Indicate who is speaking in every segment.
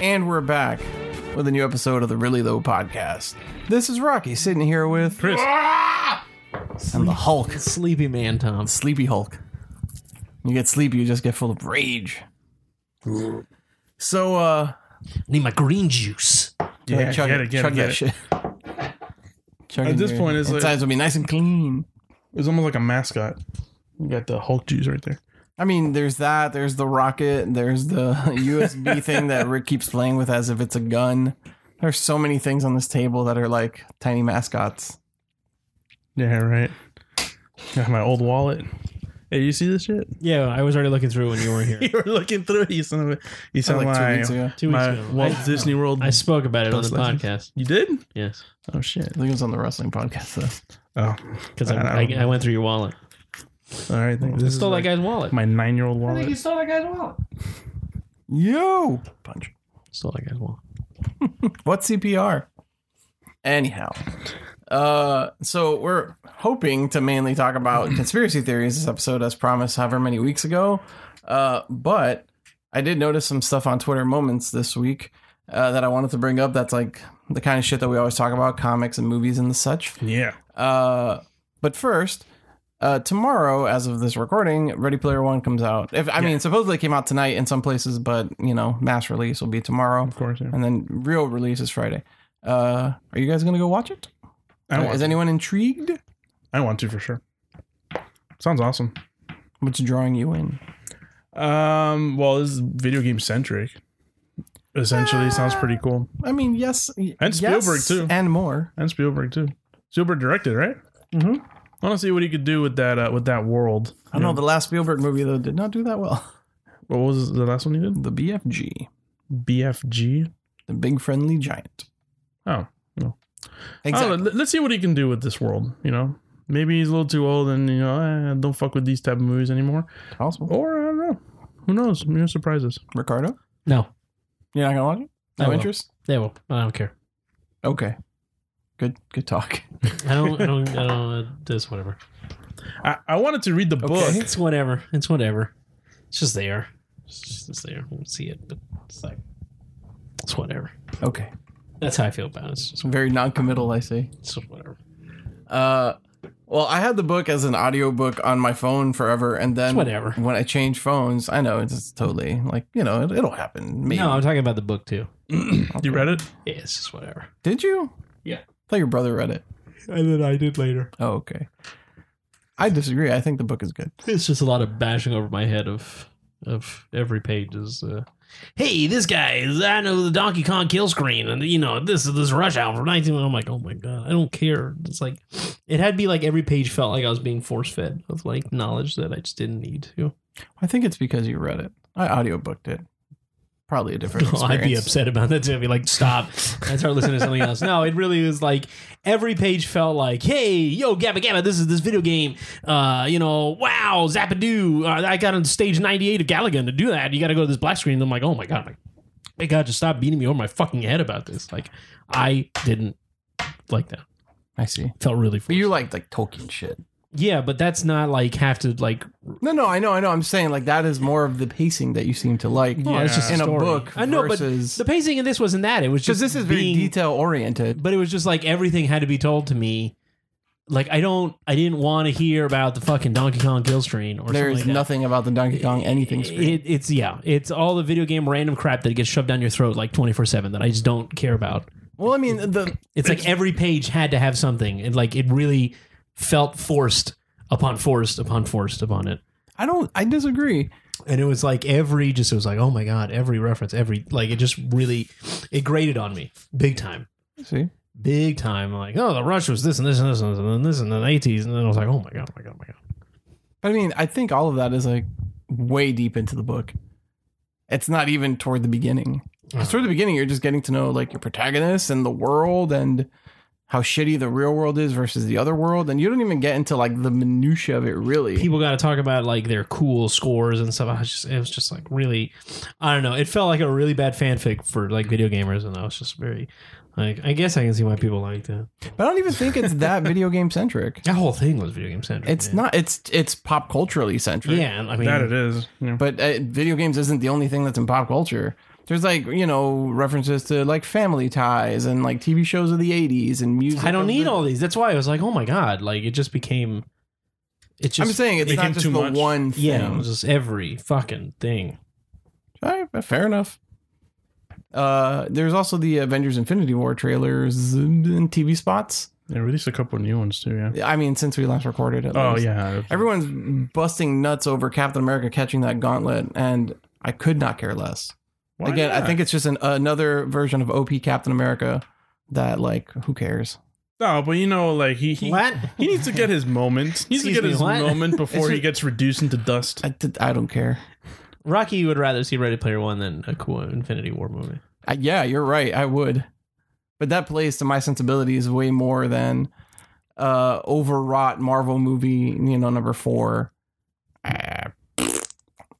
Speaker 1: And we're back with a new episode of the Really Low Podcast. This is Rocky sitting here with
Speaker 2: Chris.
Speaker 1: and the Hulk,
Speaker 2: Sleepy man, Tom.
Speaker 1: Sleepy Hulk. You get sleepy, you just get full of rage. So, uh,
Speaker 2: Need my green juice.
Speaker 1: yeah,
Speaker 3: Yeah,
Speaker 1: chug
Speaker 3: get
Speaker 1: it,
Speaker 3: it, get
Speaker 1: chug
Speaker 3: it,
Speaker 1: that
Speaker 3: get it.
Speaker 1: shit. Chug
Speaker 3: At
Speaker 1: it,
Speaker 3: this
Speaker 1: dude.
Speaker 3: point, it's like-
Speaker 1: insides will be nice and clean.
Speaker 3: It's almost like a mascot. You got the Hulk juice right there.
Speaker 1: I mean, there's that. There's the rocket. There's the USB thing that Rick keeps playing with as if it's a gun. There's so many things on this table that are like tiny mascots.
Speaker 3: Yeah, right. Got my old wallet. Hey, you see this shit?
Speaker 2: Yeah, I was already looking through when you were here.
Speaker 3: You were looking through. it, You son of a.
Speaker 1: That
Speaker 3: You sound
Speaker 1: was,
Speaker 3: like,
Speaker 1: like two weeks ago. I
Speaker 2: Two weeks
Speaker 3: my
Speaker 2: ago.
Speaker 3: Walt
Speaker 2: I-
Speaker 3: Disney World.
Speaker 2: I spoke about it on the
Speaker 3: Those legends.
Speaker 2: podcast.
Speaker 3: you did?
Speaker 2: Yes,
Speaker 3: Oh shit.
Speaker 1: think it was on the wrestling podcast. Though.
Speaker 3: Oh,
Speaker 2: because I,
Speaker 3: I
Speaker 2: I,
Speaker 3: don't-
Speaker 2: I went through your wallet.
Speaker 3: all right. This is
Speaker 2: Stole
Speaker 3: like
Speaker 2: that guy's wallet.
Speaker 3: my nine-year-old
Speaker 2: I think you
Speaker 3: wallet.
Speaker 2: stole that guy's wallet.
Speaker 1: Yo, punch.
Speaker 2: Stole that guy's wallet.
Speaker 1: What CPR? Anyhow, uh, so we're hoping to mainly talk about conspiracy theories this episode, as promised, however many weeks ago. Uh, but I did notice some stuff on Twitter moments this week uh, that I wanted to bring up. That's like the kind of shit that we always talk about, comics and movies and the such.
Speaker 3: Yeah.
Speaker 1: Uh, but first, uh, tomorrow, as of this recording, Ready Player One comes out. If I mean, supposedly it came out tonight in some places, but you know, mass release will be tomorrow
Speaker 3: Of course. Yeah.
Speaker 1: and then real release is Friday. Uh, are you guys gonna go watch it? Uh,
Speaker 3: I
Speaker 1: is
Speaker 3: want.
Speaker 1: anyone intrigued?
Speaker 3: I want to for sure. Sounds awesome.
Speaker 1: What's drawing you in?
Speaker 3: Um. Well, this is video game centric. Essentially, sounds pretty cool.
Speaker 1: I mean, yes, and
Speaker 3: Spielberg, too.
Speaker 1: and more.
Speaker 3: And Spielberg too. Spielberg directed, right?
Speaker 1: Mhm.
Speaker 3: I want to see what he could do with that uh, with that world.
Speaker 1: I know the last Spielberg movie though did not do that well.
Speaker 3: What was the last one he did?
Speaker 1: The BFG,
Speaker 3: BFG.
Speaker 1: the Big Friendly Giant.
Speaker 3: Oh, I
Speaker 1: Exactly.
Speaker 3: don't know. Let- Let's see what he can do with this world. You know, maybe he's a little too old, and you know, eh, don't fuck with these type of movies anymore.
Speaker 1: Possible.
Speaker 3: Or I don't know. Who knows? Mere surprises.
Speaker 1: Ricardo,
Speaker 2: No,
Speaker 1: you're not gonna watch it?
Speaker 2: I
Speaker 1: No
Speaker 2: will.
Speaker 1: interest.
Speaker 2: they will. I don't care.
Speaker 1: Okay. Good. Good talk.
Speaker 2: I don't. I don't. I don't. Uh, it's whatever.
Speaker 3: I, I wanted to read the book.
Speaker 1: Okay.
Speaker 2: It's whatever. It's whatever. It's just there. It's just it's there. We'll see it, but it's like it's whatever.
Speaker 1: Okay.
Speaker 2: That's how I feel about it. It's just,
Speaker 1: Very non-committal, I see.
Speaker 2: it's just whatever.
Speaker 1: Uh, well, I had the book as an audiobook on my phone forever, and then
Speaker 2: It's whatever.
Speaker 1: When I changed phones, I know it's just totally like you know it, it'll happen. Maybe.
Speaker 2: No, I'm talking about the book too.
Speaker 3: You read it?
Speaker 2: Yeah, it's just whatever.
Speaker 1: Did you?
Speaker 2: Yeah.
Speaker 1: I thought your brother read it.
Speaker 2: And then I did later.
Speaker 1: Oh, okay. I disagree. I think the book is good.
Speaker 2: It's just a lot of bashing over my head of of every page is. Uh, hey, this guy is. I know the Donkey Kong kill screen, and you know this is this Rush Hour from 19. I'm like, oh my god, I don't care. It's like it had to be like every page felt like I was being force fed of like knowledge that I just didn't need to.
Speaker 1: I think it's because you read it. I audiobooked it. Probably a different
Speaker 2: Oh,
Speaker 1: experience.
Speaker 2: I'd be upset about that too. I'd be like, stop. I'd start listening to something else. No, it really was like every page felt like, hey, yo, Gabba Gabba, this is this video game. Uh, you know, wow, Zappadoo. Uh, I got on stage 98 of Galaga to do that. You got to go to this black screen. And I'm like, oh my God. Like, hey, God, just stop beating me over my fucking head about this. Like, I didn't like that.
Speaker 1: I see.
Speaker 2: Felt really
Speaker 1: But
Speaker 2: free.
Speaker 1: you like like Tolkien shit.
Speaker 2: Yeah, but that's not like have to, like,
Speaker 1: No, no, I know, I know. I'm saying like that is more of the pacing that you seem to like
Speaker 2: oh, it's just
Speaker 1: in a
Speaker 2: story.
Speaker 1: book
Speaker 2: I know,
Speaker 1: versus
Speaker 2: but the pacing in this wasn't that. It was
Speaker 1: because
Speaker 2: just
Speaker 1: this is very
Speaker 2: being-
Speaker 1: detail oriented.
Speaker 2: but it was just like everything had to be told to me. Like I don't, I didn't want to hear about the fucking Donkey Kong kill screen or
Speaker 1: There is
Speaker 2: something like
Speaker 1: nothing about the Donkey Kong anything.
Speaker 2: That.
Speaker 1: screen.
Speaker 2: It, it's yeah, it's all the video game random crap that gets shoved down your throat like twenty four seven that I just don't care about.
Speaker 1: Well, I mean, the
Speaker 2: It's like every page had to have something, and like it really felt forced upon forced upon forced upon it.
Speaker 1: I don't. I disagree.
Speaker 2: And it was like every just it was like oh my god, every reference, every like it just really it grated on me big time.
Speaker 1: See,
Speaker 2: big time. Like, oh, the rush was this and this and this and this and then this in the eighties, and then I was like, oh my god, oh my god, oh my god.
Speaker 1: but I mean, I think all of that is like way deep into the book. It's not even toward the beginning. 'Cause toward the beginning, you're just getting to know like your protagonist and the world and how shitty the real world is versus the other world, and you don't even get into like the minutia of it really.
Speaker 2: People got to talk about like their cool scores and stuff. I was just, it was just like really, I don't know. It felt like a really bad fanfic for like video gamers, and I was just very, like, I guess I can see why people liked it.
Speaker 1: but I don't even think it's that video game centric.
Speaker 2: That whole thing was video game centric.
Speaker 1: It's
Speaker 2: man.
Speaker 1: not. It's it's pop culturally centric.
Speaker 2: Yeah, and I mean,
Speaker 3: That it is. Yeah.
Speaker 1: But uh, video games isn't the only thing that's in pop culture. There's like you know references to like family ties and like TV shows of the '80s and music.
Speaker 2: I don't
Speaker 1: of
Speaker 2: need
Speaker 1: the-
Speaker 2: all these. That's why I was like, oh my god, like it just became. It
Speaker 1: I'm
Speaker 2: just
Speaker 1: saying it's
Speaker 3: Became
Speaker 1: not just the
Speaker 3: too much.
Speaker 1: one thing.
Speaker 2: yeah, it was just every fucking thing.
Speaker 1: All right, fair enough. Uh, there's also the Avengers Infinity War trailers and TV spots.
Speaker 3: They released a couple new ones too. Yeah.
Speaker 1: I mean, since we last recorded it.
Speaker 3: Oh yeah.
Speaker 1: Everyone's busting nuts over Captain America catching that gauntlet, and I could not care less.
Speaker 3: Why
Speaker 1: Again, I
Speaker 3: not?
Speaker 1: think it's just an, another version of OP Captain America that, like, who cares?
Speaker 3: no, but you know, like he he,
Speaker 2: What?
Speaker 3: he needs to get his moment. He needs to
Speaker 2: Excuse
Speaker 3: get
Speaker 2: me,
Speaker 3: his
Speaker 2: what?
Speaker 3: moment before he
Speaker 1: just-
Speaker 3: gets reduced into dust.
Speaker 1: I, d- I don't care.
Speaker 2: Rocky would rather see Ready Player One than a cool Infinity War movie.
Speaker 1: I, yeah, you're right. I would. But that plays to my sensibilities way more than uh overwrought Marvel movie, you know, number four. Ah,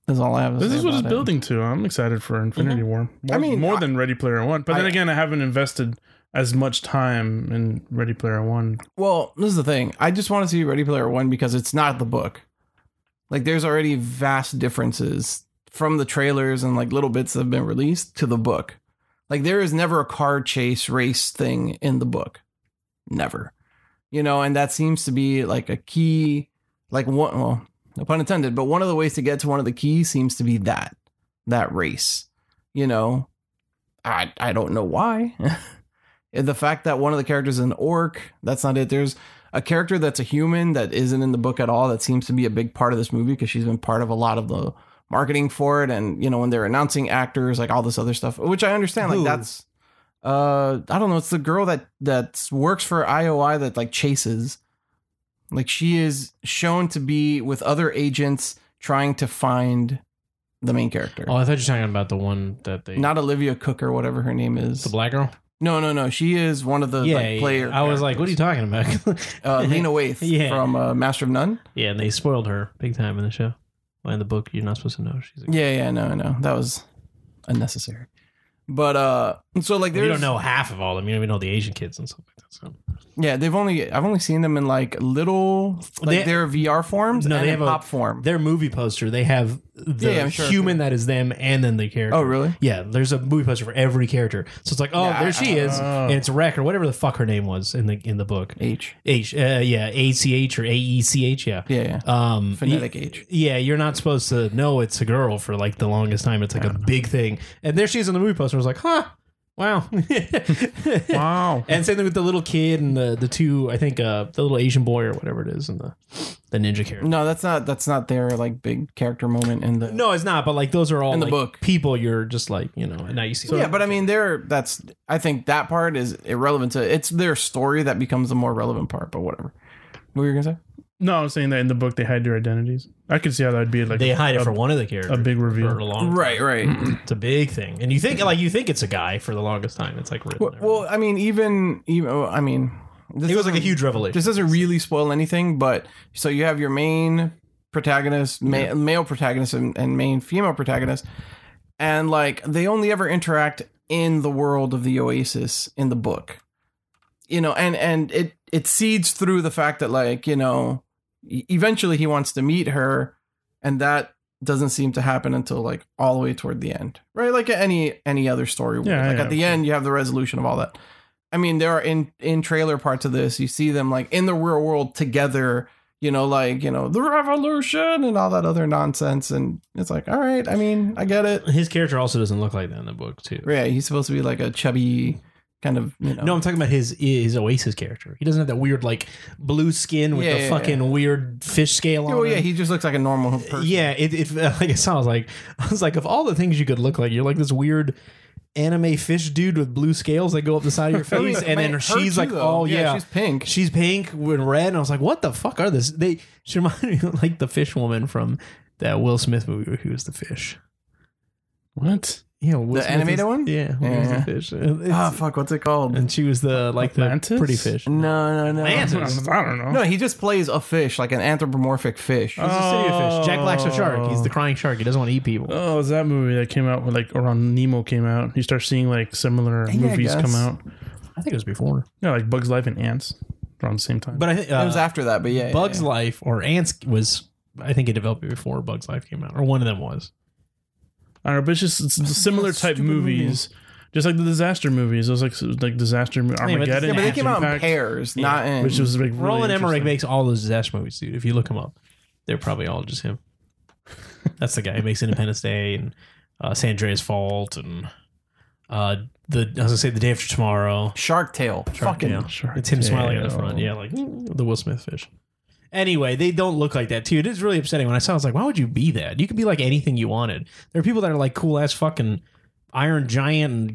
Speaker 1: That's all I have to
Speaker 3: This
Speaker 1: say
Speaker 3: is what
Speaker 1: about
Speaker 3: it's
Speaker 1: it.
Speaker 3: building to. I'm excited for Infinity War. More,
Speaker 1: I mean,
Speaker 3: more
Speaker 1: I-
Speaker 3: than Ready Player One. But then
Speaker 1: I-
Speaker 3: again, I haven't invested as much time in Ready Player One.
Speaker 1: Well, this is the thing. I just want to see Ready Player One because it's not the book. Like, there's already vast differences from the trailers and like little bits that have been released to the book. Like, there is never a car chase race thing in the book, never. You know, and that seems to be like a key, like one. Well, no pun intended, but one of the ways to get to one of the keys seems to be that that race. You know, I I don't know why. And the fact that one of the characters is an orc that's not it there's a character that's a human that isn't in the book at all that seems to be a big part of this movie because she's been part of a lot of the marketing for it and you know when they're announcing actors like all this other stuff which i understand like
Speaker 2: Who?
Speaker 1: that's uh i don't know it's the girl that that works for ioi that like chases like she is shown to be with other agents trying to find the main character
Speaker 2: Oh, I thought you were talking about the one that they
Speaker 1: not olivia cook or whatever her name is
Speaker 2: the black girl.
Speaker 1: no no no she is one of the
Speaker 2: yeah,
Speaker 1: like,
Speaker 2: yeah.
Speaker 1: player
Speaker 2: I was like, what are you talking about?
Speaker 1: uh, Lena Waithe
Speaker 2: Yeah.
Speaker 1: from uh, Master of None.
Speaker 2: yeah, and they spoiled her big time in the show. Well, in the book, you're not supposed to know. She's. A-
Speaker 1: Yeah, yeah, no, no, that was unnecessary. But uh, so like there's
Speaker 2: you don't know half of all of them. You don't even know the Asian kids and stuff like that. So.
Speaker 1: Yeah, they've only I've only seen them in like little like
Speaker 2: They-
Speaker 1: their VR forms
Speaker 2: No,
Speaker 1: and
Speaker 2: they
Speaker 1: in
Speaker 2: have a-
Speaker 1: pop form.
Speaker 2: Their movie poster, they have the
Speaker 1: Yeah, I'm sure.
Speaker 2: human that is them and then the character.
Speaker 1: Oh, really?
Speaker 2: Yeah, there's a movie poster for every character. So it's like, oh,
Speaker 1: Yeah,
Speaker 2: there she is,
Speaker 3: oh.
Speaker 2: and it's Wreck or whatever the fuck her name was in the in the book.
Speaker 1: H.
Speaker 2: H, uh, yeah, A C H or A E C H, yeah.
Speaker 1: Yeah, yeah.
Speaker 2: Um,
Speaker 1: Phonetic H.
Speaker 2: Yeah, you're not supposed to know it's a girl for like the longest time. It's like a big thing, and there she is in the movie poster. I was like, huh, wow.
Speaker 3: Wow.
Speaker 2: And same thing with the little kid and the the two. I think uh, the little Asian boy or whatever it is, and the the ninja character.
Speaker 1: No, that's not that's not their like big character moment in the
Speaker 2: No, it's not. But like those are all
Speaker 1: In the
Speaker 2: like,
Speaker 1: book.
Speaker 2: people. You're just like you know, and now you see.
Speaker 1: yeah, but I mean, they're that's. I think that part is irrelevant to. It's their story that becomes the more relevant part. But whatever. What were you gonna say?
Speaker 3: No, I'm saying that in the book they hide your identities. I could see how that'd be like
Speaker 2: they hide it
Speaker 3: a-
Speaker 2: for one of the characters.
Speaker 3: a big reveal.
Speaker 2: for a long.
Speaker 1: Right, right.
Speaker 2: It's a big thing, and you think like you think it's a guy for the longest time. It's like written.
Speaker 1: Well,
Speaker 2: there.
Speaker 1: well, I mean, even even well, I mean, this
Speaker 2: it was like a
Speaker 1: doesn't-
Speaker 2: huge revelation.
Speaker 1: This doesn't really spoil anything, but so you have your main protagonist, ma- male protagonist, and, and main female protagonist, and like they only ever interact in the world of the Oasis in the book, you know, and and it it seeds through the fact that like you know, e- eventually he wants to meet her, and that doesn't seem to happen until like all the way toward the end, right? Like any any other story, would.
Speaker 3: Yeah,
Speaker 1: like
Speaker 3: yeah,
Speaker 1: at the end you have the resolution of all that. I mean, there are in in trailer parts of this, you see them like in the real world together, you know, like you know the revolution and all that other nonsense, and it's like, all right, I mean, I get it.
Speaker 2: His character also doesn't look like that in the book too.
Speaker 1: Yeah, he's supposed to be like a chubby kind of, you know.
Speaker 2: No, I'm talking about his his Oasis character. He doesn't have that weird like blue skin with
Speaker 1: Yeah,
Speaker 2: the
Speaker 1: yeah,
Speaker 2: fucking weird fish scale on.
Speaker 1: oh yeah,
Speaker 2: him.
Speaker 1: he just looks like a normal person.
Speaker 2: Uh, Yeah, it, it like it sounds like I was like of all the things you could look like, you're like this weird anime fish dude with blue scales that go up the side of your
Speaker 1: I mean,
Speaker 2: face, and
Speaker 1: man, her
Speaker 2: then she's
Speaker 1: too,
Speaker 2: like,
Speaker 1: though.
Speaker 2: oh yeah,
Speaker 1: she's pink.
Speaker 2: she's pink with red, and I was like, what the fuck are this? They she reminded me of, like the fish woman from that Will Smith movie where he was the fish.
Speaker 3: What?
Speaker 2: Yeah, Will
Speaker 1: The
Speaker 2: Smith
Speaker 1: animated
Speaker 2: is-
Speaker 1: one?
Speaker 2: Yeah, where he was
Speaker 1: Yeah.
Speaker 2: the fish. It's-
Speaker 1: Ah, fuck, what's it called?
Speaker 2: and she was the like the
Speaker 3: Atlantis?
Speaker 2: pretty fish.
Speaker 1: no, no, no.
Speaker 2: Atlantis.
Speaker 3: I don't know.
Speaker 1: No, he just plays a fish, like an anthropomorphic fish.
Speaker 2: He's a city of fish. Jack Black's a shark. He's the
Speaker 3: Oh.
Speaker 2: crying shark. He doesn't want to eat people.
Speaker 3: Oh, it was that movie that came out when, like around Nemo came out. You start seeing like similar
Speaker 1: Yeah, I
Speaker 3: movies
Speaker 1: guess.
Speaker 3: come out.
Speaker 2: I think it was before.
Speaker 3: Yeah, like Bugs Life and Ants around the same time.
Speaker 2: But I think uh,
Speaker 1: it was after that, but yeah,
Speaker 2: Bugs
Speaker 1: yeah,
Speaker 2: Life or Ants was I think it developed before Bugs Life came out, or one of them was.
Speaker 3: I don't know, but it's just it's similar type
Speaker 1: Stupid
Speaker 3: movies. Just like the disaster movies, those like s- like disaster mo-
Speaker 2: but-
Speaker 3: Armageddon,
Speaker 2: yeah,
Speaker 1: Yeah, but they
Speaker 3: Action
Speaker 1: came out in
Speaker 3: Packed,
Speaker 1: pairs, not in.
Speaker 3: which was like really
Speaker 2: Roland Emmerich
Speaker 3: interesting.
Speaker 2: makes all those disaster movies, dude. If you look him up, they're probably all just him. That's the guy who makes Independence Day and uh, San Andreas Fault and uh, the I was gonna say the Day After Tomorrow.
Speaker 1: Shark Tale. Fucking
Speaker 2: Yeah.
Speaker 3: Shark
Speaker 2: It's him smiling in the
Speaker 3: Tale.
Speaker 2: front. Yeah, like mm, the Will Smith fish. Anyway, they don't look like that too. It is really upsetting when I saw. it, I was like, why would you be that? You could be like anything you wanted. There are people that are like cool ass fucking Iron Giant and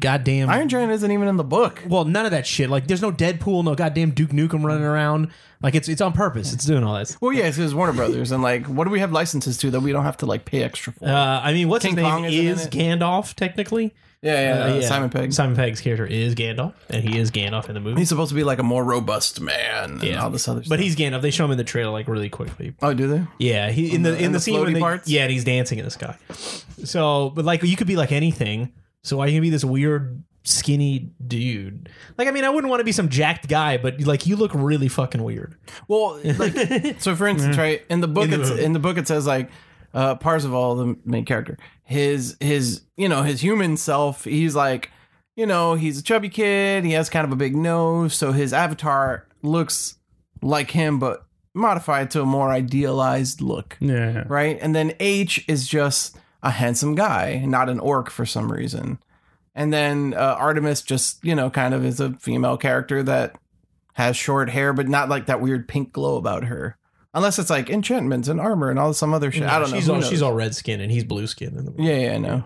Speaker 2: goddamn
Speaker 1: Iron Giant isn't even in the book.
Speaker 2: well, none of that shit. Like, there's no Deadpool, no goddamn Duke Nukem running around. Like, it's it's on purpose. It's doing all this.
Speaker 1: Well, yeah, it's 'cause Warner Brothers, and like, what do we have licenses to that we don't have to like pay extra for?
Speaker 2: Uh, I mean, what's
Speaker 1: King
Speaker 2: his name
Speaker 1: Kong isn't in
Speaker 2: is
Speaker 1: it.
Speaker 2: Gandalf technically.
Speaker 1: yeah, yeah,
Speaker 2: Uh,
Speaker 1: uh, Simon Pegg.
Speaker 2: Simon Pegg's character is Gandalf, and he is Gandalf in the movie.
Speaker 1: He's supposed to be like a more robust man and all this other
Speaker 2: but
Speaker 1: stuff.
Speaker 2: he's Gandalf. They show him in the trailer like really quickly.
Speaker 1: oh, do they?
Speaker 2: Yeah, he in the in the,
Speaker 1: in the
Speaker 2: scene where
Speaker 1: floaty
Speaker 2: they,
Speaker 1: parts?
Speaker 2: yeah, and he's dancing in the sky. So, but like, you could be like anything. So why you gonna be this weird skinny dude? Like, I mean, I wouldn't want to be some jacked guy, but like, you look really fucking weird.
Speaker 1: Well, like, so for instance, right in the book,
Speaker 2: In the
Speaker 1: it's,
Speaker 2: book.
Speaker 1: in the book it says like uh, Parzival, the main character, his his you know his human self, he's like you know he's a chubby kid, he has kind of a big nose, so his avatar looks like him, but modified to a more idealized look,
Speaker 3: Yeah, yeah.
Speaker 1: right? And then H is just a handsome guy, not an orc for some reason. And then uh, Artemis just, you know, kind of is a female character that has short hair, but not like that weird pink glow about her. Unless it's like enchantments and armor and all some other shit. I don't
Speaker 2: she's
Speaker 1: know.
Speaker 2: All,
Speaker 1: Who
Speaker 2: she's
Speaker 1: knows?
Speaker 2: all red skin, and he's blue skin in the movie.
Speaker 1: yeah, yeah, I know.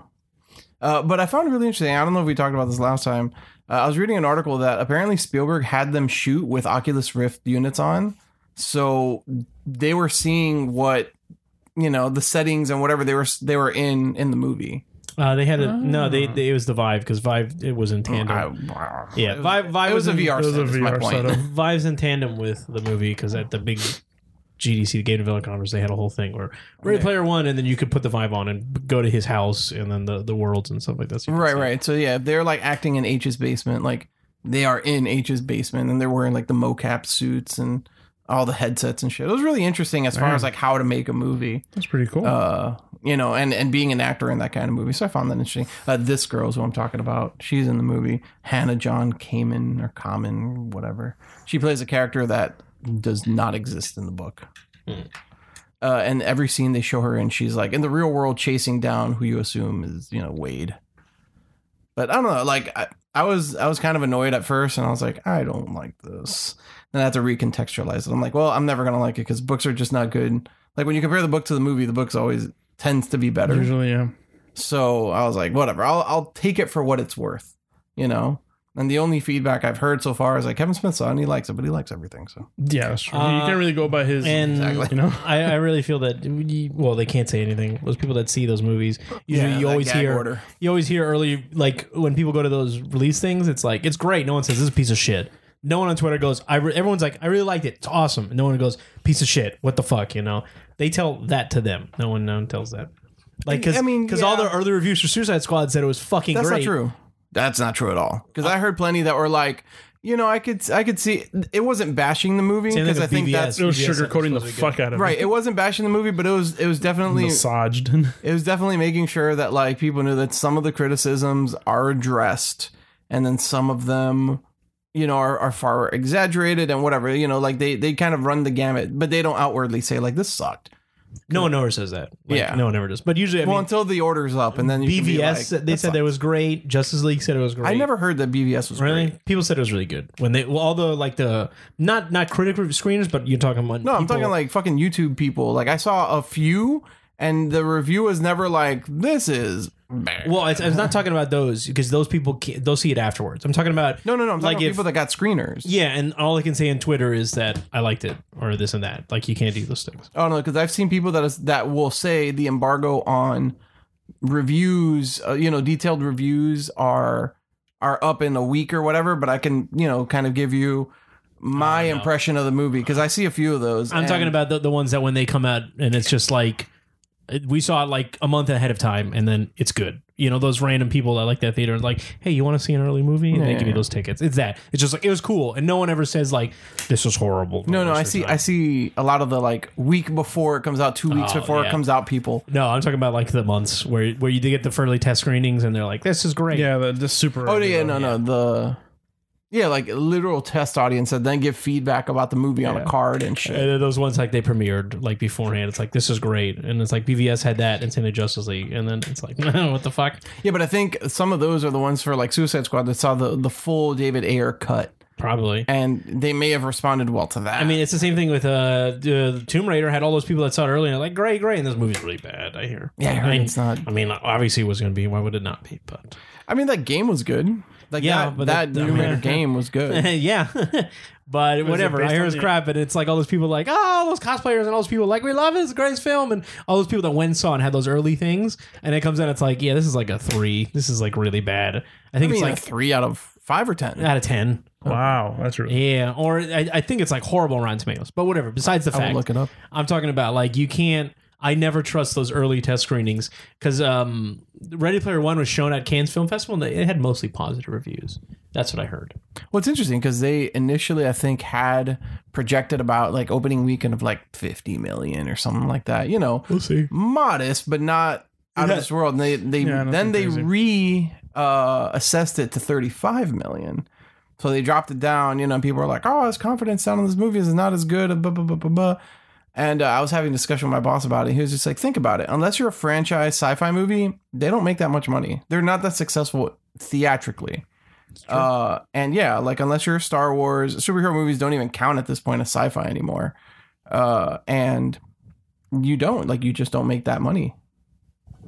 Speaker 1: Uh, but I found it really interesting. I don't know if we talked about this last time. Uh, I was reading an article that apparently Spielberg had them shoot with Oculus Rift units on, so they were seeing what you know the settings and whatever they were they were in in the movie.
Speaker 2: Uh, they had a no.
Speaker 3: Ah.
Speaker 2: They, they it was the Vive because Vive it was in tandem.
Speaker 1: Oh. I-
Speaker 2: yeah,
Speaker 1: it was,
Speaker 2: Vive Vive
Speaker 1: it was a
Speaker 2: in-
Speaker 1: VR.
Speaker 3: It was
Speaker 1: set,
Speaker 3: a
Speaker 1: is my
Speaker 3: VR
Speaker 1: point.
Speaker 3: setup.
Speaker 2: Vive's in tandem with the movie because at the big GDC the Game Development Conference they had a whole thing where Ready
Speaker 1: Yeah.
Speaker 2: Player One, and then you could put the Vive on and go to his house and then the the worlds and stuff like that. So you could
Speaker 1: Right,
Speaker 2: see.
Speaker 1: right. So yeah, if they're like acting in H's basement, like they are in H's basement and they're wearing like the mocap suits and all the headsets and shit. It was really interesting as far
Speaker 3: Man.
Speaker 1: as like how to make a movie.
Speaker 3: That's pretty cool.
Speaker 1: Uh, you know, and and being an actor in that kind of movie. So I found that interesting. Uh, this girl is who I'm talking about. She's in the movie. Hannah John Kamen or Common, whatever. She plays a character that does not exist in the book.
Speaker 2: Hmm.
Speaker 1: Uh, and every scene they show her, and she's like in the real world chasing down who you assume is you know Wade. But I don't know. Like I, I was, I was kind of annoyed at first, and I was like, I don't like this. Then I have to recontextualize it. I'm like, well, I'm never gonna like it because books are just not good. Like when you compare the book to the movie, the book's always tends to be better.
Speaker 3: Usually, yeah.
Speaker 1: So I was like, whatever, I'll I'll take it for what it's worth, you know. And the only feedback I've heard so far is like Kevin Smith saw it and he likes it, but he likes everything. So
Speaker 3: Yeah, that's true.
Speaker 2: Uh,
Speaker 3: you can't really go by his.
Speaker 2: And
Speaker 1: Exactly.
Speaker 3: you know,
Speaker 2: I, I really feel that we- well they can't say anything. Those people that see those movies, usually you
Speaker 1: that
Speaker 2: always
Speaker 1: gag
Speaker 2: hear
Speaker 1: order.
Speaker 2: you always hear early like when people go to those release things it's like it's great no one says this is a piece of shit no one on twitter goes i re- everyone's like i really liked it it's awesome and no one goes piece of shit what the fuck you know they tell that to them no one no one tells that like because
Speaker 1: I mean,
Speaker 2: all the
Speaker 1: yeah.
Speaker 2: early reviews for suicide squad said it was fucking
Speaker 1: That's
Speaker 2: great
Speaker 1: not true. That's not true at all. Because I heard plenty that were like, you know, I could I could see it wasn't bashing the movie
Speaker 2: Same thing
Speaker 1: because I
Speaker 2: with
Speaker 1: think
Speaker 2: BVS.
Speaker 1: that's
Speaker 3: it was
Speaker 2: Yeah, it's
Speaker 3: sugarcoating the
Speaker 2: supposed to be good.
Speaker 3: fuck out of it.
Speaker 1: right. It wasn't bashing the movie, but it was it was definitely
Speaker 3: Massaged.
Speaker 1: it was definitely making sure that like people knew that some of the criticisms are addressed and then some of them you know are, are far exaggerated and whatever you know like they they kind of run the gamut but they don't outwardly say like this sucked
Speaker 2: no one ever says that Like,
Speaker 1: Yeah.
Speaker 2: no one ever does but usually i
Speaker 1: well
Speaker 2: mean
Speaker 1: until the order's up and then you can be
Speaker 2: bvs
Speaker 1: like,
Speaker 2: said- they
Speaker 1: "That
Speaker 2: said
Speaker 1: sucked."
Speaker 2: that it was great justice league said it was great
Speaker 1: i never heard that bvs was
Speaker 2: Really?
Speaker 1: great.
Speaker 2: People said it was really good when they, well, although like the not not critical screeners, but you're talking about
Speaker 1: no i'm
Speaker 2: people-
Speaker 1: talking like fucking youtube people like i saw a few and the review was never like this is bad.
Speaker 2: Well, it's, I'm not talking about those because those people can, they'll see it afterwards. I'm talking about
Speaker 1: no no no i'm talking
Speaker 2: like
Speaker 1: about
Speaker 2: if-
Speaker 1: people that got screeners
Speaker 2: yeah, and all I can say on Twitter is that I liked it or this and that. Like you can't do those things.
Speaker 1: Oh no, because I've seen people that is, that will say the embargo on reviews, uh, you know, detailed reviews are are up in a week or whatever. But I can, you know, kind of give you my
Speaker 2: no.
Speaker 1: impression of the movie because I see a few of those.
Speaker 2: I'm
Speaker 1: and-
Speaker 2: talking about the, the ones that when they come out and it's just like we saw it like a month ahead of time and then it's good. you know those random people that like that theater and like, hey, you want to see an early movie? And they
Speaker 1: Yeah,
Speaker 2: give
Speaker 1: yeah.
Speaker 2: you those tickets. It's that. It's just like it was cool, and no one ever says like this was horrible.
Speaker 1: No, no,
Speaker 2: This
Speaker 1: I
Speaker 2: was
Speaker 1: see.
Speaker 2: not-
Speaker 1: I see a lot of the like week before it comes out, two weeks
Speaker 2: Oh,
Speaker 1: before
Speaker 2: yeah.
Speaker 1: it comes out. People,
Speaker 2: No, I'm talking about like the months where where you did get the early test screenings, and they're like, this is great.
Speaker 3: Yeah, the, the super.
Speaker 1: oh yeah, no, no, the yeah, like literal test audience, and then give feedback about the movie on a
Speaker 3: Yeah.
Speaker 1: card and shit.
Speaker 2: And then those ones like they premiered like beforehand. It's like this is great, and it's like BVS had that and Santa Justice League, and then it's like what the fuck?
Speaker 1: Yeah, but I think some of those are the ones for like Suicide Squad that saw the the full David Ayer cut,
Speaker 2: Probably.
Speaker 1: and they may have responded well to that.
Speaker 2: I mean, it's the same thing with uh, uh Tomb Raider. Had all those people that saw it earlier, and like great, great, and this movie's really bad. I hear.
Speaker 1: yeah, I heard
Speaker 2: mean,
Speaker 1: it's not.
Speaker 2: I mean, obviously it was going to be. Why would it not be? But
Speaker 1: I mean, that game was good. Like
Speaker 2: Yeah,
Speaker 1: that,
Speaker 2: but
Speaker 1: that,
Speaker 2: that- I
Speaker 1: Tomb
Speaker 2: mean-
Speaker 1: Raider game was good.
Speaker 2: yeah, but whatever.
Speaker 3: based
Speaker 2: I hear
Speaker 3: on
Speaker 2: it's
Speaker 3: the-
Speaker 2: crap, and it's like all those people like, oh, those cosplayers and all those people like we love it. It's the greatest film, and all those people that went and saw and had those early things, and it comes out. It's like, yeah, this is like a three. This is like really bad. I
Speaker 1: I
Speaker 2: think
Speaker 1: mean,
Speaker 2: it's
Speaker 1: like
Speaker 2: like
Speaker 1: three out of five or ten.
Speaker 2: out of ten.
Speaker 3: Wow, that's really.
Speaker 2: Yeah, or I, I think it's like horrible Rotten Tomatoes. But whatever. Besides the
Speaker 1: I will
Speaker 2: fact,
Speaker 1: look it up.
Speaker 2: I'm talking about like you can't. I never trust those early test screenings because um, Ready Player One was shown at Cannes Film Festival and it had mostly positive reviews. That's what I heard.
Speaker 1: Well, it's interesting because they initially, I think, had projected about like opening weekend of like 50 million or something like that. You know,
Speaker 2: We'll see.
Speaker 1: modest, but not out
Speaker 2: Yeah.
Speaker 1: of this world. And they, they
Speaker 3: Yeah, I don't
Speaker 1: then
Speaker 3: think
Speaker 1: they
Speaker 3: crazy.
Speaker 1: re uh, assessed it to 35 million. So they dropped it down. You know, and people were like, "Oh, his confidence down on this movie is not as good." uh, Blah, blah, blah, blah, blah. And uh, I was having a discussion with my boss about it. He was just like, "Think about it. Unless you're a franchise sci-fi movie, they don't make that much money. They're not that successful theatrically." Uh, and yeah, like unless you're Star Wars, superhero movies don't even count at this point as sci-fi anymore. Uh, and you don't like you just don't make that money.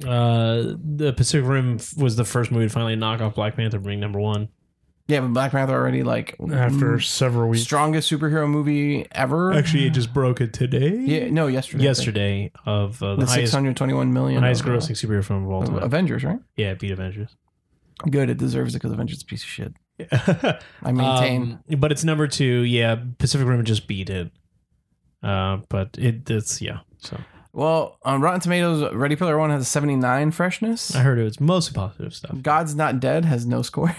Speaker 2: Uh, the Pacific Rim f- was the first movie to finally knock off Black Panther, being number one.
Speaker 1: Yeah, but Black Panther already like
Speaker 3: After
Speaker 1: mm,
Speaker 3: several weeks,
Speaker 1: strongest superhero movie ever.
Speaker 2: Actually, it just broke it today.
Speaker 1: yeah, no, yesterday. I think.
Speaker 2: yesterday of uh, the,
Speaker 1: the six
Speaker 2: highest,
Speaker 1: hundred twenty-one million
Speaker 2: highest
Speaker 1: of, uh,
Speaker 2: grossing superhero film of all
Speaker 1: of
Speaker 2: time.
Speaker 1: Avengers, right?
Speaker 2: yeah, it beat Avengers.
Speaker 1: Good, it deserves it because Avengers is a piece of shit. I maintain.
Speaker 2: Um, but it's number two. Yeah, Pacific Rim just beat it. Uh, but it, it's yeah. So
Speaker 1: well, on Rotten Tomatoes, Ready Player One has a seventy-nine freshness.
Speaker 2: I heard it was mostly positive stuff.
Speaker 1: God's Not Dead has no score.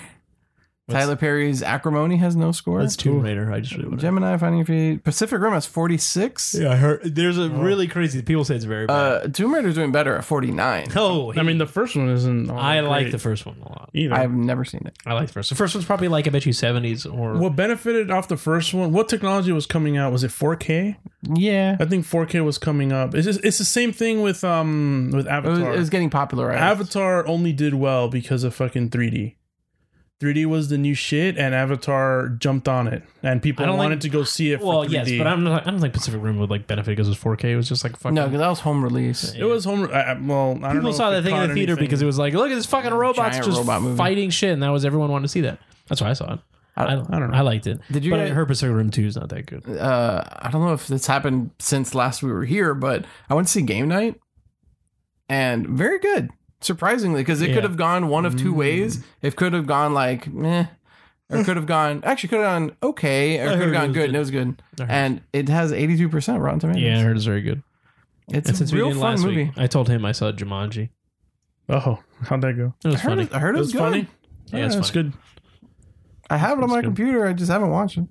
Speaker 2: What's-
Speaker 1: Tyler Perry's Acrimony has no score.
Speaker 2: That's Tomb Raider. I just really want
Speaker 1: Gemini Finding Fate. Pacific Rim has forty-six.
Speaker 2: Yeah, I heard. There's a really crazy. People say it's very bad.
Speaker 1: Uh, Tomb Raider's doing better at forty-nine.
Speaker 2: oh,
Speaker 3: I mean, the first one isn't. all
Speaker 2: I
Speaker 3: that
Speaker 2: like
Speaker 3: great
Speaker 2: the first one a lot.
Speaker 3: either.
Speaker 1: I've never seen it.
Speaker 2: I like the first. The first one's probably like I bet you seventies or
Speaker 3: what benefited off the first one? What technology was coming out? Was it 4K?
Speaker 1: Yeah,
Speaker 3: I think 4K was coming up. It's just, it's the same thing with um with
Speaker 1: it was,
Speaker 3: Avatar.
Speaker 1: it was getting popularized.
Speaker 3: Avatar only did well because of fucking 3D. 3D was the new shit, and Avatar jumped on it, and people
Speaker 2: I don't
Speaker 3: wanted
Speaker 2: like-
Speaker 3: to go see it.
Speaker 2: Well,
Speaker 3: for 3D.
Speaker 2: yes, but I'm not. I don't think Pacific Rim would like benefit because it was 4K. It was just like fucking.
Speaker 1: No, because that was home release.
Speaker 3: It was home. I, I- well, I don't know
Speaker 2: people saw
Speaker 3: if
Speaker 2: that
Speaker 3: it
Speaker 2: thing in
Speaker 3: caught
Speaker 2: the theater
Speaker 3: anything.
Speaker 2: because it was like, look at this fucking robots
Speaker 1: giant
Speaker 2: just
Speaker 1: robot movie.
Speaker 2: fighting shit, and that was everyone wanted to see that. That's why I saw it. I, don't,
Speaker 3: I don't know.
Speaker 2: I liked it.
Speaker 1: Did you
Speaker 2: But I
Speaker 1: guys-
Speaker 2: heard Pacific Rim Two is not that good.
Speaker 1: Uh, I don't know if this happened since last we were here, but I went to see Game Night, and very good, surprisingly, because it
Speaker 2: Yeah. Mm.
Speaker 1: could have gone one of two ways. It could have gone like meh, or could have gone actually could have gone okay, or
Speaker 2: I
Speaker 1: could
Speaker 2: heard
Speaker 1: have
Speaker 2: it
Speaker 1: gone
Speaker 2: was
Speaker 1: good,
Speaker 2: good.
Speaker 1: and it was good.
Speaker 2: I heard
Speaker 1: And it has eighty two percent Rotten Tomatoes.
Speaker 2: Yeah, I heard it's very good.
Speaker 1: it's
Speaker 2: And
Speaker 1: a
Speaker 2: since we
Speaker 1: real
Speaker 2: did
Speaker 1: fun
Speaker 2: last
Speaker 1: movie.
Speaker 2: week, I told him I saw Jumanji.
Speaker 3: Oh, how'd that go?
Speaker 2: It
Speaker 1: I
Speaker 2: was
Speaker 1: heard
Speaker 2: funny.
Speaker 1: it, I heard it was, good.
Speaker 3: funny.
Speaker 2: Yeah, it's
Speaker 3: that's
Speaker 2: funny.
Speaker 3: good.
Speaker 1: I have it on
Speaker 2: It's
Speaker 1: my
Speaker 2: good.
Speaker 1: computer. I just haven't watched it.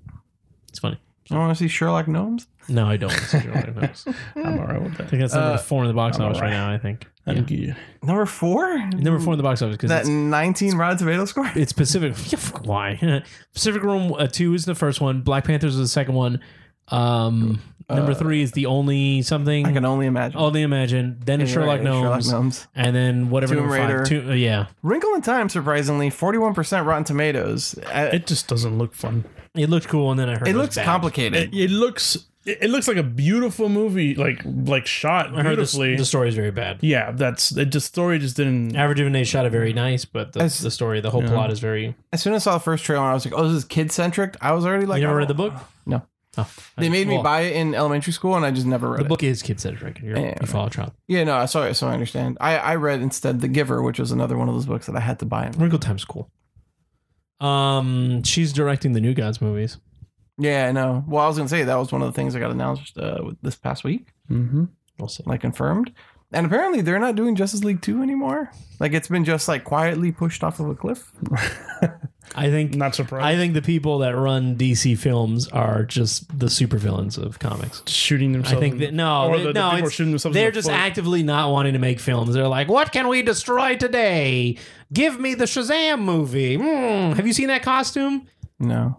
Speaker 2: It's funny.
Speaker 1: I want to see Sherlock Gnomes.
Speaker 2: No, I don't. want to see Jumanji. No, it's- I
Speaker 3: I'm all right with that.
Speaker 2: think that's number
Speaker 1: Uh,
Speaker 2: four in the box
Speaker 3: I'm
Speaker 2: office right.
Speaker 3: alright.
Speaker 2: now. I think
Speaker 3: I
Speaker 2: Yeah.
Speaker 3: think you-
Speaker 1: Number four.
Speaker 2: number four in the box office because
Speaker 1: That
Speaker 2: it's,
Speaker 1: nineteen Rotten Tomato score.
Speaker 2: it's Pacific. Yeah, fuck, why? Pacific Rim uh, Two is the first one. Black Panthers is the second one. Um, number three is the only something.
Speaker 1: Uh, I can only imagine.
Speaker 2: only imagine. Then it's Sherlock
Speaker 1: Right, Sherlock
Speaker 2: Gnomes,
Speaker 1: Gnomes.
Speaker 2: and then whatever
Speaker 1: Tomb
Speaker 2: number
Speaker 1: Raider.
Speaker 2: five. Tomb- uh, yeah,
Speaker 1: Wrinkle in Time, surprisingly, forty-one percent Rotten Tomatoes. Uh, It,
Speaker 3: It just doesn't look fun.
Speaker 2: it looked cool, and then I heard it, was
Speaker 1: looks
Speaker 2: bad.
Speaker 1: complicated.
Speaker 3: It, it looks. It, it looks like a beautiful movie, like like shot
Speaker 2: I heard this,
Speaker 3: beautifully.
Speaker 2: the story is very bad.
Speaker 3: yeah, that's it. Just story just didn't.
Speaker 2: Average of Nate shot it very nice, but the,
Speaker 1: As-
Speaker 2: the story, the whole plot is very.
Speaker 1: as soon as I saw the first trailer, I was like, "Oh, this is kid-centric." I was already like,
Speaker 2: You never
Speaker 1: oh.
Speaker 2: read the book?
Speaker 1: No.
Speaker 2: Oh,
Speaker 1: They made me
Speaker 2: Well,
Speaker 1: buy it in elementary school, and I just never read
Speaker 2: The
Speaker 1: it.
Speaker 2: book is kid centric. You're,
Speaker 1: Yeah,
Speaker 2: you follow a child.
Speaker 1: Yeah, no, I saw it, so I understand. I, I read instead The Giver, which was another one of those books that I had to buy.
Speaker 2: Wrinkle Time's cool. Um, she's directing the New Gods movies.
Speaker 1: Yeah, I know. Well, I was gonna say that was one of the things that got announced uh, with- this past week,
Speaker 3: Mm-hmm.
Speaker 2: We'll see.
Speaker 1: like confirmed. And apparently, they're not doing Justice League two anymore. Like it's been just like quietly pushed off of a cliff.
Speaker 2: I think
Speaker 3: Not surprised.
Speaker 2: I think the people that run DC films are just the supervillains of comics.
Speaker 3: shooting
Speaker 2: I
Speaker 3: themselves.
Speaker 2: think that no,
Speaker 3: or
Speaker 2: they-
Speaker 3: the- the
Speaker 2: no,
Speaker 3: people
Speaker 2: it's-
Speaker 3: are shooting themselves in
Speaker 2: they're
Speaker 3: the
Speaker 2: just
Speaker 3: foot.
Speaker 2: actively not wanting to make films. They're like, "What can we destroy today? Give me the Shazam movie." Hmm, have you seen that costume?
Speaker 1: No,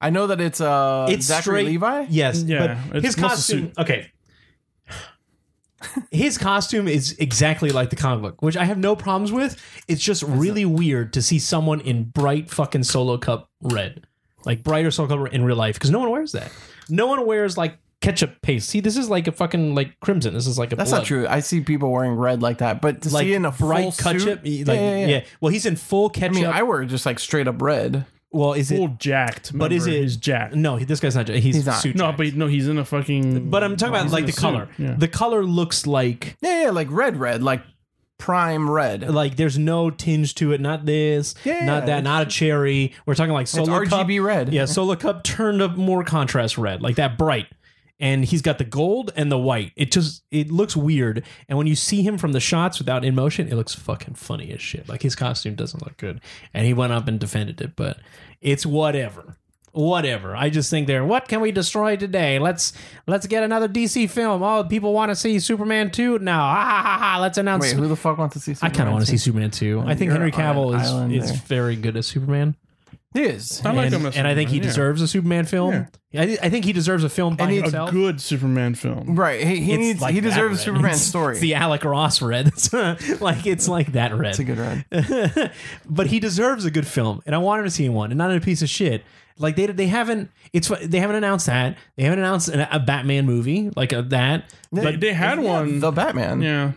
Speaker 1: I know that it's uh
Speaker 2: It's
Speaker 1: Zachary
Speaker 2: straight-
Speaker 1: Levi.
Speaker 2: Yes,
Speaker 3: Yeah,
Speaker 2: but
Speaker 3: it's
Speaker 2: his
Speaker 3: muscle
Speaker 2: costume. Okay, his costume is exactly like the comic book, which I have no problems with. It's just really weird to see someone in bright fucking solo cup red, like brighter solo cup red in real life, because no one wears that. No one wears like ketchup paste. See, this is like a fucking like crimson. This is like a
Speaker 1: That's
Speaker 2: blood.
Speaker 1: not true. I see people wearing red like that, but to
Speaker 2: Like
Speaker 1: see in a full
Speaker 2: bright
Speaker 1: suit,
Speaker 2: ketchup, like
Speaker 1: yeah, yeah, yeah.
Speaker 2: Well, he's in full
Speaker 1: I
Speaker 2: ketchup.
Speaker 1: mean, I wear just like straight up red.
Speaker 2: well, is
Speaker 3: full
Speaker 2: it?
Speaker 3: jacked.
Speaker 2: But is
Speaker 3: remember,
Speaker 2: it-
Speaker 3: He's jacked.
Speaker 2: No, this guy's not. He's,
Speaker 1: He's not.
Speaker 2: suit
Speaker 3: No,
Speaker 2: jacked.
Speaker 3: but no, he's in a fucking.
Speaker 2: but I'm talking about like
Speaker 3: in
Speaker 2: the
Speaker 3: a suit,
Speaker 2: color.
Speaker 3: yeah.
Speaker 2: The color looks like
Speaker 1: Yeah, yeah, like red, red, like prime red.
Speaker 2: like there's no tinge to it. Not this,
Speaker 1: Yeah,
Speaker 2: not that,
Speaker 1: it's-
Speaker 2: not a cherry. We're talking like
Speaker 1: it's
Speaker 2: solar cup.
Speaker 1: RGB red.
Speaker 2: Yeah, solar cup turned up more contrast red, like that bright. And he's got the gold and the white. It just it looks weird. And when you see him from the shots without in motion, it looks fucking funny as shit. Like his costume doesn't look good. And he went up and defended it, but it's whatever. Whatever. I just think they're what can we destroy today? Let's let's get another DC film. Oh, people want to see Superman 2 now. Ha ha ha ha. Let's announce
Speaker 1: Wait, who the fuck wants to see?
Speaker 2: I
Speaker 1: Superman
Speaker 2: kind of want to see
Speaker 1: two?
Speaker 2: Superman too. I think
Speaker 1: you're
Speaker 2: Henry
Speaker 1: on an
Speaker 2: Cavill
Speaker 1: island
Speaker 2: is, is
Speaker 1: there.
Speaker 2: very good as Superman,
Speaker 1: He is.
Speaker 3: I like
Speaker 2: and,
Speaker 3: him as
Speaker 2: and I think he
Speaker 3: Superman, yeah.
Speaker 2: deserves a Superman film. I, I think he deserves a film by
Speaker 1: And he-
Speaker 2: himself.
Speaker 3: a good Superman film.
Speaker 1: Right. He, he
Speaker 2: It's
Speaker 1: needs.
Speaker 2: like
Speaker 1: he
Speaker 2: that
Speaker 1: deserves
Speaker 2: red.
Speaker 1: a Superman
Speaker 2: It's-
Speaker 1: story.
Speaker 2: It's the Alec Ross red. It's, uh, like it's like that red.
Speaker 1: it's a good red.
Speaker 2: but he deserves a good film, and I want him to see one, and not a piece of shit. Like they they haven't it's they haven't announced that they haven't announced an, a Batman movie like a, that.
Speaker 3: But they had
Speaker 1: Yeah,
Speaker 3: one.
Speaker 1: the Batman.
Speaker 3: yeah,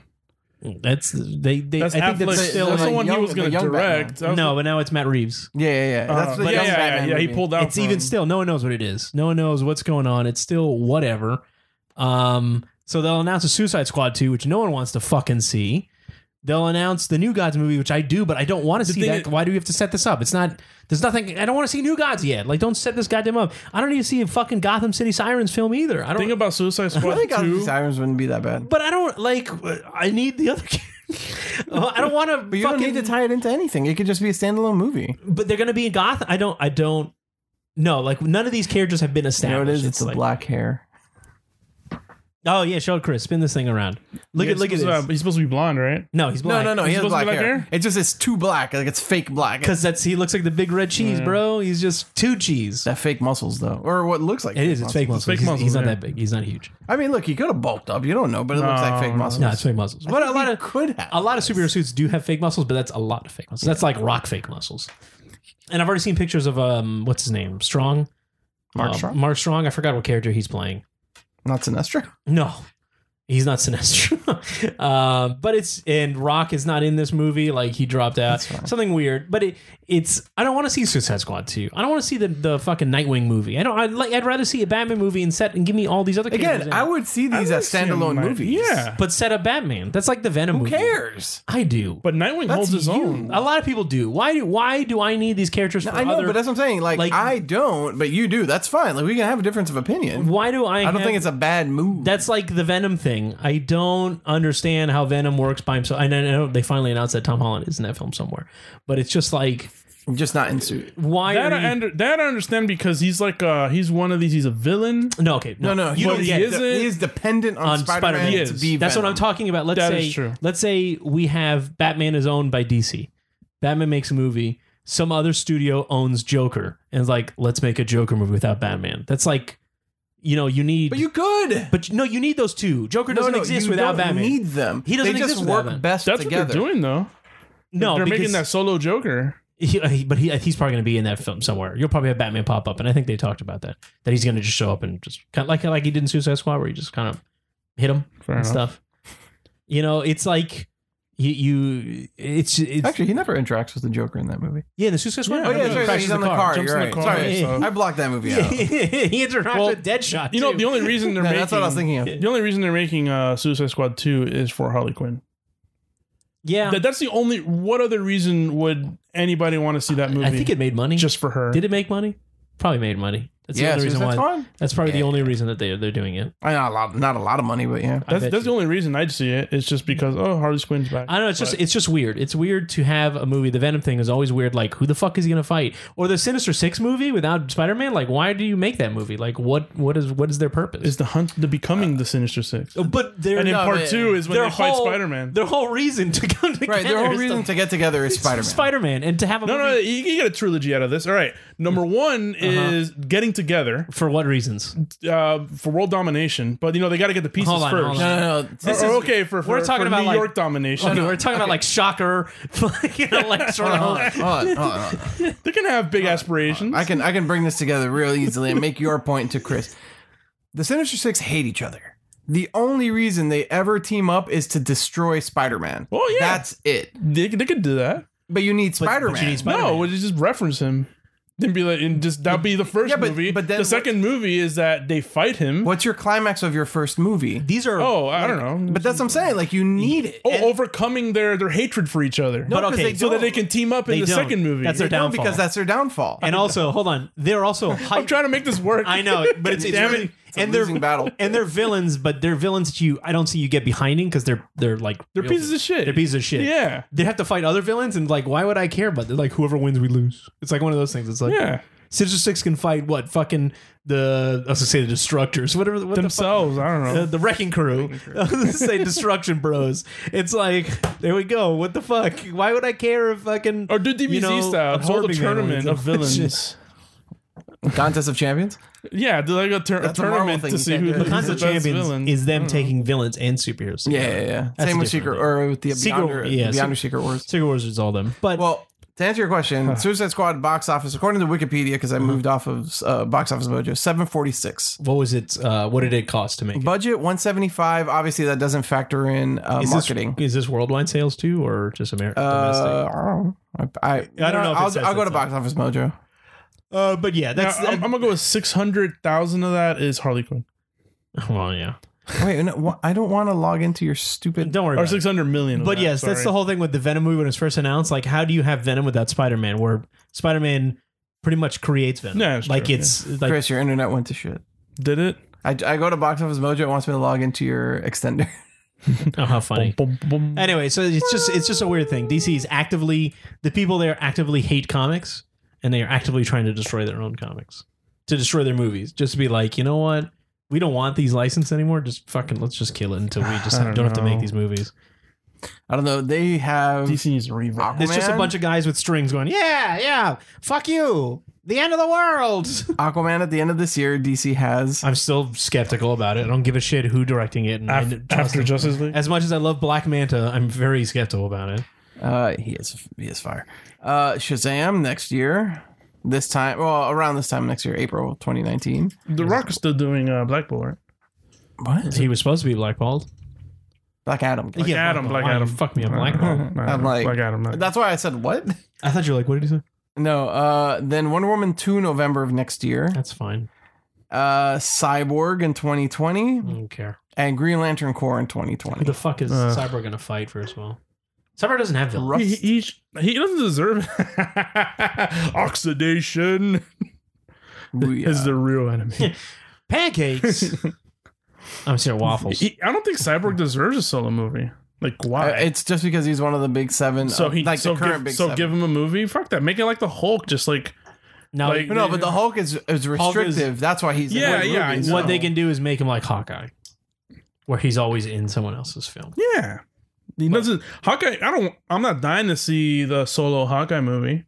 Speaker 2: That's they they
Speaker 3: that's
Speaker 2: I think
Speaker 3: Affleck.
Speaker 2: that's
Speaker 1: the-
Speaker 2: still
Speaker 3: that's the
Speaker 1: like
Speaker 3: one he
Speaker 1: young-
Speaker 3: was going
Speaker 1: the
Speaker 3: to
Speaker 1: young
Speaker 3: direct. That was
Speaker 2: no,
Speaker 3: the-
Speaker 2: but now it's Matt Reeves.
Speaker 1: Yeah, yeah, yeah.
Speaker 3: uh,
Speaker 1: That's the
Speaker 3: but yeah,
Speaker 1: young
Speaker 3: yeah,
Speaker 1: Batman
Speaker 3: yeah, He
Speaker 1: movie.
Speaker 3: pulled out.
Speaker 2: it's even
Speaker 1: um,
Speaker 3: from-
Speaker 2: still no one knows what it is no one knows what's going on it's still whatever um so they'll announce a suicide squad 2 which no one wants to fucking see they'll announce the new gods movie which i do but i don't want to see
Speaker 3: thing
Speaker 2: that
Speaker 3: is-
Speaker 2: why do we have to set this up it's not there's nothing i don't want to see new gods yet like don't set this goddamn up i don't need to see a fucking gotham city sirens film either i
Speaker 3: Thing
Speaker 2: don't
Speaker 3: about Suicide
Speaker 1: I
Speaker 3: Squad
Speaker 1: think Gotham
Speaker 3: two.
Speaker 1: Sirens wouldn't be that bad.
Speaker 2: but i don't like i need the other i don't want to
Speaker 1: But you
Speaker 2: fucking
Speaker 1: don't need to tie it into anything. It could just be a standalone movie.
Speaker 2: but they're gonna be in gotham i don't i don't no like none of these characters have been
Speaker 1: You know
Speaker 2: established
Speaker 1: what it is? It's the
Speaker 2: like-
Speaker 1: black hair.
Speaker 2: Oh yeah, show it, Chris. Spin this thing around. Look
Speaker 3: Yeah,
Speaker 2: at look at
Speaker 3: he's
Speaker 2: this.
Speaker 3: supposed to- he's supposed to be blonde, right?
Speaker 2: no, he's
Speaker 1: No,
Speaker 2: black.
Speaker 1: no, no. He
Speaker 3: Is it
Speaker 1: has
Speaker 3: supposed
Speaker 1: black
Speaker 3: to be black
Speaker 1: hair.
Speaker 3: hair?
Speaker 1: It's just it's too black. Like it's fake black.
Speaker 2: Because that's he looks like the big red cheese, bro. He's just two cheese.
Speaker 1: that fake muscles though, or what looks like
Speaker 2: It is. It's fake muscles.
Speaker 3: fake
Speaker 2: he's,
Speaker 3: muscles,
Speaker 2: he's not
Speaker 3: yeah.
Speaker 2: that big. He's not huge.
Speaker 1: I mean, look, he could have bulked up. You don't know, but it looks like fake
Speaker 3: No.
Speaker 1: muscles.
Speaker 2: No, it's fake muscles. But a lot
Speaker 1: He
Speaker 2: of
Speaker 1: could have
Speaker 2: a lot of superhero suits do have fake muscles, but that's a lot of fake muscles. That's like rock fake muscles. And I've already seen pictures of um, what's his name, Strong,
Speaker 1: Mark
Speaker 2: Uh,
Speaker 1: Strong?
Speaker 2: Mark Strong. I forgot what character he's playing.
Speaker 1: Not Sinestro.
Speaker 2: No, he's not Sinestro. uh, but it's and Rock is not in this movie. Like he dropped out.
Speaker 1: That's fine.
Speaker 2: Something weird. But it it's I don't want to see Suicide Squad two. I don't want to see the the fucking Nightwing movie. I don't. I like. I'd rather see a Batman movie and set and give me all these other characters
Speaker 1: Again,
Speaker 2: in
Speaker 1: I
Speaker 2: it.
Speaker 1: would see
Speaker 3: I
Speaker 1: these
Speaker 3: wanna
Speaker 1: as
Speaker 3: see him
Speaker 1: standalone
Speaker 3: like-
Speaker 1: movies.
Speaker 3: Yeah,
Speaker 2: But set up Batman. That's like the Venom
Speaker 1: Who
Speaker 2: movie.
Speaker 1: cares?
Speaker 2: I do.
Speaker 3: but
Speaker 2: But
Speaker 3: Nightwing
Speaker 1: That's
Speaker 3: holds his
Speaker 1: you.
Speaker 3: own.
Speaker 2: a lot of people do. Why do Why do I need these characters? For
Speaker 1: I know,
Speaker 2: other,
Speaker 1: but that's what I'm saying. Like,
Speaker 2: like-
Speaker 1: I don't, but you do. That's fine. Like we can have a difference of opinion.
Speaker 2: why do I?
Speaker 1: I don't think it's a bad move.
Speaker 2: That's like the Venom thing. I don't understand how Venom works by himself. And I know they finally announced that Tom Holland is in that film somewhere, but it's just like
Speaker 1: just not in suit.
Speaker 2: why?
Speaker 3: That
Speaker 2: are you-
Speaker 3: I, under, that I understand because he's like uh he's one of these. He's a villain.
Speaker 2: no, okay,
Speaker 1: No, no, he,
Speaker 2: you
Speaker 1: don't
Speaker 2: don't
Speaker 1: he,
Speaker 2: get
Speaker 1: is,
Speaker 2: it.
Speaker 3: isn't-
Speaker 1: he is dependent on,
Speaker 2: on
Speaker 1: Spider-Man,
Speaker 2: Spider-Man.
Speaker 3: He
Speaker 1: to
Speaker 3: is.
Speaker 1: be
Speaker 2: That's what
Speaker 1: Venom.
Speaker 2: I'm talking about. Let's
Speaker 3: That
Speaker 2: say
Speaker 3: is true.
Speaker 2: let's say we have Batman is owned by DC. Batman makes a movie. Some other studio owns Joker and is like, let's make a Joker movie without Batman. That's like, you know, you need,
Speaker 1: But you could.
Speaker 2: but no, you need those two. Joker doesn't
Speaker 1: no, no,
Speaker 2: exist
Speaker 1: you
Speaker 2: without
Speaker 1: don't
Speaker 2: Batman.
Speaker 1: Need them.
Speaker 2: He doesn't
Speaker 1: They just
Speaker 2: exist without
Speaker 1: work
Speaker 2: them.
Speaker 1: best
Speaker 3: That's
Speaker 1: together.
Speaker 3: what they're doing though.
Speaker 2: no,
Speaker 3: they're
Speaker 2: because-
Speaker 3: making that solo Joker.
Speaker 2: he, uh, he- but he, he's probably going to be in that film somewhere. You'll probably have Batman pop up, and I think they talked about that. That he's going to just show up and just kind of like like he did in Suicide Squad, where he just kind of hit him
Speaker 3: Fair
Speaker 2: and
Speaker 3: enough.
Speaker 2: stuff. You know, it's like you, you it's it's
Speaker 1: Actually, he never interacts with the Joker in that movie.
Speaker 2: yeah, the Suicide Squad.
Speaker 3: Yeah,
Speaker 1: Oh yeah,
Speaker 3: no,
Speaker 1: sorry,
Speaker 2: crashes
Speaker 1: he's on the car.
Speaker 3: jumps
Speaker 1: You're
Speaker 3: in
Speaker 1: right.
Speaker 3: the car,
Speaker 1: Sorry,
Speaker 2: so-
Speaker 1: I blocked that movie out. Yeah,
Speaker 2: he interacts
Speaker 3: Well,
Speaker 2: with Deadshot.
Speaker 3: You know
Speaker 2: too.
Speaker 3: the only reason they're making
Speaker 1: that's what I was thinking of.
Speaker 3: The only reason they're making uh, Suicide Squad two is for Harley Quinn.
Speaker 2: yeah,
Speaker 3: That, that's the only. What other reason would anybody want to see that movie?
Speaker 2: I think it made money.
Speaker 3: just for her.
Speaker 2: did it make money? Probably made money. That's
Speaker 1: yeah,
Speaker 2: the only reason
Speaker 1: Suicide
Speaker 2: why.
Speaker 1: Squad?
Speaker 2: That's probably the
Speaker 1: Yeah.
Speaker 2: only reason that they they're doing it.
Speaker 1: I not a lot, not a lot of money, but yeah.
Speaker 2: I
Speaker 3: That's,
Speaker 2: bet
Speaker 3: that's the
Speaker 2: you.
Speaker 3: only reason I'd see it. It's just because oh Harley Quinn's back.
Speaker 2: I don't know. It's just
Speaker 3: But-
Speaker 2: it's just weird. It's weird to have a movie. The Venom thing is always weird. Like who the fuck is he gonna fight? Or the Sinister Six movie without Spider Man. Like why do you make that movie? Like what what is what is their purpose?
Speaker 3: is the hunt the becoming the Sinister Six.
Speaker 2: Oh, but they're
Speaker 3: And in
Speaker 1: no,
Speaker 3: part
Speaker 1: but-
Speaker 3: two is when
Speaker 2: eh. their
Speaker 3: they fight
Speaker 2: whole-
Speaker 3: Spider Man.
Speaker 2: Their whole reason to come together.
Speaker 1: Right, their whole
Speaker 2: is
Speaker 1: reason
Speaker 2: the-
Speaker 1: to get together is Spider Man.
Speaker 2: Spider Man and to have a
Speaker 3: No,
Speaker 2: movie Uh-huh.
Speaker 3: no, you can get a trilogy out of this. All right. Number one is getting together
Speaker 2: for what reasons?
Speaker 3: uh, for world domination, but you know they got to get the pieces
Speaker 2: Hold on,
Speaker 3: first.
Speaker 2: hold
Speaker 1: no, no, no.
Speaker 3: Or-
Speaker 1: This
Speaker 3: or
Speaker 1: is,
Speaker 3: okay, for, for
Speaker 2: we're talking
Speaker 3: for
Speaker 2: about,
Speaker 3: New
Speaker 2: like- Oh,
Speaker 3: York domination.
Speaker 2: No, we're talking about like Shocker, you know, like sort
Speaker 1: hold
Speaker 2: of.
Speaker 1: on, hold on, hold on, hold on.
Speaker 3: They're gonna have big aspirations.
Speaker 1: I can I can bring this together real easily and make your point to Chris. The Sinister Six hate each other. The only reason they ever team up is to destroy Spider Man.
Speaker 3: Well, yeah.
Speaker 1: that's it.
Speaker 3: they, they could do that.
Speaker 1: But you need
Speaker 2: but
Speaker 1: Spider
Speaker 2: you
Speaker 1: Man.
Speaker 2: need Spider-
Speaker 3: No, would you just reference him? Then be like, and just that'd be the first
Speaker 1: Yeah, but-
Speaker 3: movie.
Speaker 1: but then
Speaker 3: the
Speaker 1: what-
Speaker 3: second movie is that they fight him.
Speaker 1: What's your climax of your first movie?
Speaker 2: These are
Speaker 3: Oh, I don't know.
Speaker 1: But that's what I'm saying. Like you need it.
Speaker 3: oh,
Speaker 1: And-
Speaker 3: overcoming their their hatred for each other.
Speaker 2: but
Speaker 1: no, 'cause
Speaker 2: okay,
Speaker 1: they
Speaker 2: so
Speaker 3: so that
Speaker 1: don't.
Speaker 3: they can team up in
Speaker 2: They
Speaker 3: the
Speaker 2: don't.
Speaker 3: second movie.
Speaker 2: That's their
Speaker 1: No,
Speaker 2: downfall.
Speaker 1: because that's their downfall.
Speaker 2: and also, hold on, they're also
Speaker 3: I'm
Speaker 2: hype.
Speaker 3: trying to make this work.
Speaker 2: I know, but it's, it's
Speaker 3: Damn
Speaker 2: really-
Speaker 3: it.
Speaker 1: a
Speaker 2: and they're
Speaker 1: losing battle.
Speaker 2: and they're villains, but they're villains that you I don't see you get behind in because they're they're like
Speaker 3: They're
Speaker 2: real
Speaker 3: pieces of shit.
Speaker 2: They're pieces of shit.
Speaker 3: Yeah.
Speaker 2: They have to fight other villains, and like, why would I care? But they're like, whoever wins, we lose. It's like one of those things. It's like,
Speaker 3: Yeah.
Speaker 2: Sinister Six can fight what fucking the I was gonna say the Destructors, whatever what the fuck-
Speaker 3: Themselves. I don't know.
Speaker 2: the, the Wrecking Crew. I was gonna say Destruction Bros. It's like there we go. What the fuck? Why would I care if fucking
Speaker 3: Or do DBZ
Speaker 2: you know,
Speaker 3: style, hold a
Speaker 2: absorbing
Speaker 3: tournament of
Speaker 2: animals and
Speaker 3: villains.
Speaker 1: Contest of Champions.
Speaker 3: yeah, do like a, tur- a
Speaker 1: That's a Marvel
Speaker 3: tournament
Speaker 1: thing, you
Speaker 3: to see
Speaker 1: can't
Speaker 3: who
Speaker 1: do it.
Speaker 3: the
Speaker 2: The Concept
Speaker 3: best
Speaker 2: Champions
Speaker 3: villain.
Speaker 2: is them taking villains and superheroes.
Speaker 1: Yeah,
Speaker 2: together.
Speaker 1: yeah, yeah. Same
Speaker 2: That's
Speaker 1: with
Speaker 2: different.
Speaker 1: Secret or with the
Speaker 2: Secret-
Speaker 1: Beyonder,
Speaker 2: yeah,
Speaker 1: Beyonder
Speaker 2: Secret-
Speaker 1: Secret Wars.
Speaker 2: Secret Wars is all them. But
Speaker 1: Well, to answer your question, Suicide Squad box office, according to Wikipedia, because
Speaker 2: Uh-huh.
Speaker 1: I moved off of uh, Box Office Mojo, seven forty six.
Speaker 2: what was it? Uh, what did it cost to make? it?
Speaker 1: Budget one seventy five. Obviously, that doesn't factor in uh,
Speaker 2: Is
Speaker 1: marketing.
Speaker 2: This, is this worldwide sales too, or just America?
Speaker 1: uh, I don't know. I, I,
Speaker 2: I don't know if it
Speaker 1: I'll,
Speaker 2: says
Speaker 1: I'll go
Speaker 2: it's
Speaker 1: to Box Office Mojo.
Speaker 2: uh, but yeah,
Speaker 3: Now,
Speaker 2: that's
Speaker 3: I'm, I'm gonna go with six hundred thousand of that is Harley Quinn,
Speaker 2: well, yeah.
Speaker 1: Wait, no, wha- I don't want to log into your stupid.
Speaker 2: Don't worry.
Speaker 3: or
Speaker 2: about it.
Speaker 3: six hundred million. of
Speaker 2: But
Speaker 3: that,
Speaker 2: yes,
Speaker 3: sorry.
Speaker 2: that's the whole thing with the Venom movie when it was first announced. Like, how do you have Venom without Spider Man? Where Spider Man pretty much creates Venom.
Speaker 3: Yeah, that's
Speaker 2: like
Speaker 3: true,
Speaker 2: it's like
Speaker 1: Chris, your internet went to shit.
Speaker 3: Did it?
Speaker 1: I, I go to Box Office Mojo. It wants me to log into your extender.
Speaker 2: oh how funny.
Speaker 3: Boom, boom, boom.
Speaker 2: Anyway, so it's just it's just a weird thing. DC is actively the people there actively hate comics, and they are actively trying to destroy their own comics, to destroy their movies, just to be like, you know what, we don't want these licensed anymore. Just fucking let's just kill it until we just
Speaker 3: I
Speaker 2: don't,
Speaker 3: don't
Speaker 2: have to make
Speaker 3: know.
Speaker 2: these movies.
Speaker 1: I don't know. They have
Speaker 3: DC needs to revamp.
Speaker 1: Aquaman.
Speaker 2: It's just a bunch of guys with strings going, yeah, yeah, fuck you, the end of the world.
Speaker 1: Aquaman at the end of this year. DC has.
Speaker 2: I'm still skeptical about it. I don't give a shit who directing it. And I
Speaker 3: Af-
Speaker 2: trust
Speaker 3: after
Speaker 2: him.
Speaker 3: Justice League.
Speaker 2: as much as I love Black Manta, I'm very skeptical about it.
Speaker 1: Uh, he is he is fire. Uh, Shazam next year. This time, well, around this time next year, April 2019.
Speaker 3: The Rock is still doing uh, Black Bull, right?
Speaker 1: What?
Speaker 2: He was supposed to be blackballed.
Speaker 1: Black Adam.
Speaker 2: Black
Speaker 3: Yeah, Adam, Black
Speaker 2: Why
Speaker 3: Adam.
Speaker 2: you Fuck me, I'm blackballed.
Speaker 3: uh,
Speaker 1: I'm like-
Speaker 3: Black Adam. not-
Speaker 1: That's why I said what?
Speaker 2: I thought you were like, what did he say?
Speaker 1: No. Uh, then Wonder Woman 2 November of next year.
Speaker 2: That's fine.
Speaker 1: Uh, Cyborg in 2020
Speaker 2: I don't care.
Speaker 1: and Green Lantern Corps in
Speaker 2: Who
Speaker 1: 2020.
Speaker 2: the fuck Mm. is
Speaker 1: Uh.
Speaker 3: Ugh.
Speaker 2: Cyber gonna fight first of all? Cyber doesn't have villains.
Speaker 1: Rough-
Speaker 3: He, he, sh- he doesn't deserve it. oxidation.
Speaker 1: Booyah.
Speaker 3: Is the real enemy.
Speaker 2: Pancakes. I'm sorry, waffles.
Speaker 3: He- I don't think Cyborg deserves a solo movie. Like why?
Speaker 1: Uh, it's just because he's one of the big seven.
Speaker 3: so
Speaker 1: of-
Speaker 3: he
Speaker 1: like
Speaker 3: so,
Speaker 1: the current
Speaker 3: give,
Speaker 1: big
Speaker 3: so
Speaker 1: seven.
Speaker 3: give him a movie. Fuck that. Make it like the Hulk. Just like
Speaker 2: Now,
Speaker 3: Like-
Speaker 1: no, but the Hulk is, is
Speaker 2: Hulk is-
Speaker 1: restrictive. That's why he's in
Speaker 3: Yeah,
Speaker 1: the
Speaker 3: yeah, I
Speaker 1: movies.
Speaker 3: know.
Speaker 2: what they can do is make him like Hawkeye, where he's always in someone else's film.
Speaker 3: yeah. He doesn't. Hawkeye. I don't. I'm not dying to see the solo Hawkeye movie.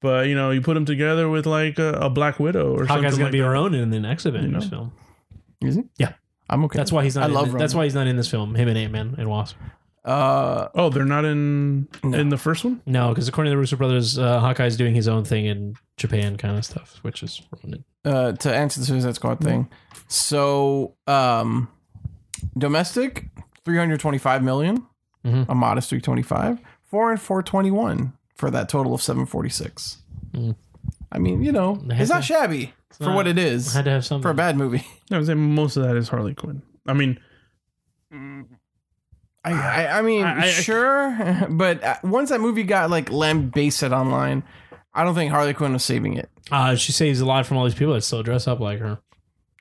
Speaker 3: But you know, you put him together with like a, a Black Widow or
Speaker 2: Hawkeye's
Speaker 3: something.
Speaker 2: gonna
Speaker 3: like
Speaker 2: be
Speaker 3: that.
Speaker 2: Ronan in the next Avengers
Speaker 3: know.
Speaker 2: film.
Speaker 1: Is he?
Speaker 2: Yeah.
Speaker 1: I'm okay.
Speaker 2: That's why he's not.
Speaker 1: I
Speaker 2: in
Speaker 1: love
Speaker 2: thi-
Speaker 1: Ronan.
Speaker 2: that's why he's not in this film. Him and Ant Man and Wasp.
Speaker 1: Uh,
Speaker 3: Oh, they're not in
Speaker 1: No.
Speaker 3: in the first one.
Speaker 2: No, because according to the Russo brothers, uh, Hawkeye's doing his own thing in Japan, kind of stuff, which is ruined.
Speaker 1: uh, to answer the Suicide Squad
Speaker 2: Mm-hmm.
Speaker 1: thing. So, um, domestic, 325 million,
Speaker 2: Mhm.
Speaker 1: a modest 325, foreign 421 for that total of 746.
Speaker 2: Mm.
Speaker 1: I mean, you know,
Speaker 2: It
Speaker 1: it's
Speaker 2: has
Speaker 1: not
Speaker 2: to-
Speaker 1: shabby for
Speaker 2: not-
Speaker 1: what it is
Speaker 2: Had to have something.
Speaker 1: for a bad movie.
Speaker 3: I would say most of that is Harley Quinn. I mean,
Speaker 1: I, I, I mean,
Speaker 3: I- I-
Speaker 1: sure, but uh, once that movie got like lambasted online, I don't think Harley Quinn was saving it.
Speaker 2: Uh, she saves a lot from all these people that still dress up like her.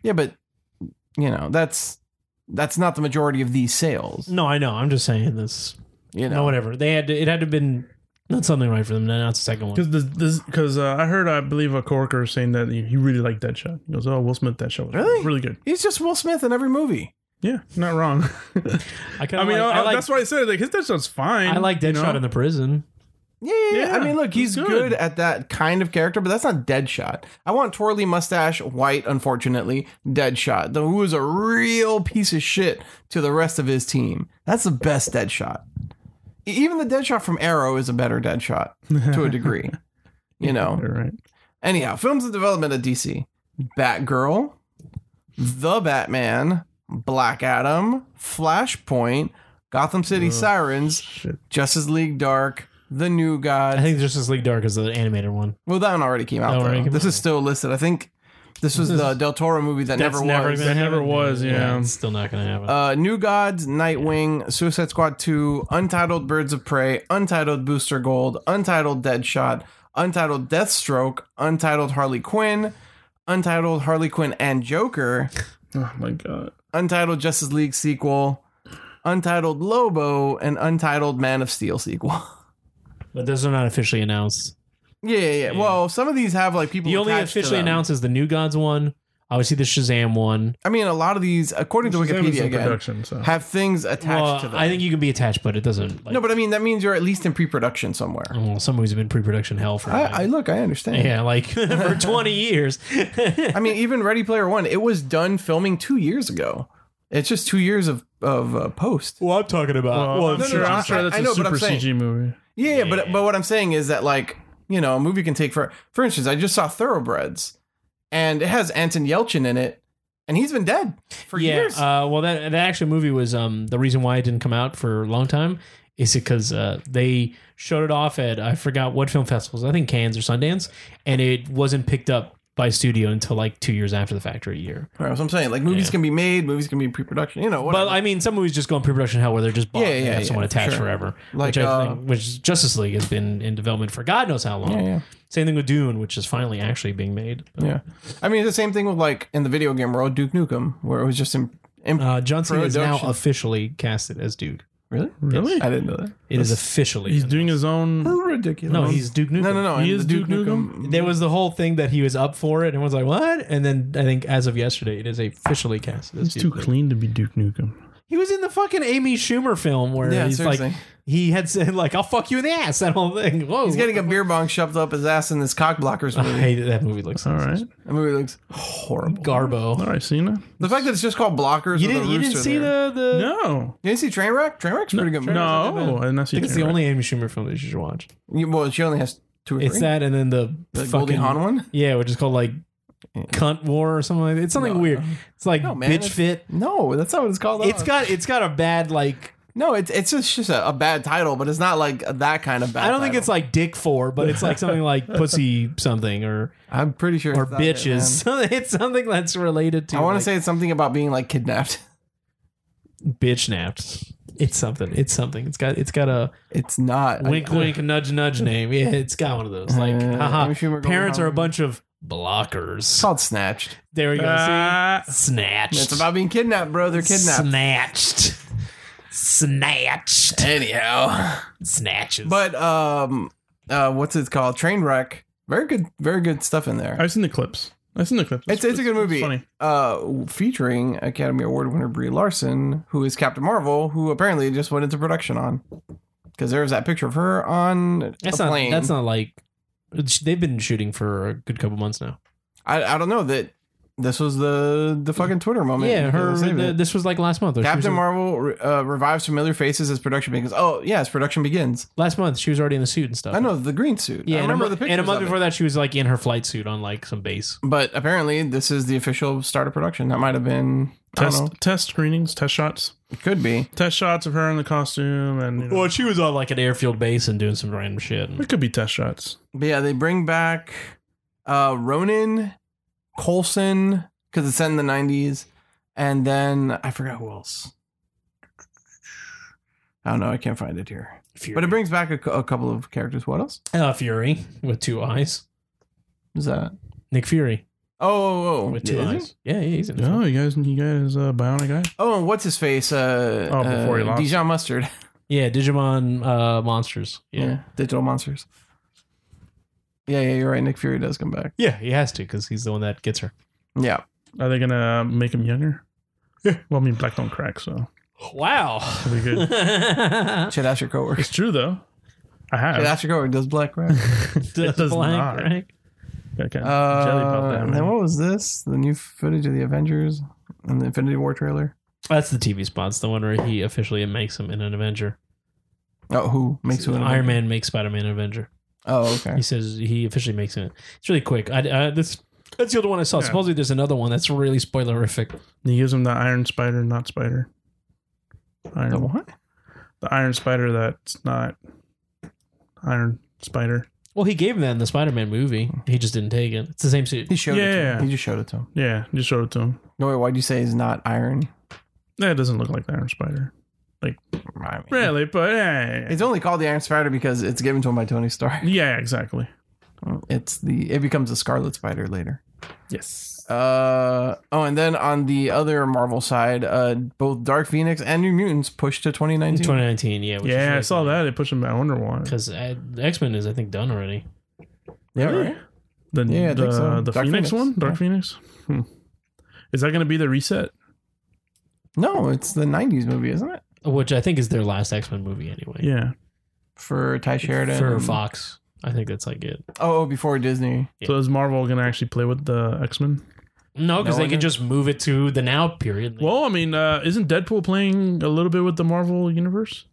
Speaker 1: Yeah, but you know that's that's not the majority of these sales.
Speaker 2: No, I know. I'm just saying this.
Speaker 1: You
Speaker 2: No,
Speaker 1: know,
Speaker 2: whatever. They had to, it had to have been not something right for them. No, Not the second one.
Speaker 3: Because this, because uh, I heard, I believe a coworker saying that he he really liked that shot. He goes, "Oh, Will Smith, that shot was
Speaker 1: Really?
Speaker 3: really good."
Speaker 1: he's just Will Smith in every movie.
Speaker 3: Yeah, not wrong.
Speaker 2: I, kinda
Speaker 3: I mean,
Speaker 2: like,
Speaker 3: I-
Speaker 2: I, like,
Speaker 3: that's why I said like his dead shot's fine.
Speaker 2: I like
Speaker 3: you
Speaker 2: Deadshot
Speaker 3: know?
Speaker 2: in the prison.
Speaker 1: Yeah, yeah, yeah. I
Speaker 3: Yeah,
Speaker 1: mean, look, he's
Speaker 3: he's
Speaker 1: good.
Speaker 3: good.
Speaker 1: at that kind of character, but that's not Deadshot. I want twirly mustache, white, unfortunately, Deadshot, the, who is a real piece of shit to the rest of his team. That's the best Deadshot. E- Even the Deadshot from Arrow is a better Deadshot to a degree. you know.
Speaker 3: You're right.
Speaker 1: Anyhow, films in development at DC: Batgirl, The Batman, Black Adam, Flashpoint, Gotham City Sirens,
Speaker 3: Shit.
Speaker 1: Justice League Dark, The New God.
Speaker 2: I think Justice League Dark is the animated one.
Speaker 1: Well, that one already came out.
Speaker 2: That one
Speaker 1: though.
Speaker 2: already came
Speaker 1: this
Speaker 2: out.
Speaker 1: is still listed. I think this was the Del Toro movie that
Speaker 2: That's
Speaker 1: never was.
Speaker 2: gonna
Speaker 3: That
Speaker 2: happen.
Speaker 3: never was, yeah.
Speaker 2: it's still not going to happen.
Speaker 1: uh, New Gods, Nightwing, Suicide Squad 2, Untitled Birds of Prey, Untitled Booster Gold, Untitled Deadshot, Untitled Deathstroke, Untitled Harley Quinn, Untitled Harley Quinn and Joker,
Speaker 3: Oh my god.
Speaker 1: Untitled Justice League sequel, Untitled Lobo, and Untitled Man of Steel sequel.
Speaker 2: but those are not officially announced.
Speaker 1: yeah, yeah, yeah.
Speaker 2: Yeah.
Speaker 1: Well, some of these have like people.
Speaker 2: The only
Speaker 1: attached to
Speaker 2: officially
Speaker 1: them.
Speaker 2: announced is the New Gods one. Obviously, the Shazam one.
Speaker 1: I mean, a lot of these, according to
Speaker 3: Shazam is
Speaker 1: Wikipedia,
Speaker 3: in
Speaker 1: again,
Speaker 3: production. So
Speaker 1: have things attached to
Speaker 2: Well,
Speaker 1: them.
Speaker 2: I think you can be attached, but it doesn't. Like,
Speaker 1: no, but I mean that means you're at least in pre-production somewhere.
Speaker 2: well, some movies have been pre-production hell for. a
Speaker 1: I, I
Speaker 2: minute.
Speaker 1: look, I understand.
Speaker 2: yeah, like for twenty years.
Speaker 1: I mean, even Ready Player One, it was done filming two years ago. It's just two years of of uh, post.
Speaker 2: well, I'm talking about.
Speaker 3: well, I'm
Speaker 1: no, no,
Speaker 3: sure.
Speaker 1: no, I-
Speaker 3: I'm sure that's
Speaker 1: I
Speaker 3: a
Speaker 1: know, but I'm
Speaker 3: super
Speaker 1: saying-
Speaker 3: CG movie.
Speaker 1: Yeah, but but what I'm saying is that like you know, a movie can take for for instance, I just saw Thoroughbreds, and it has Anton Yelchin in it, and he's been dead for
Speaker 2: yeah,
Speaker 1: years.
Speaker 2: Uh, well, that that actual movie was um, the reason why it didn't come out for a long time is because uh, they showed it off at I forgot what film festivals. I think Cannes or Sundance, and it wasn't picked up by studio until like two years after the fact or a year.
Speaker 1: That's what I'm saying. Like movies
Speaker 2: yeah.
Speaker 1: can be made, movies can be in pre-production. You know,
Speaker 2: But
Speaker 1: whatever.
Speaker 2: I mean, some movies just go in pre-production hell where they're just bought
Speaker 1: Yeah,
Speaker 2: yeah,
Speaker 1: yeah,
Speaker 2: have someone
Speaker 1: yeah,
Speaker 2: attached
Speaker 1: sure.
Speaker 2: forever.
Speaker 1: Like,
Speaker 2: which I
Speaker 1: uh,
Speaker 2: think, which Justice League has been in development for God knows how long.
Speaker 1: yeah, yeah.
Speaker 2: Same thing with Dune, which is finally actually being made.
Speaker 1: Yeah, I mean, it's the same thing with like in the video game world, Duke Nukem, where it was just in. in
Speaker 2: Uh, John Cena is now
Speaker 1: Production.
Speaker 2: officially casted as Duke.
Speaker 1: really,
Speaker 3: Really?
Speaker 1: I didn't know that.
Speaker 2: It is officially.
Speaker 3: He's doing his own.
Speaker 1: Ridiculous.
Speaker 2: no, he's Duke Nukem.
Speaker 1: no, no, no.
Speaker 3: He
Speaker 1: in
Speaker 3: is
Speaker 1: the
Speaker 3: Duke Nukem?
Speaker 2: There was the whole thing that he was up for it, and everyone's like, "What?" And then I think as of yesterday, it is officially casted. as
Speaker 3: He's too
Speaker 2: Duke Nukem.
Speaker 3: clean to be Duke Nukem.
Speaker 2: He was in the fucking Amy Schumer film where
Speaker 1: Yeah,
Speaker 2: he's like,
Speaker 1: seriously.
Speaker 2: he had said like, "I'll fuck you in the ass." That whole thing. Whoa,
Speaker 1: He's getting a beer bong shoved up his ass in this cock blockers
Speaker 2: I
Speaker 1: movie.
Speaker 2: hate it. that movie. Looks
Speaker 3: All right,
Speaker 1: That movie looks horrible.
Speaker 3: all
Speaker 2: Garbo.
Speaker 3: right, Cena.
Speaker 1: The fact that it's just called blockers.
Speaker 2: You
Speaker 1: with a
Speaker 2: didn't. You didn't
Speaker 1: rooster
Speaker 2: see
Speaker 1: there.
Speaker 2: the the.
Speaker 3: No,
Speaker 1: You didn't see Trainwreck? Trainwreck's a pretty good. movie.
Speaker 3: no, and that's
Speaker 2: I think it's the only Amy Schumer film that you should watch.
Speaker 1: You- well, she only has two or three.
Speaker 2: It's that, and then the,
Speaker 1: the Goldie
Speaker 2: fucking
Speaker 1: Hawn one.
Speaker 2: yeah, which is called like cunt war or something like that. It's something
Speaker 1: No.
Speaker 2: weird. It's like
Speaker 1: No, man,
Speaker 2: bitch
Speaker 1: it's-
Speaker 2: fit.
Speaker 1: No, that's not what it's called. Uh,
Speaker 2: It's got it's got a bad like
Speaker 1: no. It's it's just, just a, a bad title, but it's not like that kind of bad.
Speaker 2: I don't think it's like dick four, but it's like something like pussy something or
Speaker 1: I'm pretty sure.
Speaker 2: or
Speaker 1: it's not it,
Speaker 2: bitches. it's something that's related to.
Speaker 1: man. I want to
Speaker 2: like,
Speaker 1: say it's something about being like kidnapped.
Speaker 2: bitch napped. It's something. It's something. It's got it's got a
Speaker 1: It's not.
Speaker 2: wink wink nudge nudge name. Yeah, it's got one of those. Like,
Speaker 1: Uh,
Speaker 2: haha,
Speaker 1: Amy Schumer,
Speaker 2: parents
Speaker 1: Golden
Speaker 2: are a
Speaker 1: Hour.
Speaker 2: bunch of
Speaker 1: It's
Speaker 2: blockers.
Speaker 1: called snatched.
Speaker 2: There we go.
Speaker 3: Ah.
Speaker 2: See? Snatched.
Speaker 1: It's about being kidnapped, bro. They're kidnapped.
Speaker 2: Snatched. Snatched.
Speaker 1: Anyhow.
Speaker 2: Snatches.
Speaker 1: But um, uh, what's it called? Trainwreck. Very good, very good stuff in there.
Speaker 3: I've seen the clips. I've seen the clips.
Speaker 1: It's it's a good movie.
Speaker 3: funny.
Speaker 1: Uh, featuring Academy Award winner Brie Larson, who is Captain Marvel, who apparently just went into production on. Because there was that picture of her on
Speaker 2: that's
Speaker 1: a
Speaker 2: not.
Speaker 1: plane.
Speaker 2: That's not like. it's- They've been shooting for a good couple months now.
Speaker 1: I I don't know that this was the the fucking Twitter moment.
Speaker 2: yeah, her.
Speaker 1: because I saved
Speaker 2: the-
Speaker 1: it.
Speaker 2: this was like last month. or she was
Speaker 1: Captain
Speaker 2: in-
Speaker 1: Marvel re- uh, revives familiar faces as production begins. Oh yes, production begins.
Speaker 2: last month she was already in the suit and stuff.
Speaker 1: I know the green suit.
Speaker 2: Yeah,
Speaker 1: I
Speaker 2: and a
Speaker 1: remember
Speaker 2: mo-
Speaker 1: the picture.
Speaker 2: And a month before that, she was like in her flight suit on like some base.
Speaker 1: but apparently this is the official start of production. That might have been I don't know.
Speaker 3: Test test screenings, test shots,
Speaker 1: It could be.
Speaker 3: test shots of her in the costume, and you know,
Speaker 2: Well, she was on like an airfield base and doing some random shit.
Speaker 3: it could be test shots.
Speaker 1: But yeah, they bring back uh Ronan, Colson, because it's set in the nineties, and then I forgot who else. I don't know. I can't find it here.
Speaker 2: Fury.
Speaker 1: But it brings back a, cou- a couple of characters. What else
Speaker 2: uh, Fury with two eyes.
Speaker 1: is that?
Speaker 2: Nick Fury
Speaker 1: Oh, oh, oh.
Speaker 2: with
Speaker 1: Is
Speaker 2: two
Speaker 1: it?
Speaker 2: eyes. Yeah, yeah, he's in. this
Speaker 3: No,
Speaker 2: one.
Speaker 3: Oh, you guys, you guys, uh, bionic guy.
Speaker 1: Oh, and what's his face? Uh,
Speaker 3: Oh, before he
Speaker 1: uh,
Speaker 3: lost.
Speaker 1: Dijon Mustard.
Speaker 2: Yeah, Digimon uh, monsters.
Speaker 1: Oh.
Speaker 2: Yeah.
Speaker 1: digital monsters. Yeah, yeah, you're right. Nick Fury does come back.
Speaker 2: Yeah, he has to because he's the one that gets her.
Speaker 1: Yeah,
Speaker 3: Are they gonna uh, make him younger? Yeah. Well, I mean, black don't crack, so
Speaker 2: Wow.
Speaker 3: Pretty good.
Speaker 2: Does
Speaker 1: should ask your coworker.
Speaker 3: it's true though. I
Speaker 1: Should
Speaker 3: have.
Speaker 1: ask your coworker. Does Black Rabbit?
Speaker 3: it does not.
Speaker 2: right?
Speaker 3: Got kind of jelly pop
Speaker 1: Uh,
Speaker 3: that,
Speaker 1: and
Speaker 3: man.
Speaker 1: then what was this? The new footage of the Avengers and the Infinity War trailer.
Speaker 2: That's the TV spots, the one where he officially makes him in an Avenger.
Speaker 1: Oh, who makes who? an
Speaker 2: Iron Man makes Spider Man an Avenger.
Speaker 1: Oh, okay.
Speaker 2: He says he officially makes it. It's really quick. I, I, this, that's the other one I saw.
Speaker 3: Yeah.
Speaker 2: Supposedly there's another one that's really spoilerific.
Speaker 3: He gives him the Iron Spider, not Spider. Iron,
Speaker 1: The
Speaker 3: the,
Speaker 1: what?
Speaker 3: Iron Spider that's not Iron Spider.
Speaker 2: Well, he gave him that in the Spider Man movie. He just didn't take it. It's the same suit.
Speaker 1: He showed it. To
Speaker 3: Yeah.
Speaker 1: him. He just showed it to him.
Speaker 3: Yeah, just showed it to him.
Speaker 1: No, wait. Why'd you say he's not Iron?
Speaker 3: That doesn't look like the Iron Spider,
Speaker 1: I mean,
Speaker 3: really. But yeah, yeah, yeah.
Speaker 1: It's only called the Iron Spider because it's given to him by Tony Stark.
Speaker 3: Yeah, exactly.
Speaker 1: It's the it becomes a Scarlet Spider later.
Speaker 3: Yes.
Speaker 1: Uh oh, and then on the other Marvel side, uh, both Dark Phoenix and New Mutants pushed to 2019.
Speaker 2: 2019, yeah.
Speaker 3: yeah, I saw that. It pushed him. I wonder why.
Speaker 2: Because X Men uh, is, I think, done already.
Speaker 1: Yeah, right.
Speaker 3: The
Speaker 1: Yeah, I
Speaker 3: the,
Speaker 1: think so.
Speaker 3: the
Speaker 1: Dark
Speaker 3: Phoenix,
Speaker 1: Phoenix.
Speaker 3: one, Dark
Speaker 1: Yeah.
Speaker 3: Phoenix. Hmm. Is that going to be the reset?
Speaker 1: No, it's the 90s movie, isn't it?
Speaker 2: Which I think is their last X Men movie anyway.
Speaker 3: Yeah.
Speaker 1: For Ty Sheridan.
Speaker 2: For Fox. I think that's like it.
Speaker 1: Oh, before Disney.
Speaker 3: So is Marvel going to actually play with the X Men?
Speaker 2: No, because
Speaker 1: No
Speaker 2: they
Speaker 1: one
Speaker 2: could
Speaker 1: knows.
Speaker 2: just move it to the now period.
Speaker 3: Well, I mean, uh, isn't Deadpool playing a little bit with the Marvel universe?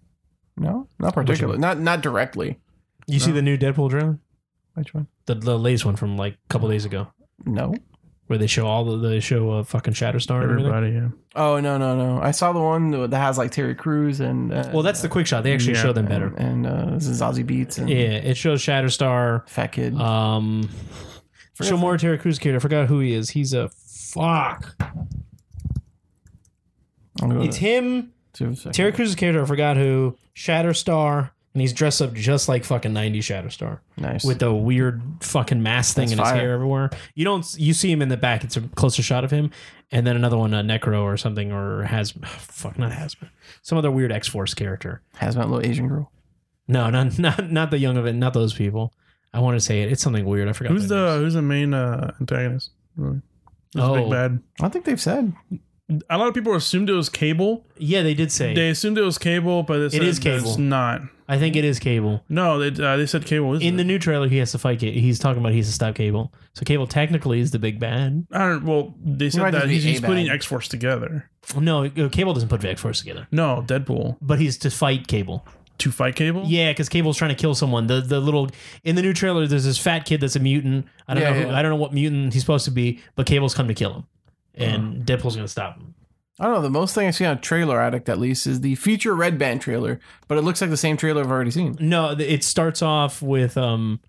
Speaker 1: No, not particularly.
Speaker 2: one?
Speaker 1: Not not directly.
Speaker 2: you see
Speaker 3: no.
Speaker 2: the new Deadpool drone,
Speaker 1: Which one?
Speaker 2: the, the latest one from like a couple days ago,
Speaker 1: No.
Speaker 2: where they show all the they show uh, fucking Shatterstar. And everything.
Speaker 3: Everybody, yeah.
Speaker 1: Oh no no no! I saw the one that has like Terry Crews and uh,
Speaker 2: Well, that's the quick shot. They actually
Speaker 3: Yeah,
Speaker 2: show them
Speaker 1: and,
Speaker 2: better.
Speaker 1: And uh, this is Ozzy Beats and
Speaker 2: Yeah, it shows Shatterstar.
Speaker 1: Fat Kid.
Speaker 2: Um,
Speaker 1: Forgot
Speaker 2: show more Terry Crews character. I forgot who he is. He's a fuck.
Speaker 1: I'll go
Speaker 2: It's
Speaker 1: to-
Speaker 2: him.
Speaker 1: to a second.
Speaker 2: Terry Crews' character. I forgot who. Shatterstar, and he's dressed up just like fucking '90s Shatterstar.
Speaker 1: nice.
Speaker 2: with the weird fucking mask thing
Speaker 1: That's
Speaker 2: and his
Speaker 1: fire.
Speaker 2: hair everywhere. You don't you see him in the back. It's a closer shot of him, and then another one, a Necro or something, or has fuck not Hasbro, some other weird X Force character.
Speaker 1: Hazmat little Asian girl.
Speaker 2: No, not not not the young of it, not those people. I want to say it. It's something weird. I forgot.
Speaker 3: Who's
Speaker 2: their
Speaker 3: the
Speaker 2: names.
Speaker 3: Who's the main uh, antagonist? Really? Who's the
Speaker 2: Oh.
Speaker 3: big bad.
Speaker 1: I don't think they've said.
Speaker 3: A lot of people assumed it was Cable.
Speaker 2: Yeah, they did say.
Speaker 3: They assumed it was Cable, but it,
Speaker 2: It is Cable.
Speaker 3: It's not.
Speaker 2: I think it is Cable.
Speaker 3: No, they uh, they said Cable. Is
Speaker 2: In the new trailer, he has to fight. Ca- He's talking about he has to stop Cable. So Cable technically is the big bad.
Speaker 3: I don't. Well, they
Speaker 1: might
Speaker 3: said
Speaker 1: just
Speaker 3: that
Speaker 1: be
Speaker 3: he's, he's
Speaker 1: A-bad.
Speaker 3: putting X Force together.
Speaker 2: No, uh, Cable doesn't put X Force together,
Speaker 3: No, Deadpool
Speaker 2: but he's to fight Cable.
Speaker 3: to fight Cable.
Speaker 2: Yeah, because Cable's trying to kill someone. The the little in the new trailer, there's this fat kid that's a mutant. I don't
Speaker 1: Yeah,
Speaker 2: know. Who,
Speaker 1: yeah.
Speaker 2: I don't know what mutant he's supposed to be, but Cable's come to kill him, and Deadpool's gonna stop him.
Speaker 1: I don't know. The most thing I've seen on Trailer Addict, at least, is the feature Red Band trailer, but it looks like the same trailer I've already seen.
Speaker 2: No, th- it starts off with um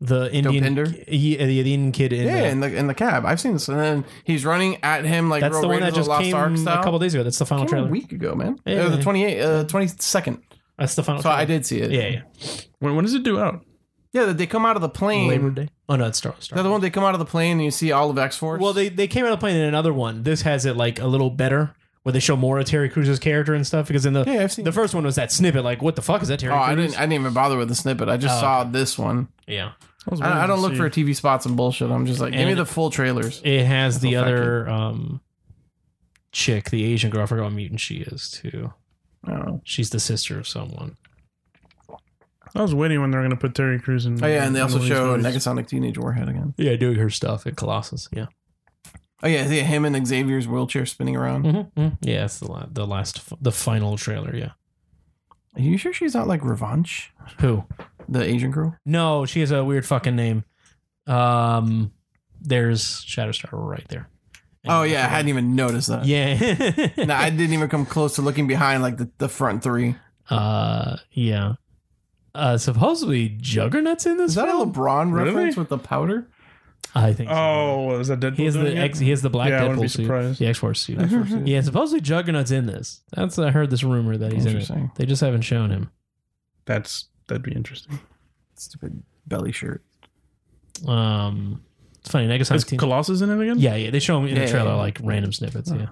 Speaker 2: the Indian
Speaker 1: Dopinder?
Speaker 2: yeah, the Indian kid in
Speaker 1: Yeah,
Speaker 2: the-
Speaker 1: in the in the cab, I've seen this, and then he's running at him like
Speaker 2: that's
Speaker 1: Ro-
Speaker 2: the one
Speaker 1: Raiders
Speaker 2: that
Speaker 1: of
Speaker 2: just
Speaker 1: Lost
Speaker 2: came
Speaker 1: Ark style.
Speaker 2: a couple days ago. That's the final
Speaker 1: Came a
Speaker 2: trailer.
Speaker 1: week ago, man.
Speaker 2: Yeah.
Speaker 1: It was the 28, uh, 22nd.
Speaker 2: That's the final.
Speaker 1: So I
Speaker 2: trailer.
Speaker 1: did see it.
Speaker 2: Yeah, yeah.
Speaker 3: When, when does it due out?
Speaker 1: yeah. They come out of the plane.
Speaker 2: Labor Day. Oh no, it's Star. Star.
Speaker 1: They're the one they come out of the plane and you see all of X Force.
Speaker 2: Well, they they came out of the plane in another one. This has it like a little better, where they show more of Terry Crews' character and stuff. Because in the
Speaker 1: Yeah, I've seen
Speaker 2: the
Speaker 1: it.
Speaker 2: first one was that snippet, like what the fuck is that Terry?
Speaker 1: Oh, I
Speaker 2: Crews?
Speaker 1: didn't. I didn't even bother with the snippet. I just
Speaker 2: Oh,
Speaker 1: saw this one.
Speaker 2: Yeah.
Speaker 3: was
Speaker 1: I, I
Speaker 3: waiting
Speaker 1: don't
Speaker 3: to
Speaker 1: look
Speaker 3: see.
Speaker 1: for TV spots and bullshit. I'm just like, give me
Speaker 2: And- Mm,
Speaker 1: the full trailers.
Speaker 2: It has the
Speaker 1: all fat
Speaker 2: other um, chick, the Asian girl. I forgot what mutant she is too.
Speaker 1: Oh.
Speaker 2: She's the sister of someone.
Speaker 3: I was waiting when they were going to put Terry Crews in.
Speaker 1: Oh yeah, and they
Speaker 3: in
Speaker 1: also
Speaker 3: all these
Speaker 1: show
Speaker 3: movies.
Speaker 1: Negasonic Teenage Warhead again.
Speaker 2: Yeah, doing her stuff at Colossus. Yeah,
Speaker 1: Oh yeah, yeah, him and Xavier's wheelchair spinning around.
Speaker 2: Mm. Mm-hmm, yeah. It's the la- the last, the final trailer. Yeah.
Speaker 1: Are you sure she's not like Revanche,
Speaker 2: Who?
Speaker 1: the Asian girl?
Speaker 2: No, she has a weird fucking name. Um, there's Shatterstar right there. And-
Speaker 1: Oh yeah, I hadn't even noticed that.
Speaker 2: yeah.
Speaker 1: No, I didn't even come close to looking behind like the, the front three.
Speaker 2: uh, yeah. Uh, supposedly Juggernaut's in this.
Speaker 1: Is that a
Speaker 2: film?
Speaker 1: LeBron
Speaker 3: Really?
Speaker 1: reference with the powder?
Speaker 2: I think. so.
Speaker 3: Oh, is that Deadpool?
Speaker 2: He has
Speaker 3: doing
Speaker 2: the
Speaker 3: it?
Speaker 2: X, he has the black
Speaker 3: Yeah, I wouldn't be
Speaker 2: Deadpool suit.
Speaker 3: surprised.
Speaker 2: The X Force suit. yeah, supposedly Juggernaut's in this. That's I heard this rumor that he's in it.
Speaker 1: Interesting.
Speaker 2: They just haven't shown him.
Speaker 3: That's that'd be interesting.
Speaker 1: Stupid belly shirt.
Speaker 2: Um, it's funny.
Speaker 3: Is
Speaker 2: Negasonic team.
Speaker 3: Colossus in it again?
Speaker 2: yeah, yeah. They show him in
Speaker 1: Yeah,
Speaker 2: the
Speaker 1: yeah,
Speaker 2: trailer
Speaker 1: yeah.
Speaker 2: like random snippets. Yeah.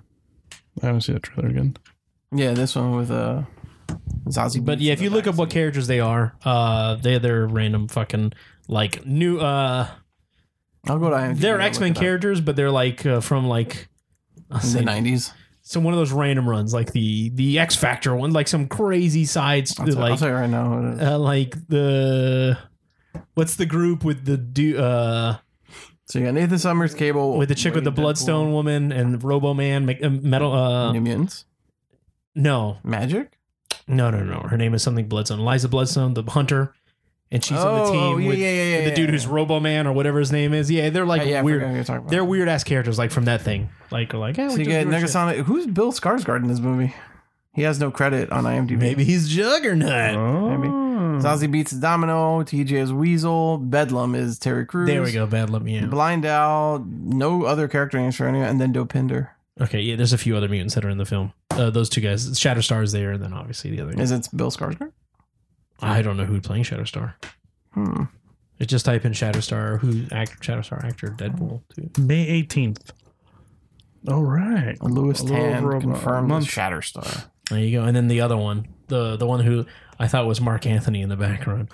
Speaker 3: I haven't seen that trailer again.
Speaker 1: Yeah, this one with uh, Zazie.
Speaker 2: But
Speaker 1: Beetz
Speaker 2: yeah,
Speaker 1: in
Speaker 2: if
Speaker 1: the
Speaker 2: you look up
Speaker 1: backseat.
Speaker 2: what characters they are, uh, they they're random fucking like new. Uh,
Speaker 1: I'll go to IMDb.
Speaker 2: they're
Speaker 1: and look
Speaker 2: X Men
Speaker 1: it up.
Speaker 2: characters, but they're like uh, from like. I'll
Speaker 1: in the
Speaker 2: say-
Speaker 1: nineties.
Speaker 2: so one of those random runs, like the the X Factor one, like some crazy sides,
Speaker 1: I'll, tell- I'll
Speaker 2: like
Speaker 1: tell you right now. What it is.
Speaker 2: uh, like the what's the group with the do uh
Speaker 1: so you got Nathan Summers, Cable,
Speaker 2: with the chick with the
Speaker 1: Wade,
Speaker 2: bloodstone
Speaker 1: Deadpool,
Speaker 2: woman and Robo Man, Mc- uh, metal uh
Speaker 1: New Mutants,
Speaker 2: no
Speaker 1: Magic.
Speaker 2: no no
Speaker 1: Mm.
Speaker 2: no her name is something Bloodstone Eliza Bloodstone the hunter and she's on the team
Speaker 1: Oh, yeah,
Speaker 2: with
Speaker 1: yeah, yeah, yeah,
Speaker 2: the dude
Speaker 1: yeah,
Speaker 2: who's
Speaker 1: yeah.
Speaker 2: Robo Man or whatever his name is yeah they're like
Speaker 1: yeah, yeah, I forgot who
Speaker 2: weird
Speaker 1: you're talking about.
Speaker 2: they're weird ass characters like from that thing like we're like yeah
Speaker 1: So you get Negasonic. Who's Bill Skarsgård in this movbe? He has no credit on IMDb.
Speaker 2: maybe he's Juggernaut
Speaker 1: maybe.
Speaker 3: Oh.
Speaker 1: Zazie Beats is Domino. TJ is Weasel. Bedlam is Terry Crews.
Speaker 2: there we go bad let me in
Speaker 1: Blind Owl. No other character names for anyone. And then Dopinder.
Speaker 2: okay yeah there's a few other mutants that are in the film uh, those two guys Shatterstar is there and then obviously the other guy.
Speaker 1: Is it Bill Skarsgård?
Speaker 2: I don't know who's playing Shatterstar.
Speaker 1: Hmm.
Speaker 2: It's just type in Shatterstar, who act Shatterstar actor Deadpool too.
Speaker 3: May eighteenth. All right.
Speaker 1: Louis
Speaker 3: A little
Speaker 1: Tan
Speaker 3: over a
Speaker 1: confirmed as
Speaker 3: month.
Speaker 1: Shatterstar.
Speaker 2: There you go. And then the other one, the the one who I thought was Mark Anthony in the background.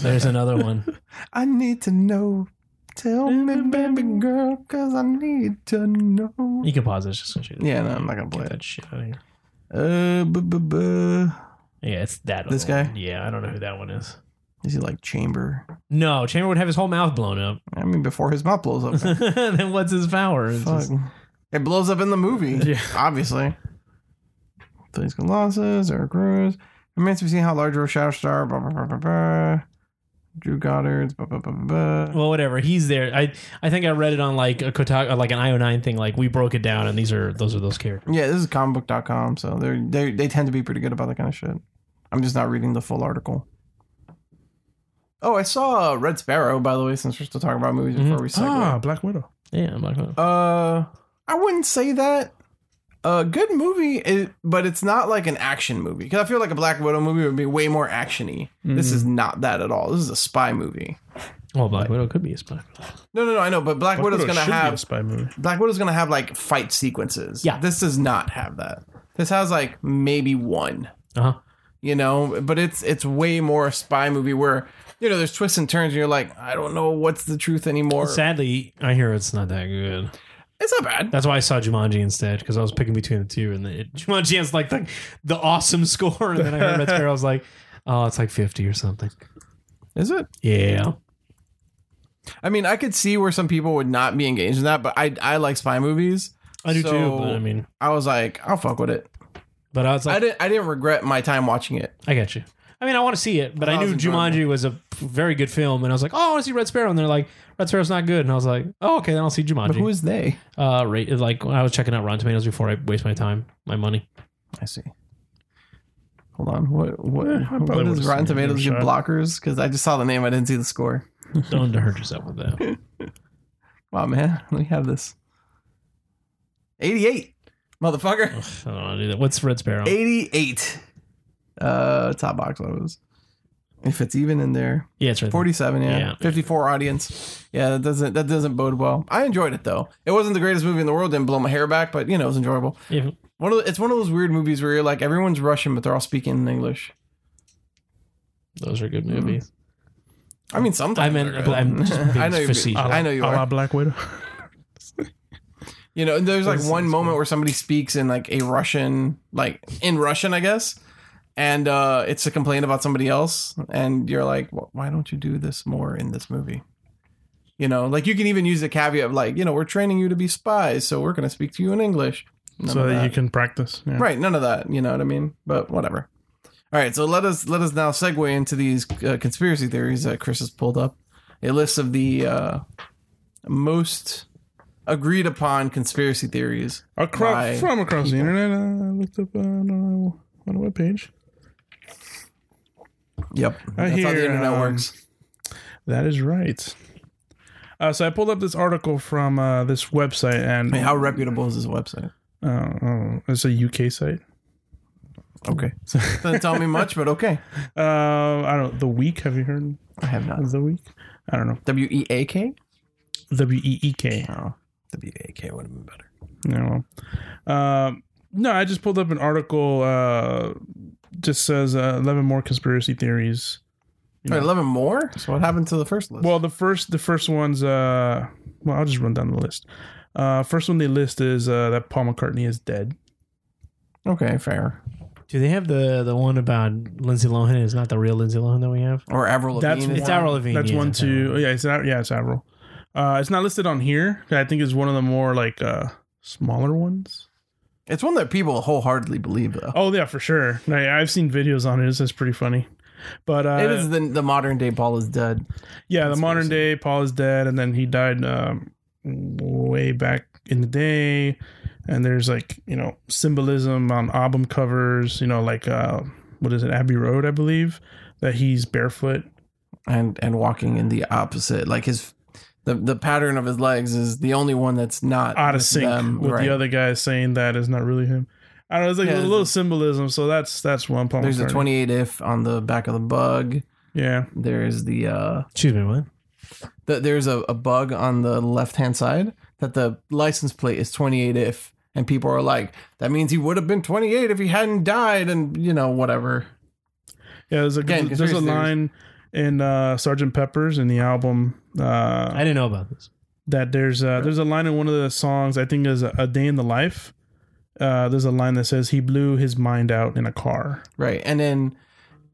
Speaker 2: There's another one.
Speaker 1: I need to know. Tell me, baby girl, because I need to know.
Speaker 2: You can pause it. It's just gonna shoot.
Speaker 1: Yeah, no, I'm not going to play
Speaker 2: Get
Speaker 1: it.
Speaker 2: that shit out of here.
Speaker 1: Uh, bu- bu- bu-
Speaker 2: Yeah, it's that.
Speaker 1: This
Speaker 2: other one.
Speaker 1: guy?
Speaker 2: Yeah, I don't know who that one is.
Speaker 1: Is he like Chamber?
Speaker 2: No, Chamber would have his whole mouth blown up.
Speaker 1: I mean, before his mouth blows up.
Speaker 2: then what's his power? It's
Speaker 1: Fuck.
Speaker 2: just-
Speaker 1: It blows up in the movie,
Speaker 3: Yeah.
Speaker 1: obviously. These Colossus, Eric Cruz. Remains to be seen how large of a shadow star, blah, blah, blah, blah, blah. Drew Goddard's, blah, blah, blah, blah, blah.
Speaker 2: well, whatever. He's there. I I think I read it on like a Kotaku, like an IO9 thing. Like we broke it down, and these are those are those characters.
Speaker 1: yeah, this is comicbook.com, so they're, they they tend to be pretty good about that kind of shit. I'm just not reading the full article. Oh, I saw uh, Red Sparrow, by the way, since we're still talking about movies before we
Speaker 3: Ah,
Speaker 1: segue.
Speaker 3: Black Widow.
Speaker 2: Yeah, I'm like, oh.
Speaker 1: Uh,
Speaker 3: Ah.
Speaker 1: I wouldn't say that. A good movie, it, but it's not like an action movie. Because I feel like a Black Widow movie would be way more actiony. This
Speaker 3: Mm-hmm.
Speaker 1: is not that at all. This is a spy movie.
Speaker 2: well, Black Widow could be a spy.
Speaker 1: No, no, no. I know, but Black, Widow's
Speaker 3: Widow
Speaker 1: gonna
Speaker 3: should be
Speaker 1: have
Speaker 3: a spy movie.
Speaker 1: Black Widow's gonna have like fight sequences.
Speaker 2: Yeah.
Speaker 1: this does not have that. This has like maybe one.
Speaker 2: Uh huh.
Speaker 1: you know but it's it's way more a spy movie where you know there's twists and turns and you're like i don't know what's the truth anymore
Speaker 2: Sadly, I hear it's not that good.
Speaker 1: it's not bad
Speaker 2: That's why I saw Jumanji instead because I was picking between the two, and the, Jumanji has like the, the awesome score, and then I heard Red Sparrow. I was like, oh, it's like fifty or something.
Speaker 1: is it
Speaker 2: Yeah,
Speaker 1: i mean i could see where some people would not be engaged in that but i i like spy movies
Speaker 2: I do too.
Speaker 1: So-
Speaker 2: But I mean,
Speaker 1: i was like i'll fuck with it
Speaker 2: but I was
Speaker 1: i
Speaker 2: like,
Speaker 1: didn't i didn't regret my time watching it
Speaker 2: I, got you. I mean, I want to see it, but I
Speaker 1: That
Speaker 2: knew
Speaker 1: was enjoyable.
Speaker 2: Jumanji was a very good film, and I was like, oh, I want to see Red Sparrow, and they're like, Red Sparrow's not good, and I was like, oh, okay, then I'll see Jumanji.
Speaker 1: but who is they
Speaker 2: uh, rate like I was checking out Rotten Tomatoes before I waste my time, my money.
Speaker 1: i see Hold on, what what,
Speaker 3: Eh, I probably
Speaker 1: what
Speaker 3: would've
Speaker 1: is
Speaker 3: seen
Speaker 1: Rotten
Speaker 3: it, give it a
Speaker 1: Tomatoes get
Speaker 3: shot.
Speaker 1: blockers? Because I just saw the name, I didn't see the score.
Speaker 2: Don't hurt yourself with that.
Speaker 1: Wow, man, we have this. Eighty-eight, motherfucker.
Speaker 2: Ugh, I don't want to do that. What's Red Sparrow?
Speaker 1: 88 uh top box office if it's even in there
Speaker 2: Yeah, it's right. there.
Speaker 1: 47 yeah.
Speaker 2: Yeah.
Speaker 1: 54 audience yeah that doesn't that doesn't bode well i enjoyed it though it wasn't the greatest movie in the world didn't blow my hair back but you know it was enjoyable
Speaker 2: Yeah.
Speaker 1: one of the, it's one of those weird movies where you're like everyone's russian but they're all speaking in english
Speaker 2: Those are good movies.
Speaker 1: i mean sometimes
Speaker 2: I meant-
Speaker 1: they're good.
Speaker 2: I'm just being
Speaker 1: I know you
Speaker 2: facetious.
Speaker 1: i know you
Speaker 3: A la
Speaker 1: are
Speaker 3: Black Widow.
Speaker 1: you know and there's like
Speaker 3: This
Speaker 1: one
Speaker 3: is
Speaker 1: moment
Speaker 3: cool.
Speaker 1: where somebody speaks in like a russian like in russian i guess and uh it's a complaint about somebody else and you're like well, why don't you do this more in this movie you know like you can even use the caveat of like you know we're training you to be spies so we're going to speak to you in english None
Speaker 3: so
Speaker 1: of
Speaker 3: that
Speaker 1: that.
Speaker 3: you can practice. Yeah.
Speaker 1: right none of that you know what i mean but whatever all right so let us let us now segue into these uh, conspiracy theories that chris has pulled up a list of the uh most agreed upon conspiracy theories
Speaker 3: Across
Speaker 1: Right.
Speaker 3: from across the internet, uh, I looked up uh, on a- on a webpage.
Speaker 1: Yep.
Speaker 3: I
Speaker 1: That's how the
Speaker 3: hear,
Speaker 1: internet
Speaker 3: um,
Speaker 1: works.
Speaker 3: That is right. Uh, so I pulled up this article from uh, this website, and
Speaker 1: I mean, how reputable is this website?
Speaker 3: uh, oh, it's a UK site.
Speaker 1: Okay, doesn't tell me much, but okay.
Speaker 3: Uh, I don't. The Week. Have you heard
Speaker 1: I have not.
Speaker 3: of the Week? I don't know.
Speaker 1: W e a k.
Speaker 3: W e e k.
Speaker 1: Oh, W e a k would have been better.
Speaker 3: No. Um, no, I just pulled up an article. Uh, just says uh, eleven more conspiracy theories.
Speaker 1: All
Speaker 3: You know.
Speaker 1: right, eleven more. So what happened to the first list?
Speaker 3: Well, the first the first one's uh well, I'll just run down the list. Uh first one they list is uh that Paul McCartney is dead.
Speaker 1: okay, fair.
Speaker 2: Do they have the the one about Lindsay Lohan? Is not the real Lindsay Lohan that we have.
Speaker 1: Or Avril
Speaker 3: That's
Speaker 1: Lavigne. is
Speaker 2: It's
Speaker 3: one-
Speaker 2: Avril Lavigne.
Speaker 3: That's
Speaker 2: yeah,
Speaker 3: one
Speaker 2: it's
Speaker 3: too.
Speaker 2: Avril.
Speaker 3: Yeah, it's Av- yeah, it's Avril. Uh it's not listed on here. I think it's one of the more like uh smaller ones.
Speaker 1: It's one that people wholeheartedly believe, though.
Speaker 3: Oh yeah, for sure. I, I've seen videos on it. It's, it's pretty funny. But uh
Speaker 1: it is the, the modern day Paul is dead.
Speaker 3: yeah, the modern
Speaker 1: conspiracy.
Speaker 3: day Paul is dead and then he died um way back in the day. And there's like, you know, symbolism on album covers, you know, like uh what is it, Abbey Road, I believe, that he's barefoot.
Speaker 1: and and walking in the opposite like his the the pattern of his legs is the only one that's not
Speaker 3: out of
Speaker 1: with
Speaker 3: sync
Speaker 1: them,
Speaker 3: with
Speaker 1: right.
Speaker 3: the other guy saying that is not really him. I don't know. It's like
Speaker 1: Yeah,
Speaker 3: a
Speaker 1: there's
Speaker 3: little
Speaker 1: a-
Speaker 3: symbolism. So that's that's one Paul
Speaker 1: there's a
Speaker 3: McCartney.
Speaker 1: 28 if on the back of the bug
Speaker 3: Yeah,
Speaker 1: there's the uh
Speaker 2: Excuse me. What?
Speaker 1: the, there's a, a bug on the left hand side that the license plate is 28 if and people are like that means he would have been 28 if he hadn't died and you know whatever
Speaker 3: yeah. There's a
Speaker 1: Again,
Speaker 3: there's a
Speaker 1: conspiracy
Speaker 3: line in uh, Sergeant Pepper's in the album
Speaker 2: I
Speaker 3: uh,
Speaker 2: didn't know about this.
Speaker 3: that there's a, there's a line in one of the songs. I think is a, a day in the life. Uh, there's a line that says he blew his mind out in a car.
Speaker 1: right and then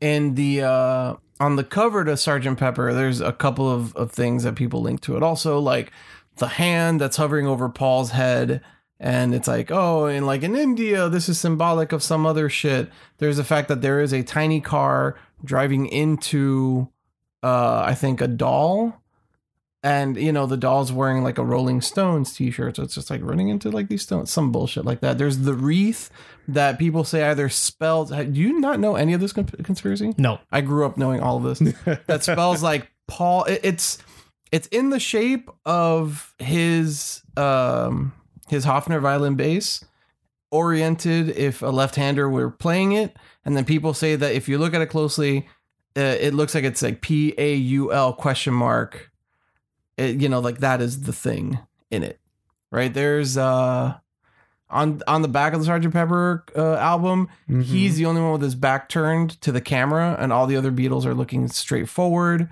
Speaker 1: in the uh on the cover to sergeant pepper there's a couple of, of things that people link to it also like the hand that's hovering over paul's head and it's like oh and like in india this is symbolic of some other shit there's the fact that there is a tiny car driving into uh i think a doll and you know the doll's wearing like a rolling stones t-shirt so it's just like running into like these stones some bullshit like that there's the wreath that people say either spells do you not know any of this con- conspiracy
Speaker 2: No.
Speaker 1: i grew up knowing all of this that spells like paul it- it's it's in the shape of his um his hofner violin bass oriented if a left-hander were playing it and then people say that if you look at it closely uh, it looks like it's like p-a-u-l question mark it, you know like that is the thing in it right there's uh on on the back of the sergeant pepper uh, album
Speaker 3: Mhm.
Speaker 1: He's the only one with his back turned to the camera, and all the other Beatles are looking straight forward.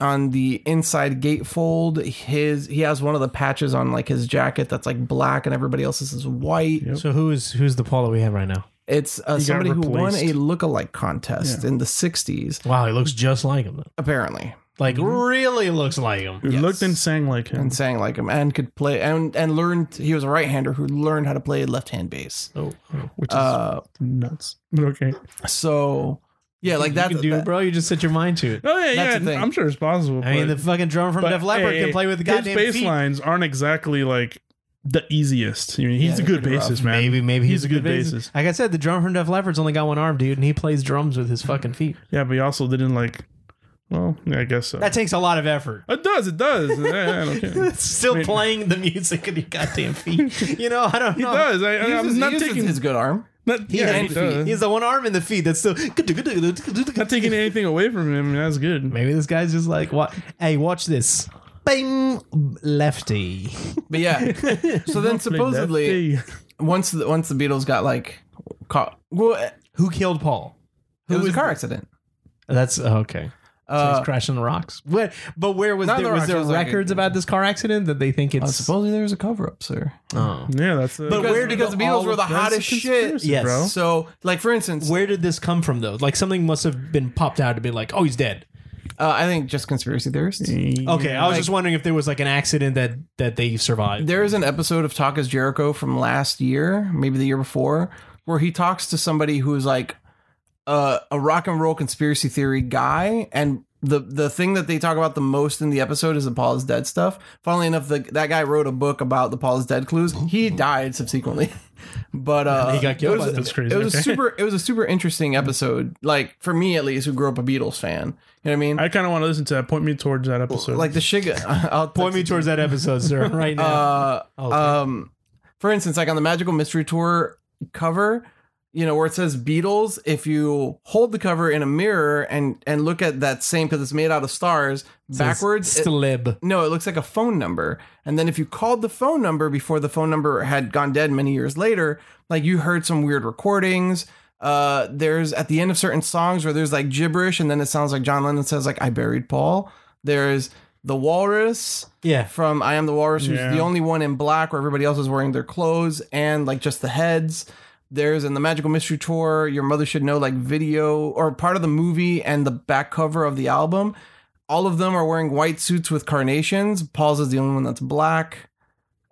Speaker 1: On the inside gatefold, his he has one of the patches on like his jacket that's like black, and everybody else's is white.
Speaker 3: Yep.
Speaker 2: So who is who's the Paul that we have right now?
Speaker 1: It's uh,
Speaker 3: He got
Speaker 1: somebody who won a
Speaker 3: replaced.
Speaker 1: lookalike contest
Speaker 3: Yeah.
Speaker 1: in the '60s,
Speaker 2: Wow, he looks just like him. though.
Speaker 1: apparently,
Speaker 2: Like really looks like him.
Speaker 3: who
Speaker 1: Yes.
Speaker 3: looked and sang like him.
Speaker 1: and sang like him, and could play and and learned he was a right-hander who learned how to play left-hand bass.
Speaker 2: Oh, oh.
Speaker 3: which is
Speaker 1: Uh,
Speaker 3: nuts. Okay.
Speaker 1: so yeah, like
Speaker 2: you
Speaker 1: that.
Speaker 2: can do, it,
Speaker 1: that-
Speaker 2: bro. You just set your mind to it.
Speaker 3: Oh yeah,
Speaker 1: That's
Speaker 3: yeah.
Speaker 1: the thing.
Speaker 3: I'm sure it's possible.
Speaker 2: I mean,
Speaker 3: but-
Speaker 2: the fucking drummer from
Speaker 3: But,
Speaker 2: Def Leppard
Speaker 3: hey,
Speaker 2: can play with the
Speaker 3: his
Speaker 2: goddamn
Speaker 3: bass
Speaker 2: feet.
Speaker 3: lines aren't exactly like the easiest. I mean, he's
Speaker 1: Yeah,
Speaker 3: a good
Speaker 1: they're
Speaker 3: bassist,
Speaker 1: pretty
Speaker 3: man.
Speaker 2: Maybe, maybe
Speaker 3: He's
Speaker 2: he's,
Speaker 3: a good bassist.
Speaker 2: Like I said, the drummer from Def Leppard's only got one arm, dude, and he plays drums with his fucking feet.
Speaker 3: Yeah, but he also didn't like. Well, yeah, I guess so.
Speaker 2: That takes a lot of effort.
Speaker 3: it does. It does. yeah, I don't care.
Speaker 2: Still playing the music with your goddamn feet. You know, I don't
Speaker 3: He
Speaker 2: know.
Speaker 3: does. I,
Speaker 1: he
Speaker 3: I,
Speaker 1: uses,
Speaker 3: am not
Speaker 1: he uses
Speaker 3: taking.
Speaker 1: his good arm.
Speaker 3: Not,
Speaker 2: He,
Speaker 3: yeah,
Speaker 2: has
Speaker 3: he
Speaker 1: feet.
Speaker 3: does.
Speaker 2: he has the one arm in the feet that's still.
Speaker 3: Not taking anything away from him. That's good.
Speaker 2: Maybe this guy's just like, what? Hey, watch this. Bing, lefty.
Speaker 1: But yeah, so then supposedly.
Speaker 3: Lefty.
Speaker 1: once the once the Beatles got like caught, well, it
Speaker 2: Who killed Paul? Who
Speaker 1: was a
Speaker 2: was-
Speaker 1: car accident.
Speaker 2: That's okay. So
Speaker 1: Uh,
Speaker 2: he's crashing the rocks. What? But where was
Speaker 1: Not
Speaker 2: there?
Speaker 1: the
Speaker 2: Was
Speaker 1: rocks,
Speaker 2: there
Speaker 1: it was like-
Speaker 2: records about this car accident that they think
Speaker 1: uh,
Speaker 2: it's?
Speaker 1: supposedly there was a cover up, sir.
Speaker 2: oh.
Speaker 3: yeah, that's. A,
Speaker 2: But
Speaker 1: Because,
Speaker 2: where did
Speaker 1: because
Speaker 2: the-
Speaker 1: the Beatles
Speaker 2: all
Speaker 1: were
Speaker 2: of
Speaker 1: the
Speaker 2: that's a
Speaker 1: hottest shit.
Speaker 3: conspiracy,
Speaker 2: Yes.
Speaker 3: bro.
Speaker 1: So, like for instance,
Speaker 2: Where did this come from, though? Like something must have been popped out to be like, oh, he's dead.
Speaker 1: uh, I think just conspiracy theorists.
Speaker 2: Okay, I was
Speaker 1: like-
Speaker 2: just wondering if there was like an accident that that they survived.
Speaker 1: There is an episode of Talk is Jericho from last year, maybe the year before, where he talks to somebody who's like uh, a rock and roll conspiracy theory guy, and the the thing that they talk about the most in the episode is the Paul is dead stuff. Funnily enough, the, that guy wrote a book about the Paul is dead clues. He died subsequently, but uh,
Speaker 2: Mm-hmm. he got killed
Speaker 1: It was,
Speaker 2: by them.
Speaker 3: That's crazy.
Speaker 1: it was a
Speaker 3: okay.
Speaker 1: super it was a super interesting episode. Like for me at least, who grew up a Beatles fan. You know what I mean?
Speaker 3: I kind of want to listen to that. Point me towards that episode.
Speaker 1: like the shit. I'll
Speaker 2: Point me towards that episode, sir, right now.
Speaker 1: Uh,
Speaker 2: Okay.
Speaker 1: um, for instance, like on the Magical Mystery Tour cover, you know where it says Beatles. If you hold the cover in a mirror and and look at that same because it's made out of stars backwards, it-
Speaker 2: Stlib.
Speaker 1: no, it looks like a phone number. And then if you called the phone number before the phone number had gone dead many years later, like you heard some weird recordings. Uh, there's at the end of certain songs where there's like gibberish, and then it sounds like John Lennon says like "I buried Paul." There's the Walrus
Speaker 2: Yeah.
Speaker 1: from I Am the Walrus, who's
Speaker 3: Yeah.
Speaker 1: the only one in black where everybody else is wearing their clothes and like just the heads. There's in the Magical Mystery Tour, Your Mother Should Know, like video or part of the movie and the back cover of the album. All of them are wearing white suits with carnations. Paul's is the only one that's black.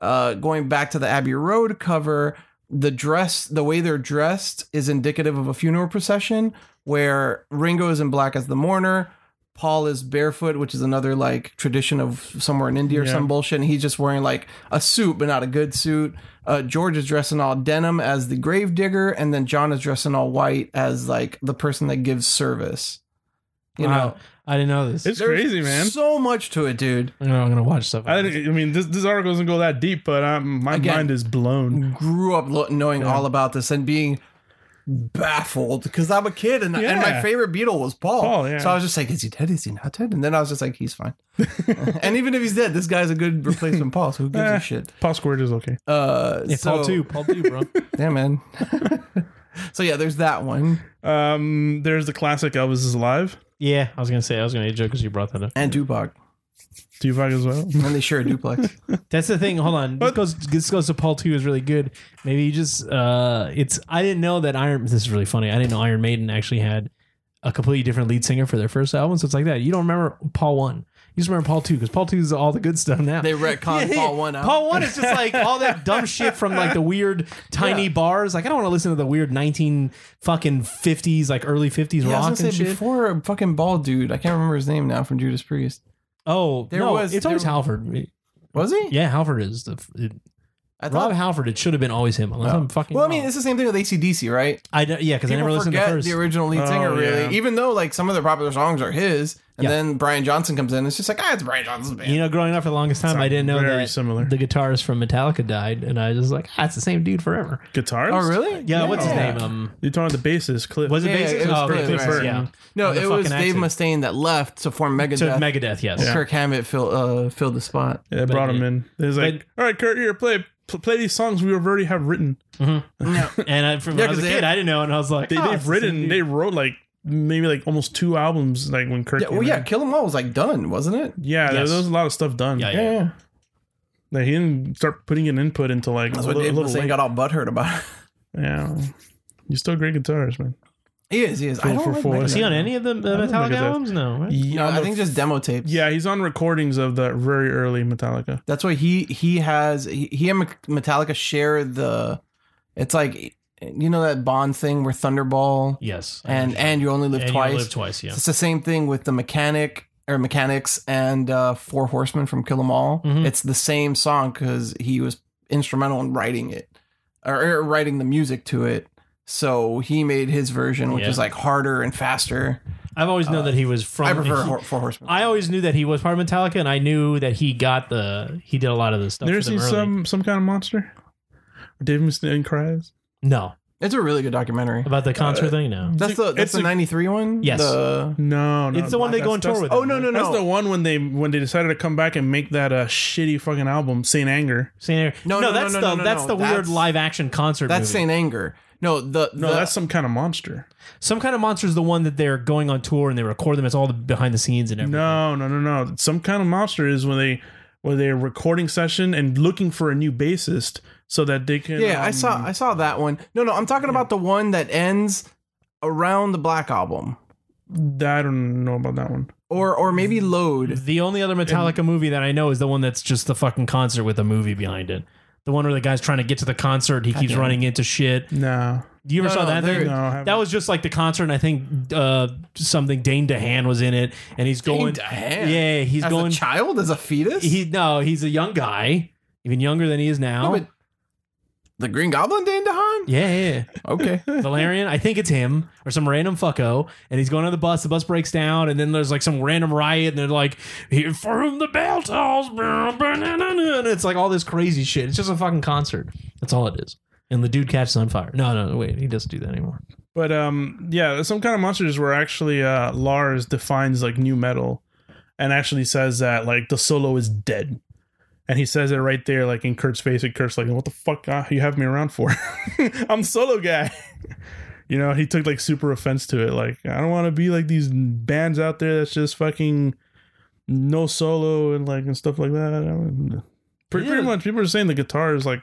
Speaker 1: Uh, going back to the Abbey Road cover, the dress, the way they're dressed, is indicative of a funeral procession where Ringo is in black as the mourner. Paul is barefoot, which is another like tradition of somewhere in India or
Speaker 3: Yeah.
Speaker 1: some bullshit. And he's just wearing like a suit, but not a good suit. Uh, George is dressed in all denim as the gravedigger. And then John is dressed in all white as like the person that gives service. You
Speaker 2: Wow.
Speaker 1: know,
Speaker 2: I didn't know this.
Speaker 3: it's
Speaker 1: there's
Speaker 3: crazy, man.
Speaker 1: So much to it, dude.
Speaker 2: I know I'm gonna watch stuff.
Speaker 3: I, didn't, I mean, this, this article doesn't go that deep, but um, my
Speaker 1: Again.
Speaker 3: mind is blown.
Speaker 1: grew up lo- knowing all about this and being baffled because I'm a kid and, and my
Speaker 3: Yeah.
Speaker 1: favorite Beatle was Paul.
Speaker 3: Paul, yeah.
Speaker 1: So I was just like, is he dead? Is he not dead? And then I was just like, he's fine. and even if he's dead, this guy's a good replacement Paul. So who gives
Speaker 3: Eh.
Speaker 1: a shit?
Speaker 3: Paul Squirt is okay.
Speaker 1: Uh,
Speaker 2: Yeah,
Speaker 1: so,
Speaker 2: Paul two, Paul two, bro.
Speaker 1: Yeah, man. so yeah, there's that one
Speaker 3: Um, there's the classic Elvis is alive.
Speaker 2: yeah, I was gonna say I was gonna joke because you brought that up.
Speaker 1: and Tupac,
Speaker 3: Tupac as well.
Speaker 1: and they share a duplex.
Speaker 2: That's the thing. Hold on. This goes, this goes to Paul two is really good. Maybe you just uh it's I didn't know that Iron this is really funny. I didn't know Iron Maiden actually had a completely different lead singer for their first album. So it's like that. You don't remember Paul one. You just remember Paul two because Paul two is all the good stuff now.
Speaker 1: They retcon Paul one out.
Speaker 2: Paul one is just like all that dumb shit from like the weird tiny bars. Like I don't want to listen to the weird nineteen fucking fifties, like early fifties
Speaker 1: yeah, I
Speaker 2: rock
Speaker 1: was gonna
Speaker 2: and
Speaker 1: say
Speaker 2: shit.
Speaker 1: before a fucking bald dude. I can't remember his name now from Judas Priest.
Speaker 2: oh,
Speaker 1: There
Speaker 2: no,
Speaker 1: was-
Speaker 2: it's always
Speaker 1: there-
Speaker 2: Halford.
Speaker 1: Was he?
Speaker 2: Yeah, Halford is the it,
Speaker 1: I thought.
Speaker 2: Rob Halford. It should have been always him. Unless I'm fucking.
Speaker 1: well, I mean,
Speaker 2: wrong.
Speaker 1: it's the same thing with ACDC, right?
Speaker 2: I don't, yeah, because I
Speaker 1: People
Speaker 2: never listened to
Speaker 1: forget
Speaker 2: first.
Speaker 1: the original lead singer,
Speaker 3: Oh,
Speaker 1: really.
Speaker 3: yeah.
Speaker 1: Even though like some of their popular songs are his, and
Speaker 2: Yeah.
Speaker 1: then Brian Johnson comes in, it's just like ah, it's Brian Johnson's band.
Speaker 2: you know, growing up for the longest time, I didn't know
Speaker 3: very
Speaker 2: that
Speaker 3: similar.
Speaker 2: the guitarist from Metallica died, and I was just like, ah, it's the same dude forever.
Speaker 3: Guitarist?
Speaker 1: oh, really?
Speaker 2: Yeah, what's his
Speaker 1: Yeah.
Speaker 2: name? Um,
Speaker 3: You're talking about the bassist, Cliff.
Speaker 2: was it
Speaker 1: Yeah, yeah,
Speaker 2: bassist?
Speaker 1: it was
Speaker 2: oh,
Speaker 1: Cliff
Speaker 2: Cliff
Speaker 1: Burton.
Speaker 2: yeah.
Speaker 1: No,
Speaker 2: With a
Speaker 1: it was
Speaker 2: fucking
Speaker 1: Dave
Speaker 2: accent.
Speaker 1: Mustaine that left to form Megadeth.
Speaker 2: To Megadeth, yes.
Speaker 1: Kirk Hammett fill, uh, filled the spot.
Speaker 3: Yeah, brought him
Speaker 2: yeah.
Speaker 3: in. It was like, all right, Kurt, here, play pl- play these songs we already have written.
Speaker 2: And I,
Speaker 1: Yeah,
Speaker 2: from when I was a
Speaker 1: 'cause
Speaker 2: kid,
Speaker 1: they had-
Speaker 2: I didn't know, and I was like,
Speaker 3: They,
Speaker 2: oh, it's
Speaker 3: they've
Speaker 2: the
Speaker 3: written,
Speaker 2: same
Speaker 3: they
Speaker 2: dude.
Speaker 3: wrote like maybe like almost two albums like when Kurt.
Speaker 1: Yeah, well,
Speaker 3: came
Speaker 1: yeah,
Speaker 3: in.
Speaker 1: Kill 'Em All was like done, wasn't it?
Speaker 3: yeah. There,
Speaker 2: Yes.
Speaker 3: there was a lot of stuff done.
Speaker 2: Yeah, yeah.
Speaker 3: Like, he didn't start putting an input into like
Speaker 1: That's
Speaker 3: a
Speaker 1: what
Speaker 3: little,
Speaker 1: Dave
Speaker 3: little
Speaker 1: Mustaine
Speaker 3: late.
Speaker 1: got all butthurt about.
Speaker 3: Yeah, you're still a great guitarist, man.
Speaker 1: he is, he is.
Speaker 3: Fool
Speaker 1: I don't
Speaker 3: for
Speaker 1: like
Speaker 3: fool.
Speaker 1: Megadeth.
Speaker 2: Was he on any of the
Speaker 3: I
Speaker 2: uh,
Speaker 3: don't
Speaker 2: Metallica
Speaker 3: think I did.
Speaker 2: albums? No. right?
Speaker 1: No,
Speaker 3: Yeah,
Speaker 1: I think just demo tapes.
Speaker 3: yeah, he's on recordings of the very early Metallica.
Speaker 1: That's why he he has he, he and Metallica share the. It's like you know that Bond thing where Thunderball
Speaker 2: Yes. I
Speaker 1: and
Speaker 2: understand.
Speaker 1: and you only live
Speaker 2: And you
Speaker 1: twice.
Speaker 2: live twice, yeah.
Speaker 1: It's the same thing with the mechanic or mechanics and uh, Four Horsemen from Kill 'Em All.
Speaker 2: Mhm.
Speaker 1: It's the same song because he was instrumental in writing it or, or writing the music to it. So he made his version, which
Speaker 2: Yeah.
Speaker 1: is like harder and faster.
Speaker 2: I've always known that he was from.
Speaker 1: I prefer
Speaker 2: he-
Speaker 1: Hor Four Horsemen.
Speaker 2: I always knew that he was part of Metallica, and I knew that he got the he did a lot of the stuff.
Speaker 3: Never
Speaker 2: for them
Speaker 3: seen
Speaker 2: early.
Speaker 3: some some kind of monster. Dave Mustaine cries.
Speaker 2: no
Speaker 1: it's a really good documentary.
Speaker 2: about the concert thing. No,
Speaker 1: That's the that's
Speaker 3: it's
Speaker 1: the
Speaker 3: a-
Speaker 1: '93 one.
Speaker 2: Yes.
Speaker 1: The-
Speaker 3: No, no,
Speaker 2: it's the one they go on
Speaker 3: that's-
Speaker 2: tour
Speaker 3: that's-
Speaker 2: with.
Speaker 1: oh
Speaker 2: him,
Speaker 1: no
Speaker 2: right?
Speaker 1: no no!
Speaker 3: That's the one when they when they decided to come back and make that uh, shitty fucking album, Saint Anger.
Speaker 2: Saint Anger.
Speaker 1: No,
Speaker 2: No,
Speaker 1: no,
Speaker 2: that's
Speaker 1: no, no,
Speaker 2: the
Speaker 1: no,
Speaker 2: that's
Speaker 1: no.
Speaker 2: the weird
Speaker 1: That's-
Speaker 2: live action concert.
Speaker 1: That's
Speaker 2: movie.
Speaker 1: Saint Anger. No, the,
Speaker 3: No,
Speaker 1: the-
Speaker 3: that's some kind of monster.
Speaker 2: Some kind of monster is the one that they're going on tour and they record them. It's all the behind the scenes and everything.
Speaker 3: No, no, no, no. Some kind of monster is when they when they're recording session and looking for a new bassist so that they can.
Speaker 1: yeah. I
Speaker 3: um,
Speaker 1: saw I saw that one. No, no, I'm talking about the one that ends around the Black Album,
Speaker 3: um, I don't know about that one.
Speaker 1: or or maybe
Speaker 2: Mm-hmm.
Speaker 1: Load.
Speaker 2: The only other Metallica movie that I know is the one that's just the fucking concert with a movie behind it. The one where the guy's trying to get to the concert, he keeps
Speaker 1: damn it.
Speaker 2: running into shit.
Speaker 3: No,
Speaker 2: You ever
Speaker 1: No,
Speaker 2: saw
Speaker 1: no,
Speaker 2: that
Speaker 1: there-
Speaker 2: thing?
Speaker 3: no, I haven't.
Speaker 2: That was just like the concert, and I think uh, something Dane DeHaan was in it, and he's going.
Speaker 1: Damn.
Speaker 2: Yeah, he's
Speaker 1: as
Speaker 2: going.
Speaker 1: a child, as a fetus.
Speaker 2: He no, he's a young guy, even younger than he is
Speaker 1: No,
Speaker 2: now.
Speaker 1: but the Green Goblin, Dan DeHaan.
Speaker 2: yeah, yeah,
Speaker 1: Okay.
Speaker 2: yeah. Valerian. I think it's him or some random fucko, and he's going on the bus. The bus breaks down, and then there's like some random riot, and they're like, "Here for whom the bell tolls," and it's like all this crazy shit. It's just a fucking concert. That's all it is. And the dude catches on fire. No, no, no, wait, he doesn't do that anymore.
Speaker 3: But um, yeah, some kind of monsters where actually uh, Lars defines like new metal, and actually says that like the solo is dead, and he says it right there, like in Kurt's face. And Kurt's like, "What the fuck uh, you have me around for? I'm solo guy." you know, he took like super offense to it. Like, I don't want to be like these bands out there that's just fucking no solo and like and stuff like that. I don't- pretty, pretty
Speaker 2: Yeah.
Speaker 3: much, people are saying the guitar is like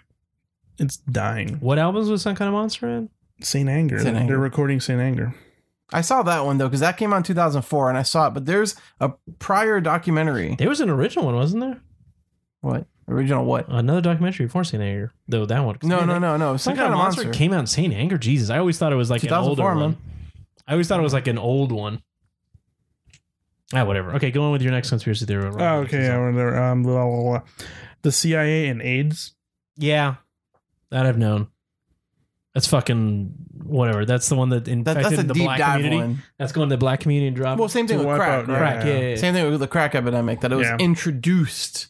Speaker 3: it's dying.
Speaker 2: What albums was some kind of monster in?
Speaker 3: Saint Anger.
Speaker 1: Saint Anger.
Speaker 3: They're recording Saint Anger.
Speaker 1: I saw that one though because that came out in 2004, and I saw it. But there's a prior documentary.
Speaker 2: There was an original one, wasn't there?
Speaker 1: What original? What?
Speaker 2: Another documentary before Saint Anger, though that one.
Speaker 1: No, no, no, no.
Speaker 2: Some kind of monster, came out in Saint Anger. Jesus, I always thought it was like an older
Speaker 1: 2004,
Speaker 2: one.
Speaker 1: man.
Speaker 2: I always thought it was like an old one. Ah, whatever. Okay, go on with your next conspiracy theory. Robert.
Speaker 3: Oh, okay. Yeah, we're there. Um, blah, blah, blah. The CIA and AIDS.
Speaker 2: yeah, that I've known. That's fucking whatever. That's the one that
Speaker 1: That,
Speaker 2: infected
Speaker 1: that's a
Speaker 2: the
Speaker 1: deep
Speaker 2: black
Speaker 1: dive
Speaker 2: community.
Speaker 1: one.
Speaker 2: That's going to the black community and dropped.
Speaker 1: Well, same thing
Speaker 3: To
Speaker 1: with
Speaker 3: wipe
Speaker 1: crack,
Speaker 3: out,
Speaker 1: right?
Speaker 2: crack. Yeah, yeah, yeah.
Speaker 1: Same thing with the crack epidemic that it was
Speaker 3: Yeah.
Speaker 1: introduced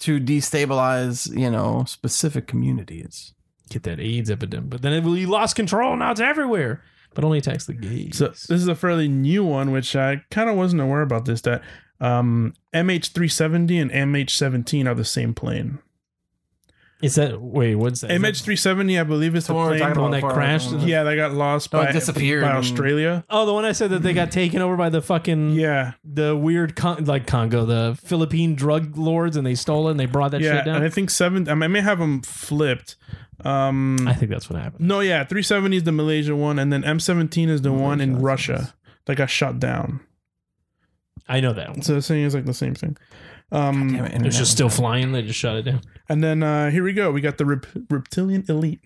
Speaker 1: to destabilize, you know, specific communities.
Speaker 2: Get that AIDS epidemic, but then it, we lost control. Now it's everywhere, but only attacks the gays.
Speaker 3: So uh, this is a fairly new one, which I kind of wasn't aware about this. That um, MH370 and MH17 are the same plane.
Speaker 2: Is that wait? What's that? Is that-
Speaker 3: MH370, I believe, is the
Speaker 1: one we're
Speaker 3: plane.
Speaker 1: talking
Speaker 2: one
Speaker 1: about
Speaker 2: that
Speaker 1: before,
Speaker 2: crashed?
Speaker 1: wasn't it?
Speaker 3: Yeah, they got lost
Speaker 1: Oh, it
Speaker 3: by
Speaker 1: disappeared
Speaker 3: by
Speaker 1: and-
Speaker 3: Australia.
Speaker 2: Oh, the one I said that they got taken over by the fucking
Speaker 1: Mm-hmm.
Speaker 3: Yeah,
Speaker 2: the weird con- like Congo, the Philippine drug lords, and they stole it and they brought that
Speaker 3: yeah,
Speaker 2: shit down.
Speaker 3: and I think seven. I, mean, I may have them flipped. Um,
Speaker 2: I think that's what happened.
Speaker 3: no, yeah, 370 is the Malaysia one, and then M17 is the one in Russia that got shot down.
Speaker 2: I know that one.
Speaker 3: So the thing is like the same thing. Um,
Speaker 1: Damn it,
Speaker 2: It
Speaker 1: internet.
Speaker 2: was just still flying. They just shut it down.
Speaker 3: And then uh, here we go. We got the rep- reptilian elite.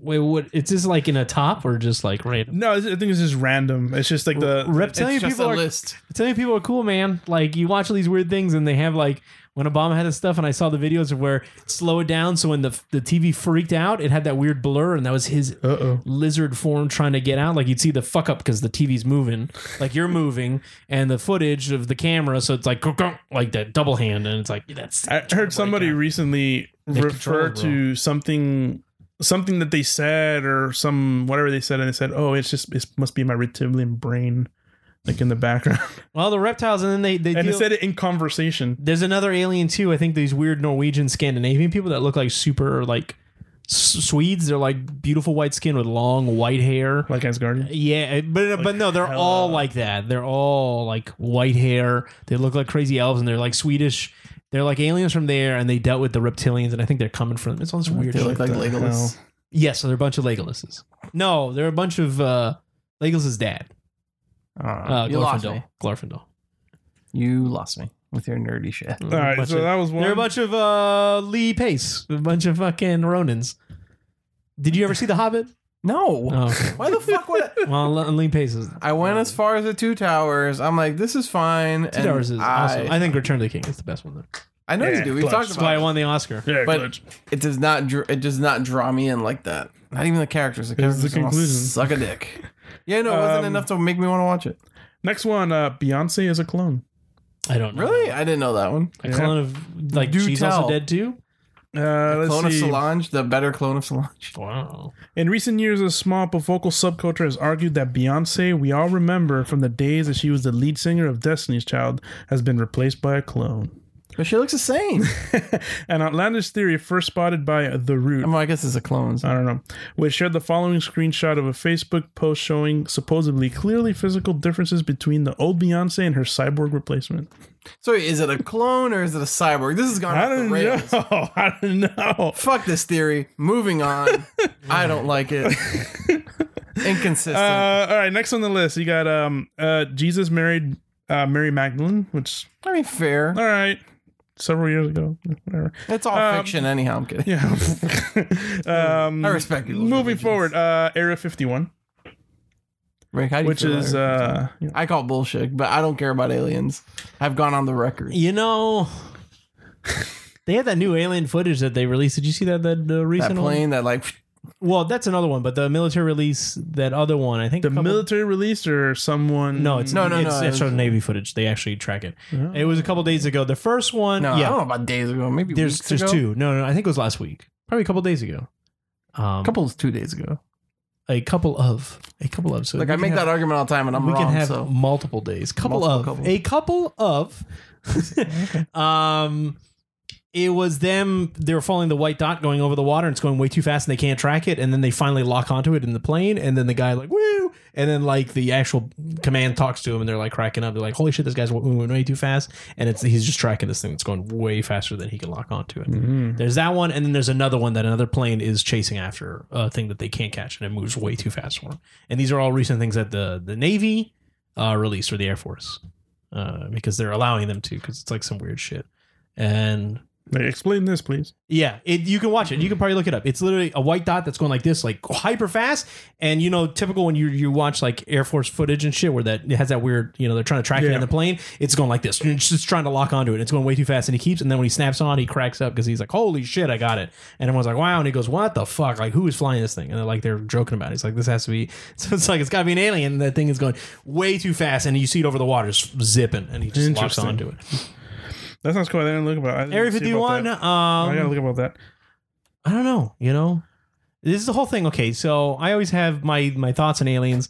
Speaker 2: Wait, what? It's just like in a top or just like random?
Speaker 3: No, it's- I think it's just random. It's just like the
Speaker 2: Reptilian
Speaker 1: Uh, it's just
Speaker 2: people
Speaker 1: a
Speaker 2: are
Speaker 1: list.
Speaker 2: reptilian people are cool, man. Like you watch all these weird things, and they have like when Obama had his stuff, and I saw the videos of where slow it down. So when the the TV freaked out, it had that weird blur, and that was his
Speaker 3: uh oh.
Speaker 2: lizard form trying to get out. Like you'd see the fuck up because the TV's moving, like you're moving, and the footage of the camera. So it's like "Gunk-gunk," like that double hand, and it's like that's
Speaker 3: I heard somebody recently
Speaker 2: They
Speaker 3: refer
Speaker 2: control it,
Speaker 3: to something something that they said or some whatever they said and they said, "Oh, it's just it must be my reptilian brain." Like in the background,
Speaker 2: well the reptiles, and then they they
Speaker 3: and they
Speaker 2: deal-
Speaker 3: said it in conversation.
Speaker 2: there's another alien too. I think these weird Norwegian Scandinavian people that look like super like S- Swedes. They're like beautiful white skin with long white hair.
Speaker 3: Like Asgardian,
Speaker 2: Yeah, eh, but but no, they're
Speaker 3: hella-
Speaker 2: all like that. They're all like white hair. They look like crazy elves, and they're like Swedish. They're like aliens from there, and they dealt with the reptilians, and I think they're coming from. It's all this weird
Speaker 1: They
Speaker 2: shit.
Speaker 1: look like
Speaker 3: What the
Speaker 1: Legolas.
Speaker 2: yeah, so they're a bunch of Legolas's. No, they're a bunch of uh, Legolas's dad,
Speaker 1: Uh,
Speaker 2: uh,
Speaker 1: you lost
Speaker 2: Glorfindel.
Speaker 1: me.
Speaker 2: Glorfindel.
Speaker 1: You lost me with your nerdy shit.
Speaker 3: All right,
Speaker 2: Bunch
Speaker 3: so
Speaker 2: of-
Speaker 3: that was
Speaker 2: they're a
Speaker 3: one.
Speaker 2: bunch of uh, Lee Pace, a bunch of fucking Ronins. Did you ever see The Hobbit?
Speaker 1: No.
Speaker 2: Oh, okay.
Speaker 1: Why the fuck would I?
Speaker 2: well, L- Lee Pace is.
Speaker 1: I went as far as the Two Towers. I'm like, this is fine.
Speaker 2: Two
Speaker 1: and
Speaker 2: Towers is
Speaker 1: I,
Speaker 2: awesome. I think Return of the King is the best one. Though.
Speaker 1: I know you
Speaker 3: Yeah,
Speaker 1: do. We've
Speaker 3: close.
Speaker 1: talked
Speaker 2: That's
Speaker 1: about.
Speaker 2: why I
Speaker 1: it.
Speaker 2: won the Oscar.
Speaker 3: yeah,
Speaker 1: but-
Speaker 3: glitch.
Speaker 1: It does not. Dr- it does not draw me in like that. Not even the characters. The
Speaker 3: This
Speaker 1: characters
Speaker 3: is the
Speaker 1: all
Speaker 3: conclusion.
Speaker 1: suck a dick. Yeah, no, it wasn't
Speaker 3: Um,
Speaker 1: enough to make me want to watch it.
Speaker 3: next one, uh, Beyonce is a clone.
Speaker 2: I don't know.
Speaker 1: Really, I didn't know that one.
Speaker 2: A
Speaker 3: Yeah.
Speaker 2: clone of like
Speaker 1: Do
Speaker 2: she's also
Speaker 1: tell.
Speaker 2: dead too.
Speaker 3: Uh, let's
Speaker 1: clone
Speaker 3: see.
Speaker 1: of Solange, the better clone of Solange.
Speaker 2: Wow.
Speaker 3: In recent years, a small but vocal subculture has argued that Beyonce, we all remember from the days that she was the lead singer of Destiny's Child, has been replaced by a clone.
Speaker 1: But she looks the same.
Speaker 3: An outlandish theory first spotted by The
Speaker 1: I
Speaker 3: Root,
Speaker 1: mean, I guess it's a clone. so-
Speaker 3: I don't know, which shared the following screenshot of a Facebook post showing supposedly clearly physical differences between the old Beyonce and her cyborg replacement.
Speaker 1: So is it a clone or is it a cyborg? This has gone
Speaker 3: I
Speaker 1: off the
Speaker 3: don't know.
Speaker 1: rails.
Speaker 3: I don't know.
Speaker 1: Fuck this theory. Moving on. I don't like it. Inconsistent.
Speaker 3: Uh, all right, next on the list, you got um, uh, Jesus married uh, Mary Magdalene, which
Speaker 1: I mean, fair.
Speaker 3: all right. several years ago. Whatever.
Speaker 1: It's all
Speaker 3: Um,
Speaker 1: fiction, anyhow. I'm kidding.
Speaker 3: Yeah. um,
Speaker 1: I respect people's
Speaker 3: Moving
Speaker 1: religions.
Speaker 3: forward, uh, Area 51,
Speaker 1: Rick, how do you
Speaker 3: which
Speaker 1: feel
Speaker 3: is
Speaker 1: there?
Speaker 3: uh, you know,
Speaker 1: I call bullshit, but I don't care about aliens. I've gone on the record.
Speaker 2: You know, they had that new alien footage that they released. Did you see that that uh,
Speaker 1: That
Speaker 2: recent
Speaker 1: plane that like
Speaker 2: one? Well, that's another one, but the military release, that other one, I think
Speaker 3: the
Speaker 2: a couple-
Speaker 3: military release or someone.
Speaker 2: No, it's
Speaker 1: No,
Speaker 2: no,
Speaker 1: no,
Speaker 2: no, it's,
Speaker 1: no,
Speaker 2: It
Speaker 1: it's-
Speaker 2: showed Navy footage. They actually track it.
Speaker 3: Oh.
Speaker 2: It was a couple days ago. The first one,
Speaker 1: no, I
Speaker 2: Uh, yeah,
Speaker 1: don't know about days ago, maybe
Speaker 2: there's
Speaker 1: weeks
Speaker 2: there's
Speaker 1: ago.
Speaker 2: two. No, no, I think it was last week, probably a couple days ago. Um,
Speaker 1: A couple two days ago.
Speaker 2: a couple of, a couple of. So
Speaker 1: Like
Speaker 2: we
Speaker 1: I
Speaker 2: can
Speaker 1: make
Speaker 2: have-
Speaker 1: that argument all the time, and I'm
Speaker 2: we
Speaker 1: wrong.
Speaker 2: can have
Speaker 1: so
Speaker 2: multiple days. Couple
Speaker 1: Multiple
Speaker 2: of
Speaker 1: couples.
Speaker 2: a couple of. um, it was them. They were following the white dot going over the water, and it's going way too fast, and they can't track it. And then they finally lock onto it in the plane, and then the guy like woo, and then like the actual command talks to him, and they're like cracking up. They're like, "Holy shit, this guy's moving way too fast!" And it's he's just tracking this thing that's going way faster than he can lock onto it.
Speaker 3: Mhm.
Speaker 2: There's that one, and then there's another one that another plane is chasing after a thing that they can't catch, and it moves way too fast for them. And these are all recent things that the the Navy uh, released or the Air Force uh, because they're allowing them to because it's like some weird shit. And
Speaker 3: Like, explain this, please.
Speaker 2: yeah, it, you can watch it.
Speaker 3: Mm-hmm.
Speaker 2: You can probably look it up. It's literally a white dot that's going like this, like hyper fast. And you know, typical when you you watch like Air Force footage and shit, where that it has that weird, you know, they're trying to track it
Speaker 3: Yeah.
Speaker 2: in the plane. It's going like this. It's just trying to lock onto it. It's going way too fast, and he keeps. And then when he snaps on, he cracks up because he's like, "Holy shit, I got it!" And everyone's like, "Wow!" And he goes, "What the fuck? Like, who is flying this thing?" And they're like, they're joking about it. It's like this has to be. So it's like it's got to be an alien. And that thing is going way too fast, and you see it over the water, it's zipping, and he just locks
Speaker 3: Interesting.
Speaker 2: onto it.
Speaker 3: That sounds cool. I didn't look about. I didn't
Speaker 2: Area
Speaker 3: see about
Speaker 2: fifty one.
Speaker 3: that.
Speaker 2: Um,
Speaker 3: I gotta look about that.
Speaker 2: I don't know. You know, this is the whole thing. Okay, so I always have my my thoughts on aliens.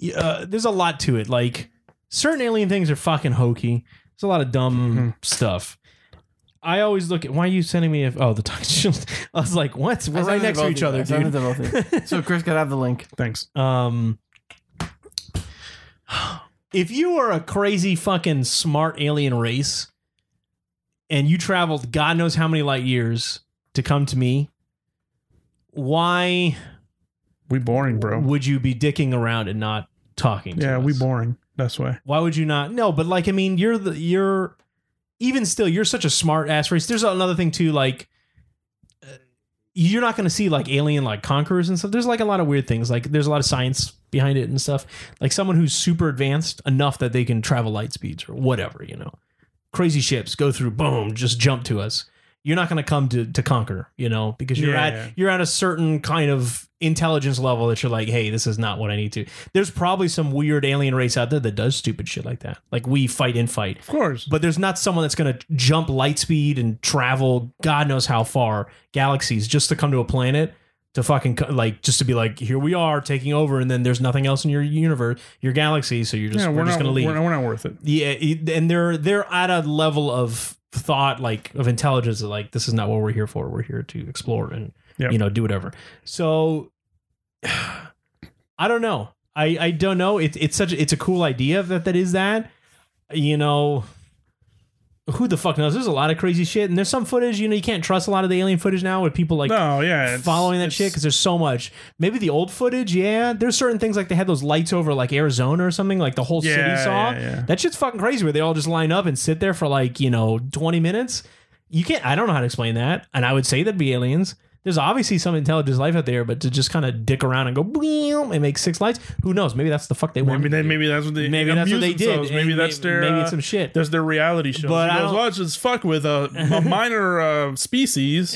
Speaker 2: Y- Uh, there's a lot to it. Like certain alien things are fucking hokey. There's a lot of dumb
Speaker 1: Mm-hmm.
Speaker 2: stuff. I always look at why are you sending me? A, oh, the talk. I was like, what? We're
Speaker 1: I
Speaker 2: right
Speaker 1: sent it
Speaker 2: next
Speaker 1: both
Speaker 2: to
Speaker 1: of
Speaker 2: each
Speaker 1: you.
Speaker 2: other,
Speaker 1: I sent it
Speaker 2: dude.
Speaker 1: to both of you. so Chris could have the link.
Speaker 3: Thanks.
Speaker 2: Um, if you were a crazy fucking smart alien race and you traveled God knows how many light years to come to me, why
Speaker 3: We boring, bro.
Speaker 2: would you be dicking around and not talking? To
Speaker 3: Yeah, we
Speaker 2: us?
Speaker 3: boring. That's why.
Speaker 2: Why would you not? No, but like I mean, you're the you're even still you're such a smart ass race. There's another thing too, like uh, you're not going to see like alien like conquerors and stuff. There's like a lot of weird things. Like there's a lot of science behind it and stuff. Like someone who's super advanced enough that they can travel light speeds or whatever, you know. Crazy ships go through, boom, just jump to us. You're not going to come to to conquer, you know, because you're
Speaker 3: Yeah.
Speaker 2: at you're at a certain kind of intelligence level that you're like, hey, this is not what I need to. There's probably some weird alien race out there that does stupid shit like that. Like we fight and fight
Speaker 3: Of course.
Speaker 2: but there's not someone that's going to jump light speed and travel God knows how far galaxies just to come to a planet to fucking co- like just to be like here we are taking over and then there's nothing else in your universe your galaxy so you're just
Speaker 3: yeah,
Speaker 2: we're,
Speaker 3: we're,
Speaker 2: just
Speaker 3: not.
Speaker 2: going to leave
Speaker 3: We're, we're not worth it.
Speaker 2: yeah it- and they're they're at a level of thought like of intelligence that like this is not what we're here for we're here to explore and
Speaker 3: Yep.
Speaker 2: you know do whatever so i don't know i i don't know it, it's such it's a cool idea that that is that you know who the fuck knows there's a lot of crazy shit and there's some footage you know you can't trust a lot of the alien footage now with people like
Speaker 3: no, yeah. it's-
Speaker 2: following that
Speaker 3: it's-
Speaker 2: shit because there's so much. Maybe the old footage, yeah. There's certain things like they had those lights over like Arizona or something, like the whole
Speaker 3: Yeah,
Speaker 2: city saw.
Speaker 3: yeah, yeah.
Speaker 2: That shit's fucking crazy where they all just line up and sit there for like, you know, 20 minutes. You can't, I don't know how to explain that. And I would say that'd be aliens. There's obviously some intelligent life out there, but to just kind of dick around and go boom and make six lights, who knows? Maybe that's the fuck they want.
Speaker 3: Maybe that. Maybe that's what they.
Speaker 2: Maybe that's what
Speaker 3: amuse
Speaker 2: they did.
Speaker 3: themselves. Maybe
Speaker 2: and
Speaker 3: that's their.
Speaker 2: Maybe
Speaker 3: uh,
Speaker 2: it's some shit.
Speaker 3: There's their reality show.
Speaker 2: But
Speaker 3: But
Speaker 2: I
Speaker 3: I
Speaker 2: don't-
Speaker 3: well, it's just fuck with a, a minor uh, species.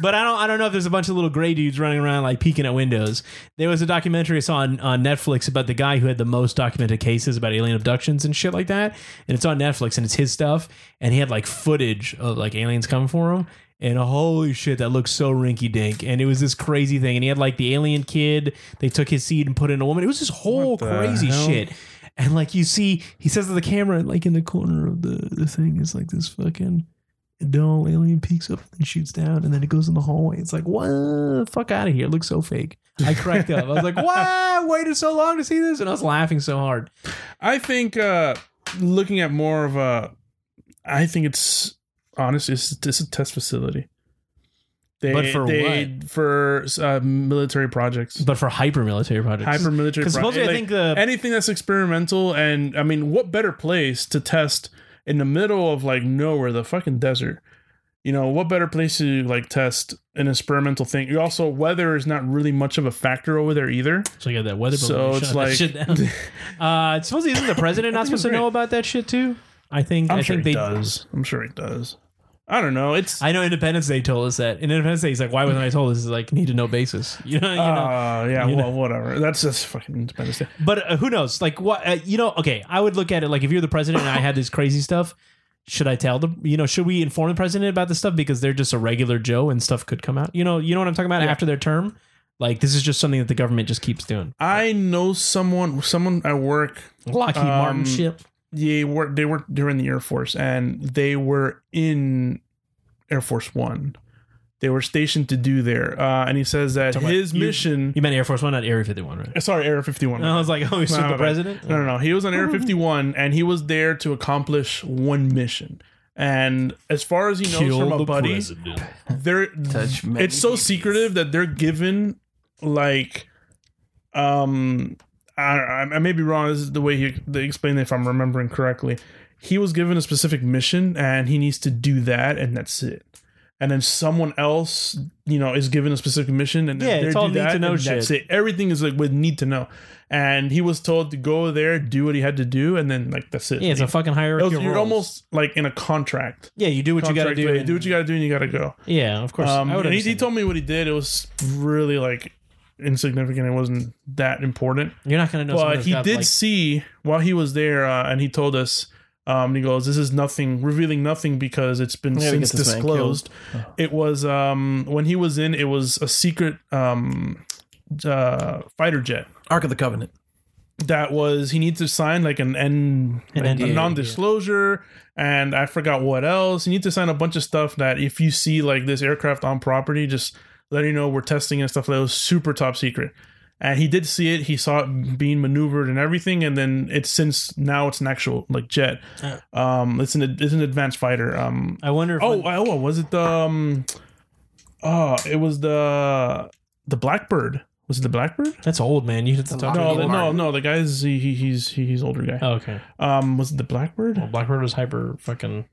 Speaker 2: but I don't I don't know if there's a bunch of little gray dudes running around like peeking at windows. There was a documentary I saw on, on Netflix about the guy who had the most documented cases about alien abductions and shit like that. And it's on Netflix and it's his stuff. And he had like footage of like aliens coming for him. And holy shit, that looks so rinky dink. And it was this crazy thing. And he had like the alien kid. They took his seed and put in a woman. It was this whole
Speaker 3: What the
Speaker 2: crazy
Speaker 3: hell?
Speaker 2: shit. And like you see, he says to the camera, like in the corner of the, the thing is like this fucking no alien peeks up and shoots down and then it goes in the hallway it's like what the fuck out of here it looks so fake i cracked up i was like what I waited so long to see this and i was laughing so hard
Speaker 3: I think uh, looking at more of a, I think it's honestly it's, it's a test facility. They,
Speaker 2: But for
Speaker 3: they, For uh, military projects,
Speaker 2: but for hyper military projects
Speaker 3: hyper military.
Speaker 2: because supposedly i think the
Speaker 3: anything that's experimental, and I mean, what better place to test in the middle of like nowhere, the fucking desert. You know, what better place to like test an experimental thing? You also weather is not really much of a factor over there either.
Speaker 2: So you got that weather
Speaker 3: So
Speaker 2: balloon. Shut
Speaker 3: it's
Speaker 2: that
Speaker 3: like-
Speaker 2: shit down. uh, supposedly isn't the president not
Speaker 3: think it's
Speaker 2: supposed to know about that shit too? I think
Speaker 3: I'm
Speaker 2: I
Speaker 3: sure
Speaker 2: think
Speaker 3: it
Speaker 2: they
Speaker 3: does. I'm sure it does. I don't know. It's
Speaker 2: I know Independence Day told us that. In Independence Day, he's like, why wasn't I told this? Is like need to know basis. You know, you know?
Speaker 3: uh, yeah,
Speaker 2: you know.
Speaker 3: well, whatever. That's that's fucking Independence Day.
Speaker 2: But uh, who knows? Like what? Uh, you know? Okay, I would look at it like if you're the president and I had this crazy stuff. Should I tell them? You know, should we inform the president about this stuff because they're just a regular Joe and stuff could come out. You know, you know what I'm talking about
Speaker 3: Yeah.
Speaker 2: after their term. Like this is just something that the government just keeps doing.
Speaker 3: I know someone, someone at work.
Speaker 2: Lockheed
Speaker 3: Um,
Speaker 2: Martin ship.
Speaker 3: They were they were they were in the Air Force, and they were in Air Force One. They were stationed to do there, uh, and he says that
Speaker 2: Talking about
Speaker 3: his
Speaker 2: you-
Speaker 3: mission. uh,
Speaker 2: You meant Air Force One, not Area 51, right?
Speaker 3: sorry, Air Fifty One.
Speaker 2: And I was like, oh, he's
Speaker 3: No,
Speaker 2: the
Speaker 3: no, no.
Speaker 2: president. Oh.
Speaker 3: No, no, no. He was on Air 51 and he was there to accomplish one mission. And as far as he knows from a buddy, they're
Speaker 1: Touch many
Speaker 3: it's so
Speaker 1: babies.
Speaker 3: secretive that they're given like um I, I I may be wrong. This is the way he they explained it if I'm remembering correctly. He was given a specific mission and he needs to do that and that's it. And then someone else, you know, is given a specific mission and
Speaker 2: Yeah,
Speaker 3: they
Speaker 2: it's
Speaker 3: do
Speaker 2: all need
Speaker 3: that
Speaker 2: to know
Speaker 3: and that's
Speaker 2: shit.
Speaker 3: it. Everything is like with need to know. And he was told to go there, do what he had to do, and then like that's it.
Speaker 2: Yeah, it's a fucking
Speaker 3: It
Speaker 2: hierarchy.
Speaker 3: was-
Speaker 2: of
Speaker 3: you're
Speaker 2: roles.
Speaker 3: almost like in a contract.
Speaker 2: yeah. You do what you got to
Speaker 3: Contract
Speaker 2: do.
Speaker 3: way.
Speaker 2: and-
Speaker 3: do what you got to do, and you got to go.
Speaker 2: Yeah, of course.
Speaker 3: Um,
Speaker 2: I would
Speaker 3: and he, he
Speaker 2: understand
Speaker 3: told me what he did. It was really like insignificant. It wasn't that important.
Speaker 2: that. You're not gonna know. someone
Speaker 3: But
Speaker 2: that's
Speaker 3: he
Speaker 2: got,
Speaker 3: did
Speaker 2: like-
Speaker 3: see while he was there, uh, and he told us. Um, he goes, "This is nothing, revealing nothing because it's been
Speaker 1: We gotta
Speaker 3: since
Speaker 1: get this man
Speaker 3: disclosed." It was um, when he was in. It was a secret um, uh, fighter jet
Speaker 1: Ark of the Covenant.
Speaker 3: that was he needs to sign like an N,
Speaker 2: An
Speaker 3: like,
Speaker 2: NDA,
Speaker 3: a non-disclosure and I forgot what else. You need to sign a bunch of stuff that if you see like this aircraft on property, just let you know we're testing and stuff. Like that It was super top secret. And he did see it. He saw it being maneuvered and everything. And then it's since now it's an actual like jet.
Speaker 2: Uh.
Speaker 3: Um, it's an it's an advanced fighter. Um,
Speaker 2: I wonder. If
Speaker 3: oh,
Speaker 2: when-
Speaker 3: oh, what was it the? Um, oh, it was the the Blackbird. Was it the Blackbird?
Speaker 2: that's old, man. You have to talk.
Speaker 3: No,
Speaker 2: to
Speaker 1: Lockheed
Speaker 3: the-
Speaker 2: people.
Speaker 3: no,
Speaker 1: Martin.
Speaker 3: no. The guy's he, he, he's he, he's older guy.
Speaker 2: Oh, okay.
Speaker 3: Um, was it the Blackbird?
Speaker 2: Well, Blackbird was hyper fucking.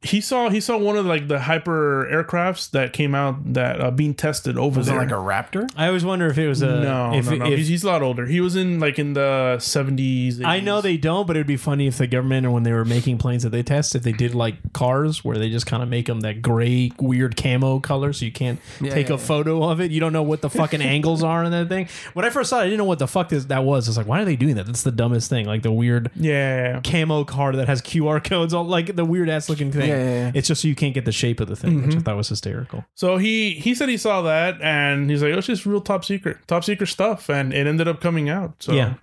Speaker 3: He saw he saw one of like the hyper aircrafts that came out that uh, being tested over
Speaker 1: Was it
Speaker 3: there.
Speaker 1: like a raptor?
Speaker 2: I always wonder if it was a.
Speaker 3: no,
Speaker 2: uh, if,
Speaker 3: no, no.
Speaker 2: if-
Speaker 3: he's, he's a lot older. He was in like in the seventies.
Speaker 2: I know they don't, but it'd be funny if the government or when they were making planes that they test, if they did like cars where they just kind of make them that gray weird camo color, so you can't
Speaker 1: Yeah,
Speaker 2: take
Speaker 1: yeah,
Speaker 2: a
Speaker 1: yeah.
Speaker 2: photo of it. You don't know what the fucking angles are and that thing. When I first saw it, I didn't know what the fuck this, that was. It's like, why are they doing that? That's the dumbest thing. Like the weird
Speaker 3: Yeah,
Speaker 2: camo car that has QR codes on, like the weird ass looking
Speaker 1: Yeah,
Speaker 2: thing.
Speaker 1: yeah, yeah.
Speaker 2: It's just so you can't get the shape of the thing, which I thought was hysterical.
Speaker 3: so he he said he saw that and he's like, oh, it's just real top secret, top secret stuff, and it ended up coming out. So
Speaker 2: Yeah.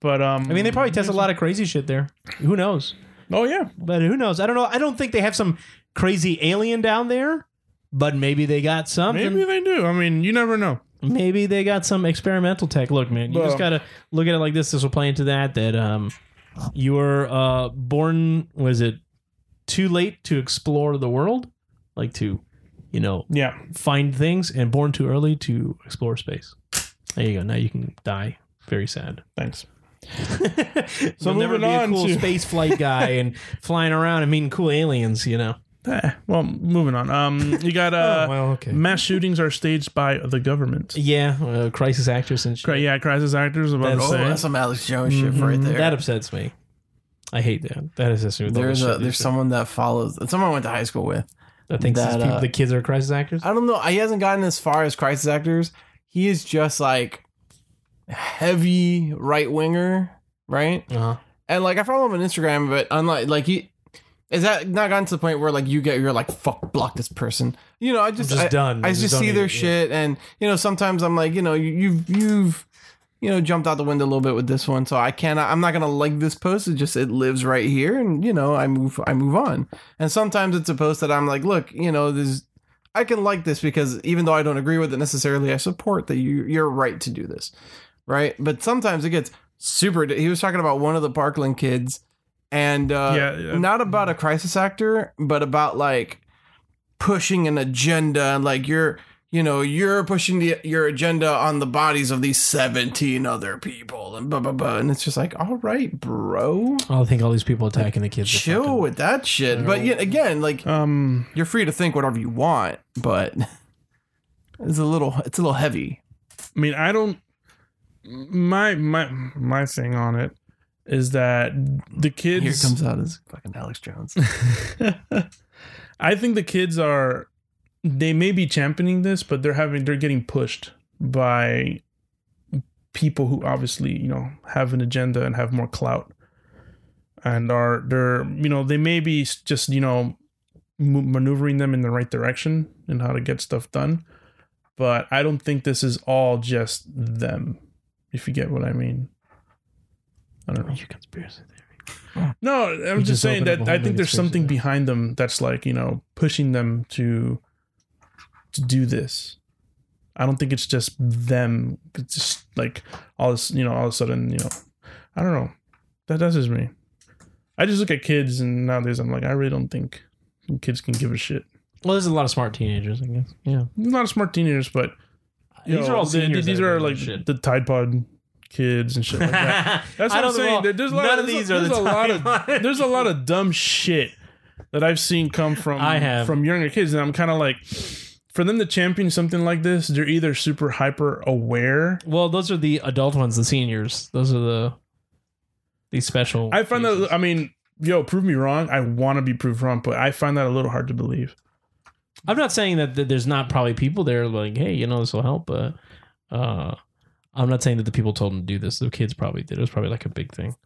Speaker 3: but um,
Speaker 2: I mean, they probably test a lot of crazy shit there. Who knows?
Speaker 3: oh yeah,
Speaker 2: But who knows? I don't know. I don't think they have some crazy alien down there, but maybe they got something.
Speaker 3: maybe
Speaker 2: Maybe,
Speaker 3: they do. I mean, you never know.
Speaker 2: they got some experimental tech. Look, man, you
Speaker 3: Well-
Speaker 2: just gotta look at it like this. This will play into that. That um, you were uh born was it too late to explore the world, like to, you know,
Speaker 3: Yeah,
Speaker 2: find things, and born too early to explore space. There you go. Now you can die. Very sad.
Speaker 3: thanks.
Speaker 2: So You'll never
Speaker 3: moving
Speaker 2: be a
Speaker 3: on
Speaker 2: cool
Speaker 3: to-
Speaker 2: space flight guy and flying around and meeting cool aliens. You know.
Speaker 3: Eh, well, moving on. Um, you got uh,
Speaker 2: Oh, well, okay.
Speaker 3: mass shootings are staged by the government.
Speaker 2: Yeah, uh, crisis actress and shit.
Speaker 3: Cri- Yeah, crisis actors about
Speaker 2: That's- Mm-hmm.
Speaker 3: to
Speaker 1: Oh,
Speaker 3: say.
Speaker 1: that's some Alex Jones shit right there.
Speaker 2: Mm, That upsets me. I hate that. That is just
Speaker 1: there's a there's someone that follows someone I went to high school with.
Speaker 2: that thinks these
Speaker 1: that,
Speaker 2: people,
Speaker 1: uh,
Speaker 2: the kids are crisis actors.
Speaker 1: I don't know. He hasn't gotten as far as crisis actors. He is just like heavy right winger, right?
Speaker 2: Uh-huh.
Speaker 1: And like I follow him on Instagram, but unlike like he is that not gotten to the point where like you get you're like fuck block this person. You know, I just
Speaker 2: just
Speaker 1: I,
Speaker 2: done.
Speaker 1: I
Speaker 2: I'm
Speaker 1: just,
Speaker 2: just done
Speaker 1: see their
Speaker 2: with it, yeah.
Speaker 1: shit, and you know sometimes I'm like you know you, you've you've you know jumped out the window a little bit with this one, so I cannot I'm not gonna like this post. It just it lives right here, and you know I move I move on. And sometimes it's a post that I'm like, look, you know there's I can like this because even though I don't agree with it necessarily, I support that you you're right to do this, right? But sometimes it gets super. He was talking about one of the Parkland kids, and uh,
Speaker 3: Yeah, yeah.
Speaker 1: not about a crisis actor, but about like pushing an agenda and like you're you know, you're pushing the, your agenda on the bodies of these 17 other people and blah, blah, blah. And it's just like, all right, bro,
Speaker 2: I think all these people attacking the kids. are
Speaker 1: chill
Speaker 2: fucking-
Speaker 1: with that shit. But yet again, like,
Speaker 3: Um,
Speaker 1: you're free to think whatever you want, but it's a little, it's a little heavy.
Speaker 3: I mean, I don't. My my my thing on it is that the kids.
Speaker 1: Here comes out as fucking Alex Jones.
Speaker 3: I think the kids are. They may be championing this, but they're having they're getting pushed by people who obviously you know have an agenda and have more clout, and are they're you know they may be just you know mo- maneuvering them in the right direction and how to get stuff done, but I don't think this is all just them. If you get what I mean. I don't know.
Speaker 2: Your conspiracy theory.
Speaker 3: No, I'm
Speaker 2: You
Speaker 3: just
Speaker 2: just
Speaker 3: saying
Speaker 2: opened up
Speaker 3: that
Speaker 2: a
Speaker 3: I
Speaker 2: whole
Speaker 3: think
Speaker 2: new
Speaker 3: there's
Speaker 2: space
Speaker 3: something
Speaker 2: there.
Speaker 3: behind them that's like, you know, pushing them to to do this. I don't think it's just them. It's just like all this, you know, all of a sudden, you know, I don't know. That that's just me. I just look at kids and nowadays I'm like, I really don't think kids can give a shit.
Speaker 2: Well, there's a lot of smart teenagers, I guess. Yeah.
Speaker 3: Not smart teenagers, but you
Speaker 2: these
Speaker 3: know,
Speaker 2: are all
Speaker 3: the-
Speaker 2: seniors.
Speaker 3: these
Speaker 2: that
Speaker 3: are
Speaker 2: doing
Speaker 3: like
Speaker 2: this shit.
Speaker 3: the Tide Pod kids and shit like that. That's what
Speaker 2: I
Speaker 3: I'm
Speaker 2: don't know.
Speaker 3: saying. There- There's a lot
Speaker 2: None of
Speaker 3: there's a-
Speaker 2: these are
Speaker 3: there's
Speaker 2: the
Speaker 3: a lot
Speaker 2: time
Speaker 3: of there's a lot of dumb shit that I've seen come from
Speaker 2: I have.
Speaker 3: from younger kids, and I'm kind of like, for them to champion something like this, they're either super hyper aware.
Speaker 2: Well, those are the adult ones, the seniors. Those are the these special.
Speaker 3: I find that I mean, yo, prove me wrong. I want to be proved wrong, but I find that a little hard to believe.
Speaker 2: I'm not saying that, that there's not probably people there like, hey, you know, this will help, but uh, I'm not saying that the people told them to do this. The kids probably did. It was probably like a big thing.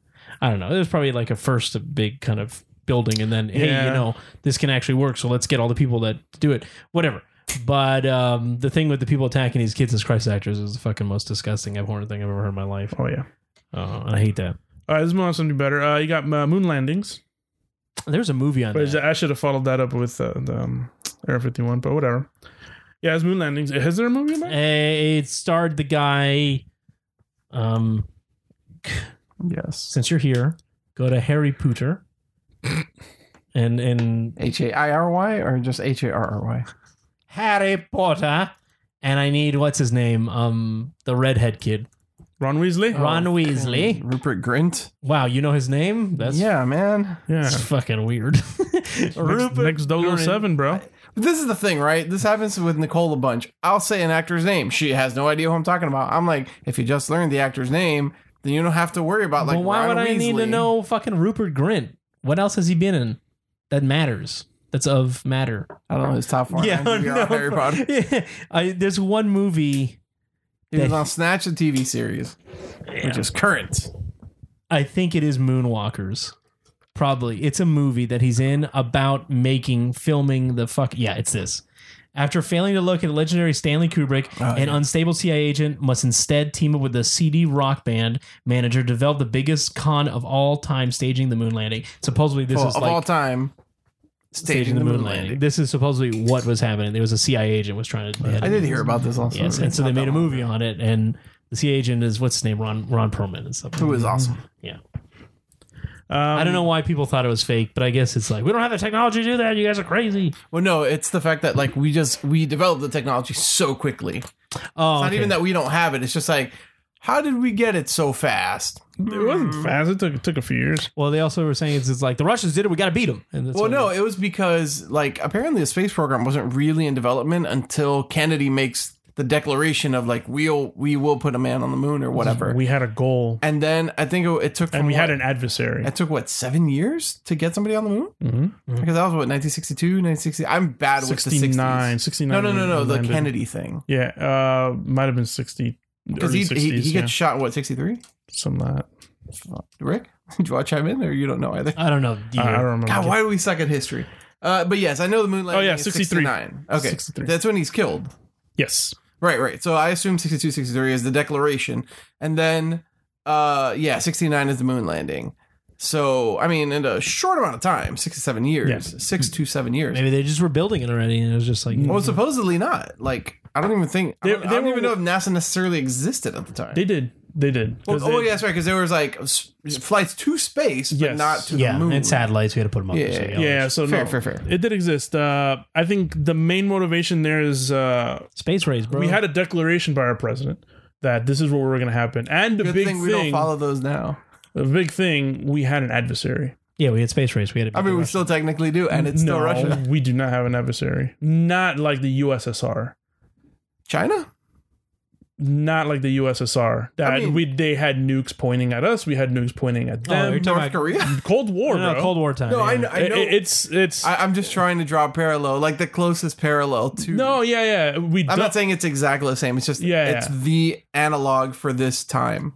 Speaker 2: I don't know. It was probably like a first big kind of building, and then hey,
Speaker 3: Yeah.
Speaker 2: you know, this can actually work. So let's get all the people that do it. Whatever. But um, the thing with the people attacking these kids as Christ actors is the fucking most disgusting, abhorrent thing I've ever heard in my life,
Speaker 3: Oh yeah.
Speaker 2: uh, and I hate that.
Speaker 3: All right, let's move on to something better. Uh, you got uh, moon landings.
Speaker 2: There's a movie on
Speaker 3: But
Speaker 2: that.
Speaker 3: I should have followed that up with uh, the um, Air 51, but whatever. Yeah, it's moon landings. Is there a movie about? it?
Speaker 2: Eh, It starred the guy. Um,
Speaker 1: Yes.
Speaker 2: since you're here, go to Harry Potter. and and
Speaker 1: H A I R Y or just H A R R Y?
Speaker 2: Harry Potter. And I need what's his name? Um, the redhead kid,
Speaker 3: Ron Weasley.
Speaker 2: Ron Weasley.
Speaker 1: Oh, Rupert Grint.
Speaker 2: Wow, you know his name? That's
Speaker 1: yeah, man.
Speaker 3: Yeah.
Speaker 2: that's fucking weird.
Speaker 3: Next,
Speaker 2: Rupert
Speaker 3: next Dolo
Speaker 2: Grint.
Speaker 3: Seven, bro.
Speaker 1: But this is the thing, right? This happens with Nicole a bunch. I'll say an actor's name. She has no idea who I'm talking about. I'm like, if you just learned the actor's name, then you don't have to worry about like.
Speaker 2: but why
Speaker 1: Ron
Speaker 2: would I need to
Speaker 1: Weasley.
Speaker 2: know fucking Rupert Grint? What else has he been in that matters? That's of matter.
Speaker 1: I don't know his top four. Yeah, Harry Potter.
Speaker 2: Yeah. I, there's one movie.
Speaker 1: He was on Snatch, the TV series, which is current.
Speaker 2: I think it is Moonwalkers. Probably. It's a movie that he's in about making, filming the fuck. Yeah, it's this. After failing to locate the legendary Stanley Kubrick,
Speaker 1: Oh,
Speaker 2: an unstable CIA agent must instead team up with the CD rock band manager to develop the biggest con of all time, staging the moon landing. Supposedly, this
Speaker 1: Well,
Speaker 2: is
Speaker 1: of
Speaker 2: like
Speaker 1: all time,
Speaker 2: staging, the, moon, landing. This is supposedly what was happening. There was a CIA agent was trying to. they had
Speaker 1: I
Speaker 2: to-
Speaker 1: did hear about this also.
Speaker 2: Yes, and so
Speaker 1: Not
Speaker 2: they
Speaker 1: that
Speaker 2: made a
Speaker 1: long
Speaker 2: movie on it, and the CIA agent is what's his name, Ron Ron Perlman and stuff.
Speaker 1: ago. It was awesome.
Speaker 2: Yeah.
Speaker 3: Um,
Speaker 2: I don't know why people thought it was fake, but I guess it's like we don't have the technology to do that. You guys are crazy.
Speaker 1: Well, no, it's the fact that like we just we developed the technology so quickly.
Speaker 2: Oh,
Speaker 1: It's not
Speaker 2: okay.
Speaker 1: even that we don't have it. It's just like, how did we get it so fast?
Speaker 3: Um, It wasn't fast. It took, it took a few years.
Speaker 2: Well, they also were saying it's, it's like the Russians did it. We got to beat them. And that's
Speaker 1: Well,
Speaker 2: what-
Speaker 1: no, it was because like apparently the space program wasn't really in development until Kennedy makes the declaration of like we'll we will put a man on the moon or whatever.
Speaker 3: We had a goal
Speaker 1: And then I think it, it took
Speaker 3: and we had
Speaker 1: an
Speaker 3: an adversary.
Speaker 1: it took what seven years to get somebody on the moon
Speaker 3: Mhm.
Speaker 1: because that was what 1962, 1960. I'm bad with the
Speaker 3: 69,
Speaker 1: 60s.
Speaker 3: 69.
Speaker 1: No, no, no, no,
Speaker 3: we
Speaker 1: the
Speaker 3: landed.
Speaker 1: Kennedy thing
Speaker 3: Yeah, uh, might have been 60.
Speaker 1: because
Speaker 3: Early
Speaker 1: he,
Speaker 3: 60s,
Speaker 1: he he
Speaker 3: yeah.
Speaker 1: gets shot in what 63.
Speaker 3: Some of that.
Speaker 1: Rick, do you want to chime in or you don't know either?
Speaker 2: I don't know.
Speaker 3: I, I
Speaker 2: year.
Speaker 3: don't remember.
Speaker 1: God, why do we suck at history? Uh, but yes, I know the moon landing.
Speaker 3: Oh, yeah,
Speaker 1: is
Speaker 3: 63.
Speaker 1: 69. Okay,
Speaker 3: 63.
Speaker 1: that's when he's killed.
Speaker 3: Yes.
Speaker 1: Right, right. So I assume 62, 63 is the declaration. And then, uh, yeah, 69 is the moon landing. So, I mean, in a short amount of time, 67 years,
Speaker 3: Yeah.
Speaker 1: six to seven years.
Speaker 2: Maybe they just were building it already, and it was just like
Speaker 1: Well, supposedly not. Like, I don't even think, I
Speaker 3: They-
Speaker 1: don't, I
Speaker 3: Mm-hmm. they
Speaker 1: don't
Speaker 3: were-
Speaker 1: even know if NASA necessarily existed at the time.
Speaker 3: They did. They did.
Speaker 1: Well,
Speaker 3: 'Cause
Speaker 1: oh,
Speaker 3: they-
Speaker 1: yeah, that's right. Because there was like s- flights to space, but
Speaker 3: Yes.
Speaker 1: not to
Speaker 2: yeah,
Speaker 1: the moon.
Speaker 2: and satellites. We had to put them up.
Speaker 1: Yeah,
Speaker 2: there,
Speaker 1: yeah,
Speaker 2: so
Speaker 3: Yeah, so
Speaker 1: Fair,
Speaker 3: no,
Speaker 1: fair, fair.
Speaker 3: It did exist. Uh, I think the main motivation there is uh,
Speaker 2: Space race, bro.
Speaker 3: we had a declaration by our president that this is what we're going to happen, and the
Speaker 1: Good
Speaker 3: big
Speaker 1: thing
Speaker 3: thing,
Speaker 1: we don't follow those now.
Speaker 3: the big thing, we had an adversary.
Speaker 2: yeah, we had space race. We had. to
Speaker 1: I
Speaker 2: beat
Speaker 1: mean, we
Speaker 2: Russia.
Speaker 1: still technically do, and it's still
Speaker 3: No,
Speaker 1: Russia.
Speaker 3: We do not have an adversary. Not like the USSR.
Speaker 1: China?
Speaker 3: Not like the USSR. That
Speaker 1: I mean-
Speaker 3: we they had nukes pointing at us. We had nukes pointing at
Speaker 2: Oh,
Speaker 3: them.
Speaker 2: you're talking
Speaker 1: North
Speaker 2: about-
Speaker 1: Korea?
Speaker 3: Cold War,
Speaker 2: no, no,
Speaker 3: bro.
Speaker 2: Cold War time.
Speaker 1: No, I,
Speaker 2: yeah.
Speaker 1: kn- I
Speaker 3: It-
Speaker 1: know.
Speaker 3: it- it's it's
Speaker 1: I, I'm just trying to draw a parallel, like the closest parallel to.
Speaker 3: no, yeah, yeah. We
Speaker 1: I'm
Speaker 3: don't,
Speaker 1: not saying it's exactly the same. It's just
Speaker 3: Yeah,
Speaker 1: it's
Speaker 3: yeah.
Speaker 1: the analog for this time.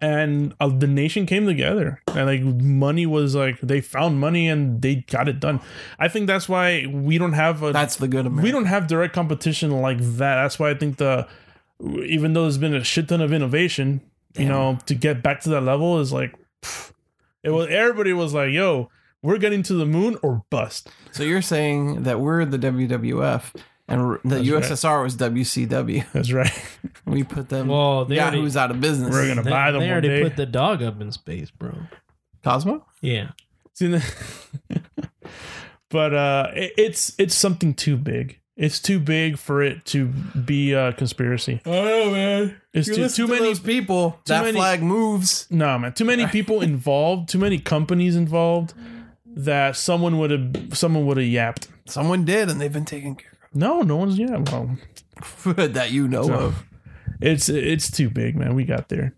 Speaker 3: and uh, the nation came together and like money was like they found money and they got it done i think that's why we don't have a
Speaker 1: That's the good America.
Speaker 3: we don't have direct competition like that that's why i think the even though there's been a shit ton of innovation you know to get back to that level is like pff, it was everybody was like yo we're getting to the moon or bust
Speaker 1: So you're saying that we're the WWF and r- the
Speaker 3: That's right.
Speaker 1: USSR was WCW.
Speaker 3: that's right
Speaker 1: We put them
Speaker 2: Well, they already,
Speaker 1: Yahoo's out of business.
Speaker 3: we're gonna
Speaker 2: they,
Speaker 3: buy
Speaker 2: they
Speaker 3: them one
Speaker 2: already
Speaker 3: day
Speaker 2: put the dog up in space, bro.
Speaker 1: Cosmo?
Speaker 2: Yeah.
Speaker 3: See, the- but uh, it, it's it's something too big. It's too big for it to be a conspiracy.
Speaker 1: Oh man.
Speaker 3: It's
Speaker 1: You
Speaker 3: too,
Speaker 1: listen
Speaker 3: too
Speaker 1: to
Speaker 3: many.
Speaker 1: those people.
Speaker 3: too
Speaker 1: that
Speaker 3: many-
Speaker 1: flag moves.
Speaker 3: Nah, man. Too many people involved. Too many companies involved. That someone would have someone would have yapped.
Speaker 1: Someone did, and they've been taken care
Speaker 3: No, no one's yapped. Well,
Speaker 1: of that you know
Speaker 3: So-
Speaker 1: of.
Speaker 3: it's it's too big, man. We got there.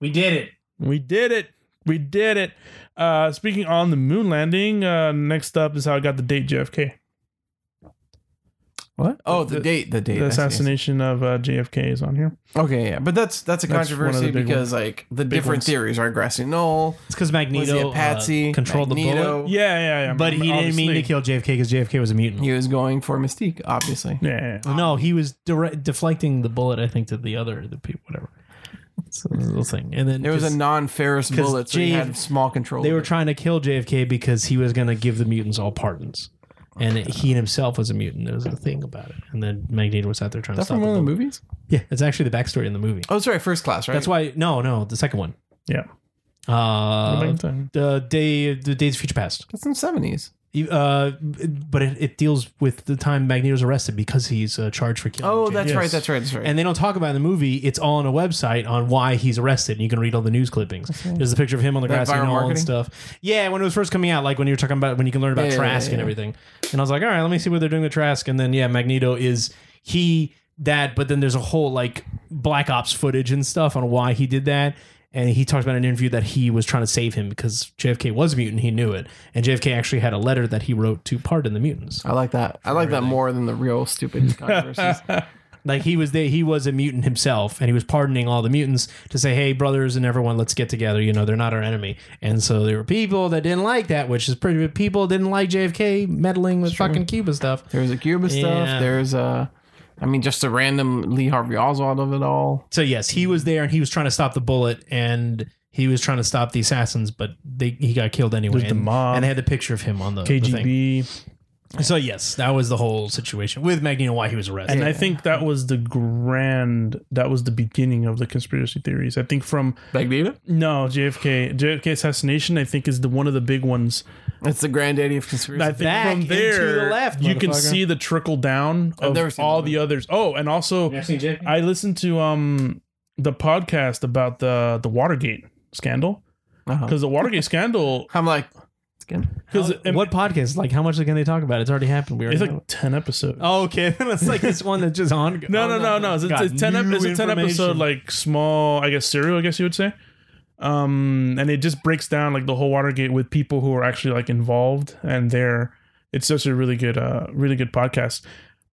Speaker 2: We did it.
Speaker 3: We did it. We did it. Uh, speaking on the moon landing, uh, next up is how I got the date JFK.
Speaker 1: What? Oh, the,
Speaker 3: The-
Speaker 1: date. The date.
Speaker 3: The
Speaker 1: I see.
Speaker 3: assassination of uh, JFK is on here.
Speaker 1: Okay, yeah, but that's that's a
Speaker 3: That's one of the
Speaker 1: controversy
Speaker 3: big
Speaker 1: because like the different
Speaker 3: ones.
Speaker 1: theories are grassy knoll.
Speaker 2: It's
Speaker 1: Was
Speaker 2: because
Speaker 1: he
Speaker 2: Magneto,
Speaker 1: a patsy?
Speaker 2: uh, controlled the
Speaker 1: Magneto?
Speaker 2: bullet,
Speaker 3: Yeah, yeah, yeah.
Speaker 2: but he didn't mean to
Speaker 3: obviously.
Speaker 2: kill JFK because JFK was a mutant.
Speaker 1: He was going for Mystique, obviously.
Speaker 3: Yeah, yeah, yeah.
Speaker 2: no, he was dire- deflecting the bullet. I think to the other the people, whatever. It's a little thing, and then
Speaker 1: There was a
Speaker 2: just-
Speaker 1: non-ferrous
Speaker 2: 'cause
Speaker 1: bullet, so he
Speaker 2: J-
Speaker 1: had small control.
Speaker 2: they were
Speaker 1: of it.
Speaker 2: trying to kill JFK because he was going to give the mutants all pardons, and it- he himself was a mutant. There was a thing about it, and then Magneto was out there trying
Speaker 1: Is that
Speaker 2: to stop
Speaker 1: from one of the
Speaker 2: bullet.
Speaker 1: movies?
Speaker 2: Yeah, it's actually the backstory in the movie.
Speaker 1: Oh, sorry, First Class, right?
Speaker 2: That's why. No, no, the second one.
Speaker 3: Yeah.
Speaker 2: Uh,
Speaker 3: Back then.
Speaker 2: the day, the Days of Future Past.
Speaker 1: That's in seventies.
Speaker 2: You- Uh, but it, it deals with the time Magneto's arrested because he's uh, charged for killing.
Speaker 1: Oh,
Speaker 2: JFK.
Speaker 1: that's
Speaker 3: Yes.
Speaker 1: right. That's right. That's right.
Speaker 2: And they don't talk about it in the movie. It's all on a website on why he's arrested, and you can read all the news clippings. There's a picture of him on the
Speaker 1: That
Speaker 2: grassy
Speaker 1: viral
Speaker 2: knoll and
Speaker 1: marketing?
Speaker 2: stuff. Yeah, when it was first coming out, like when you were talking about when you can learn about
Speaker 1: Yeah, yeah,
Speaker 2: Trask
Speaker 1: yeah,
Speaker 2: and
Speaker 1: yeah.
Speaker 2: everything. And I was like, all right, let me see what they're doing with Trask. And then yeah, Magneto is he that, but then there's a whole like Black Ops footage and stuff on why he did that. And he talked about in an interview that he was trying to save him because JFK was a mutant. He knew it, and JFK actually had a letter that he wrote to pardon the mutants.
Speaker 1: I like that. I like that more than the real stupid controversies.
Speaker 2: Like he was there, he was a mutant himself, and he was pardoning all the mutants to say, "Hey, brothers and everyone, let's get together. You know, they're not our enemy." And so there were people that didn't like that, which is pretty. People didn't like JFK meddling with fucking Cuba stuff.
Speaker 1: There's a Cuba
Speaker 2: Yeah.
Speaker 1: stuff. There's a, I mean, just a random Lee Harvey Oswald of it all.
Speaker 2: So yes, he was there, and he was trying to stop the bullet, and he was trying to stop the assassins, but they, he got killed anyway.
Speaker 3: There's the
Speaker 2: and,
Speaker 3: mob.
Speaker 2: and they had the picture of him on the the thing.
Speaker 3: KGB,
Speaker 2: So yes, that was the whole situation with Magneto why he was arrested.
Speaker 3: and I think that was the grand. That was the beginning of the conspiracy theories. I think from
Speaker 1: Magneto.
Speaker 3: no JFK, JFK assassination. I think is the one of the big ones.
Speaker 1: It's the granddaddy of conspiracy.
Speaker 3: I think
Speaker 2: Back
Speaker 3: from
Speaker 2: into
Speaker 3: there,
Speaker 2: the left,
Speaker 3: you can
Speaker 2: motherfucker.
Speaker 3: see the trickle down
Speaker 1: I've
Speaker 3: of
Speaker 1: never seen
Speaker 3: all
Speaker 1: that
Speaker 3: the others. Oh, and also I listened to um the podcast about the the Watergate scandal
Speaker 1: Uh-huh.
Speaker 3: because the Watergate scandal
Speaker 1: I'm like, it's good.
Speaker 3: because
Speaker 2: what podcast? Like, how much can they talk about? It's already happened. We already
Speaker 3: it's
Speaker 2: know it.
Speaker 3: like ten episodes.
Speaker 2: Oh, okay. Then it's like this one that's just on.
Speaker 3: No, no, no, no. It's, it's,
Speaker 2: Got
Speaker 3: it's ten. Ep-
Speaker 2: new
Speaker 3: it's a ten episode
Speaker 2: information.
Speaker 3: like small, I guess serial. I guess you would say. Um, and it just breaks down like the whole Watergate with people who are actually like involved, and they're. It's such a really good, uh, really good podcast.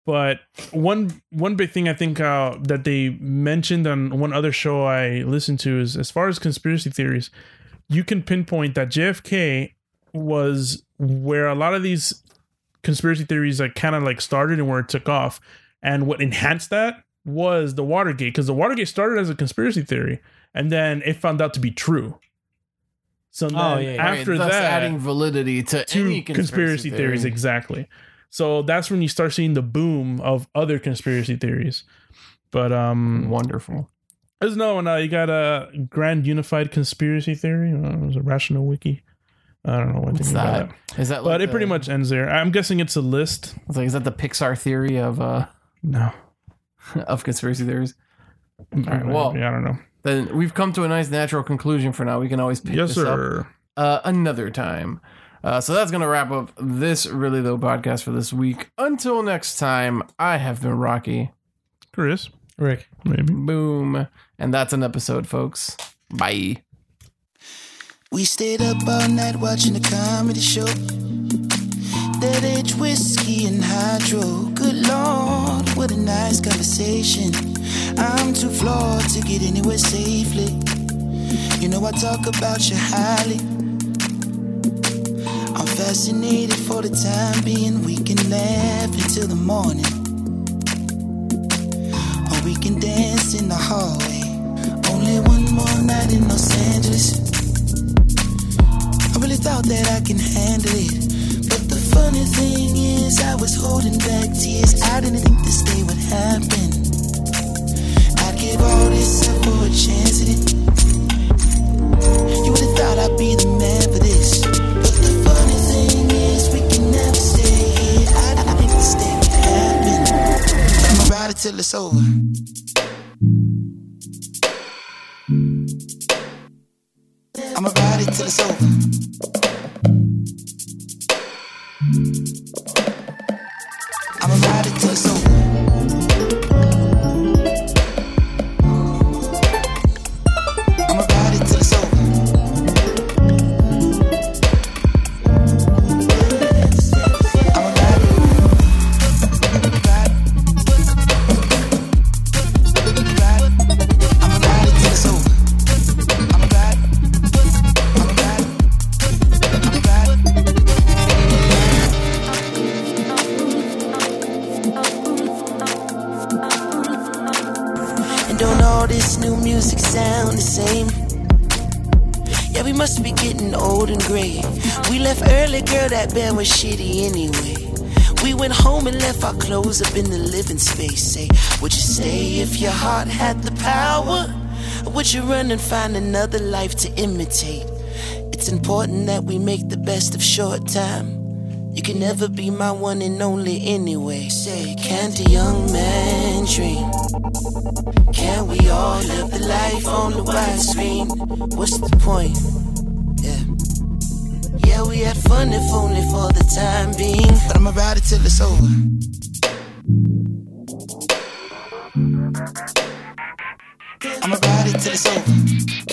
Speaker 3: But one one big thing I think uh, that they mentioned on one other show I listened to is as far as conspiracy theories, you can pinpoint that JFK was where a lot of these conspiracy theories like kind of like started and where it took off. And what enhanced that was the Watergate, because the Watergate started as a conspiracy theory, and then it found out to be true. So then
Speaker 2: Oh, yeah, yeah.
Speaker 3: after
Speaker 1: Right, thus
Speaker 3: that,
Speaker 1: adding validity to
Speaker 3: two
Speaker 1: any
Speaker 3: conspiracy, theories
Speaker 1: theory.
Speaker 3: exactly. So that's when you start seeing the boom of other conspiracy theories. But um,
Speaker 1: Wonderful.
Speaker 3: There's another one. Uh, you got a grand unified conspiracy theory. Uh, it was a rational wiki. I don't know what
Speaker 1: What's
Speaker 3: thing about
Speaker 1: that?
Speaker 3: that.
Speaker 1: Is that like
Speaker 3: But it
Speaker 1: the-
Speaker 3: pretty much ends there. I'm guessing it's a list.
Speaker 1: it's like is that the Pixar theory of uh
Speaker 3: No.
Speaker 1: of conspiracy theories?
Speaker 3: All
Speaker 1: right, well-
Speaker 3: yeah, I don't know.
Speaker 1: Then we've come to a nice natural conclusion for now. We can always pick
Speaker 3: Yes,
Speaker 1: this up
Speaker 3: sir.
Speaker 1: uh, another time. Uh, so that's going to wrap up this really low podcast for this week. Until next time, I have been Rocky.
Speaker 3: Chris,
Speaker 2: Rick.
Speaker 3: maybe.
Speaker 1: Boom. And that's an episode, folks. Bye.
Speaker 4: We stayed up all night watching a comedy show. That age whiskey and hydro. Good lord, what a nice conversation. I'm too flawed to get anywhere safely. You know, I talk about you highly. I'm fascinated for the time being. We can laugh until the morning. Or we can dance in the hallway. Only one more night in Los Angeles. I really thought that I can handle it. But the funny thing is, I was holding back tears. I didn't think this day would happen. I'd give all this up for a chance at it. You would've thought I'd be the man for this. But the funny thing is, we can never stay here. I didn't think this day would happen. I'ma ride it till it's over. I'ma ride it till it's over. I'ma ride it till it's over. I'ma ride it till it's over. I'ma ride it. Ride. Ride. I'ma ride it till it's over. I'ma ride. I'ma ride. I'ma ride. And don't all this new music sound the same? Yeah, we must be getting old and gray. We left early, girl, that band was shitty anyway. We went home and left our clothes up in the living space. Say, would you stay if your heart had the power? Or would you run and find another life to imitate? It's important that we make the best of short time. You can never be my one and only anyway. Say, can't a young man dream? Can we all live the life on the widescreen? What's the point? Yeah. Yeah, we had fun if only for the time being. But I'ma ride it till it's over. I'ma ride it till it's over.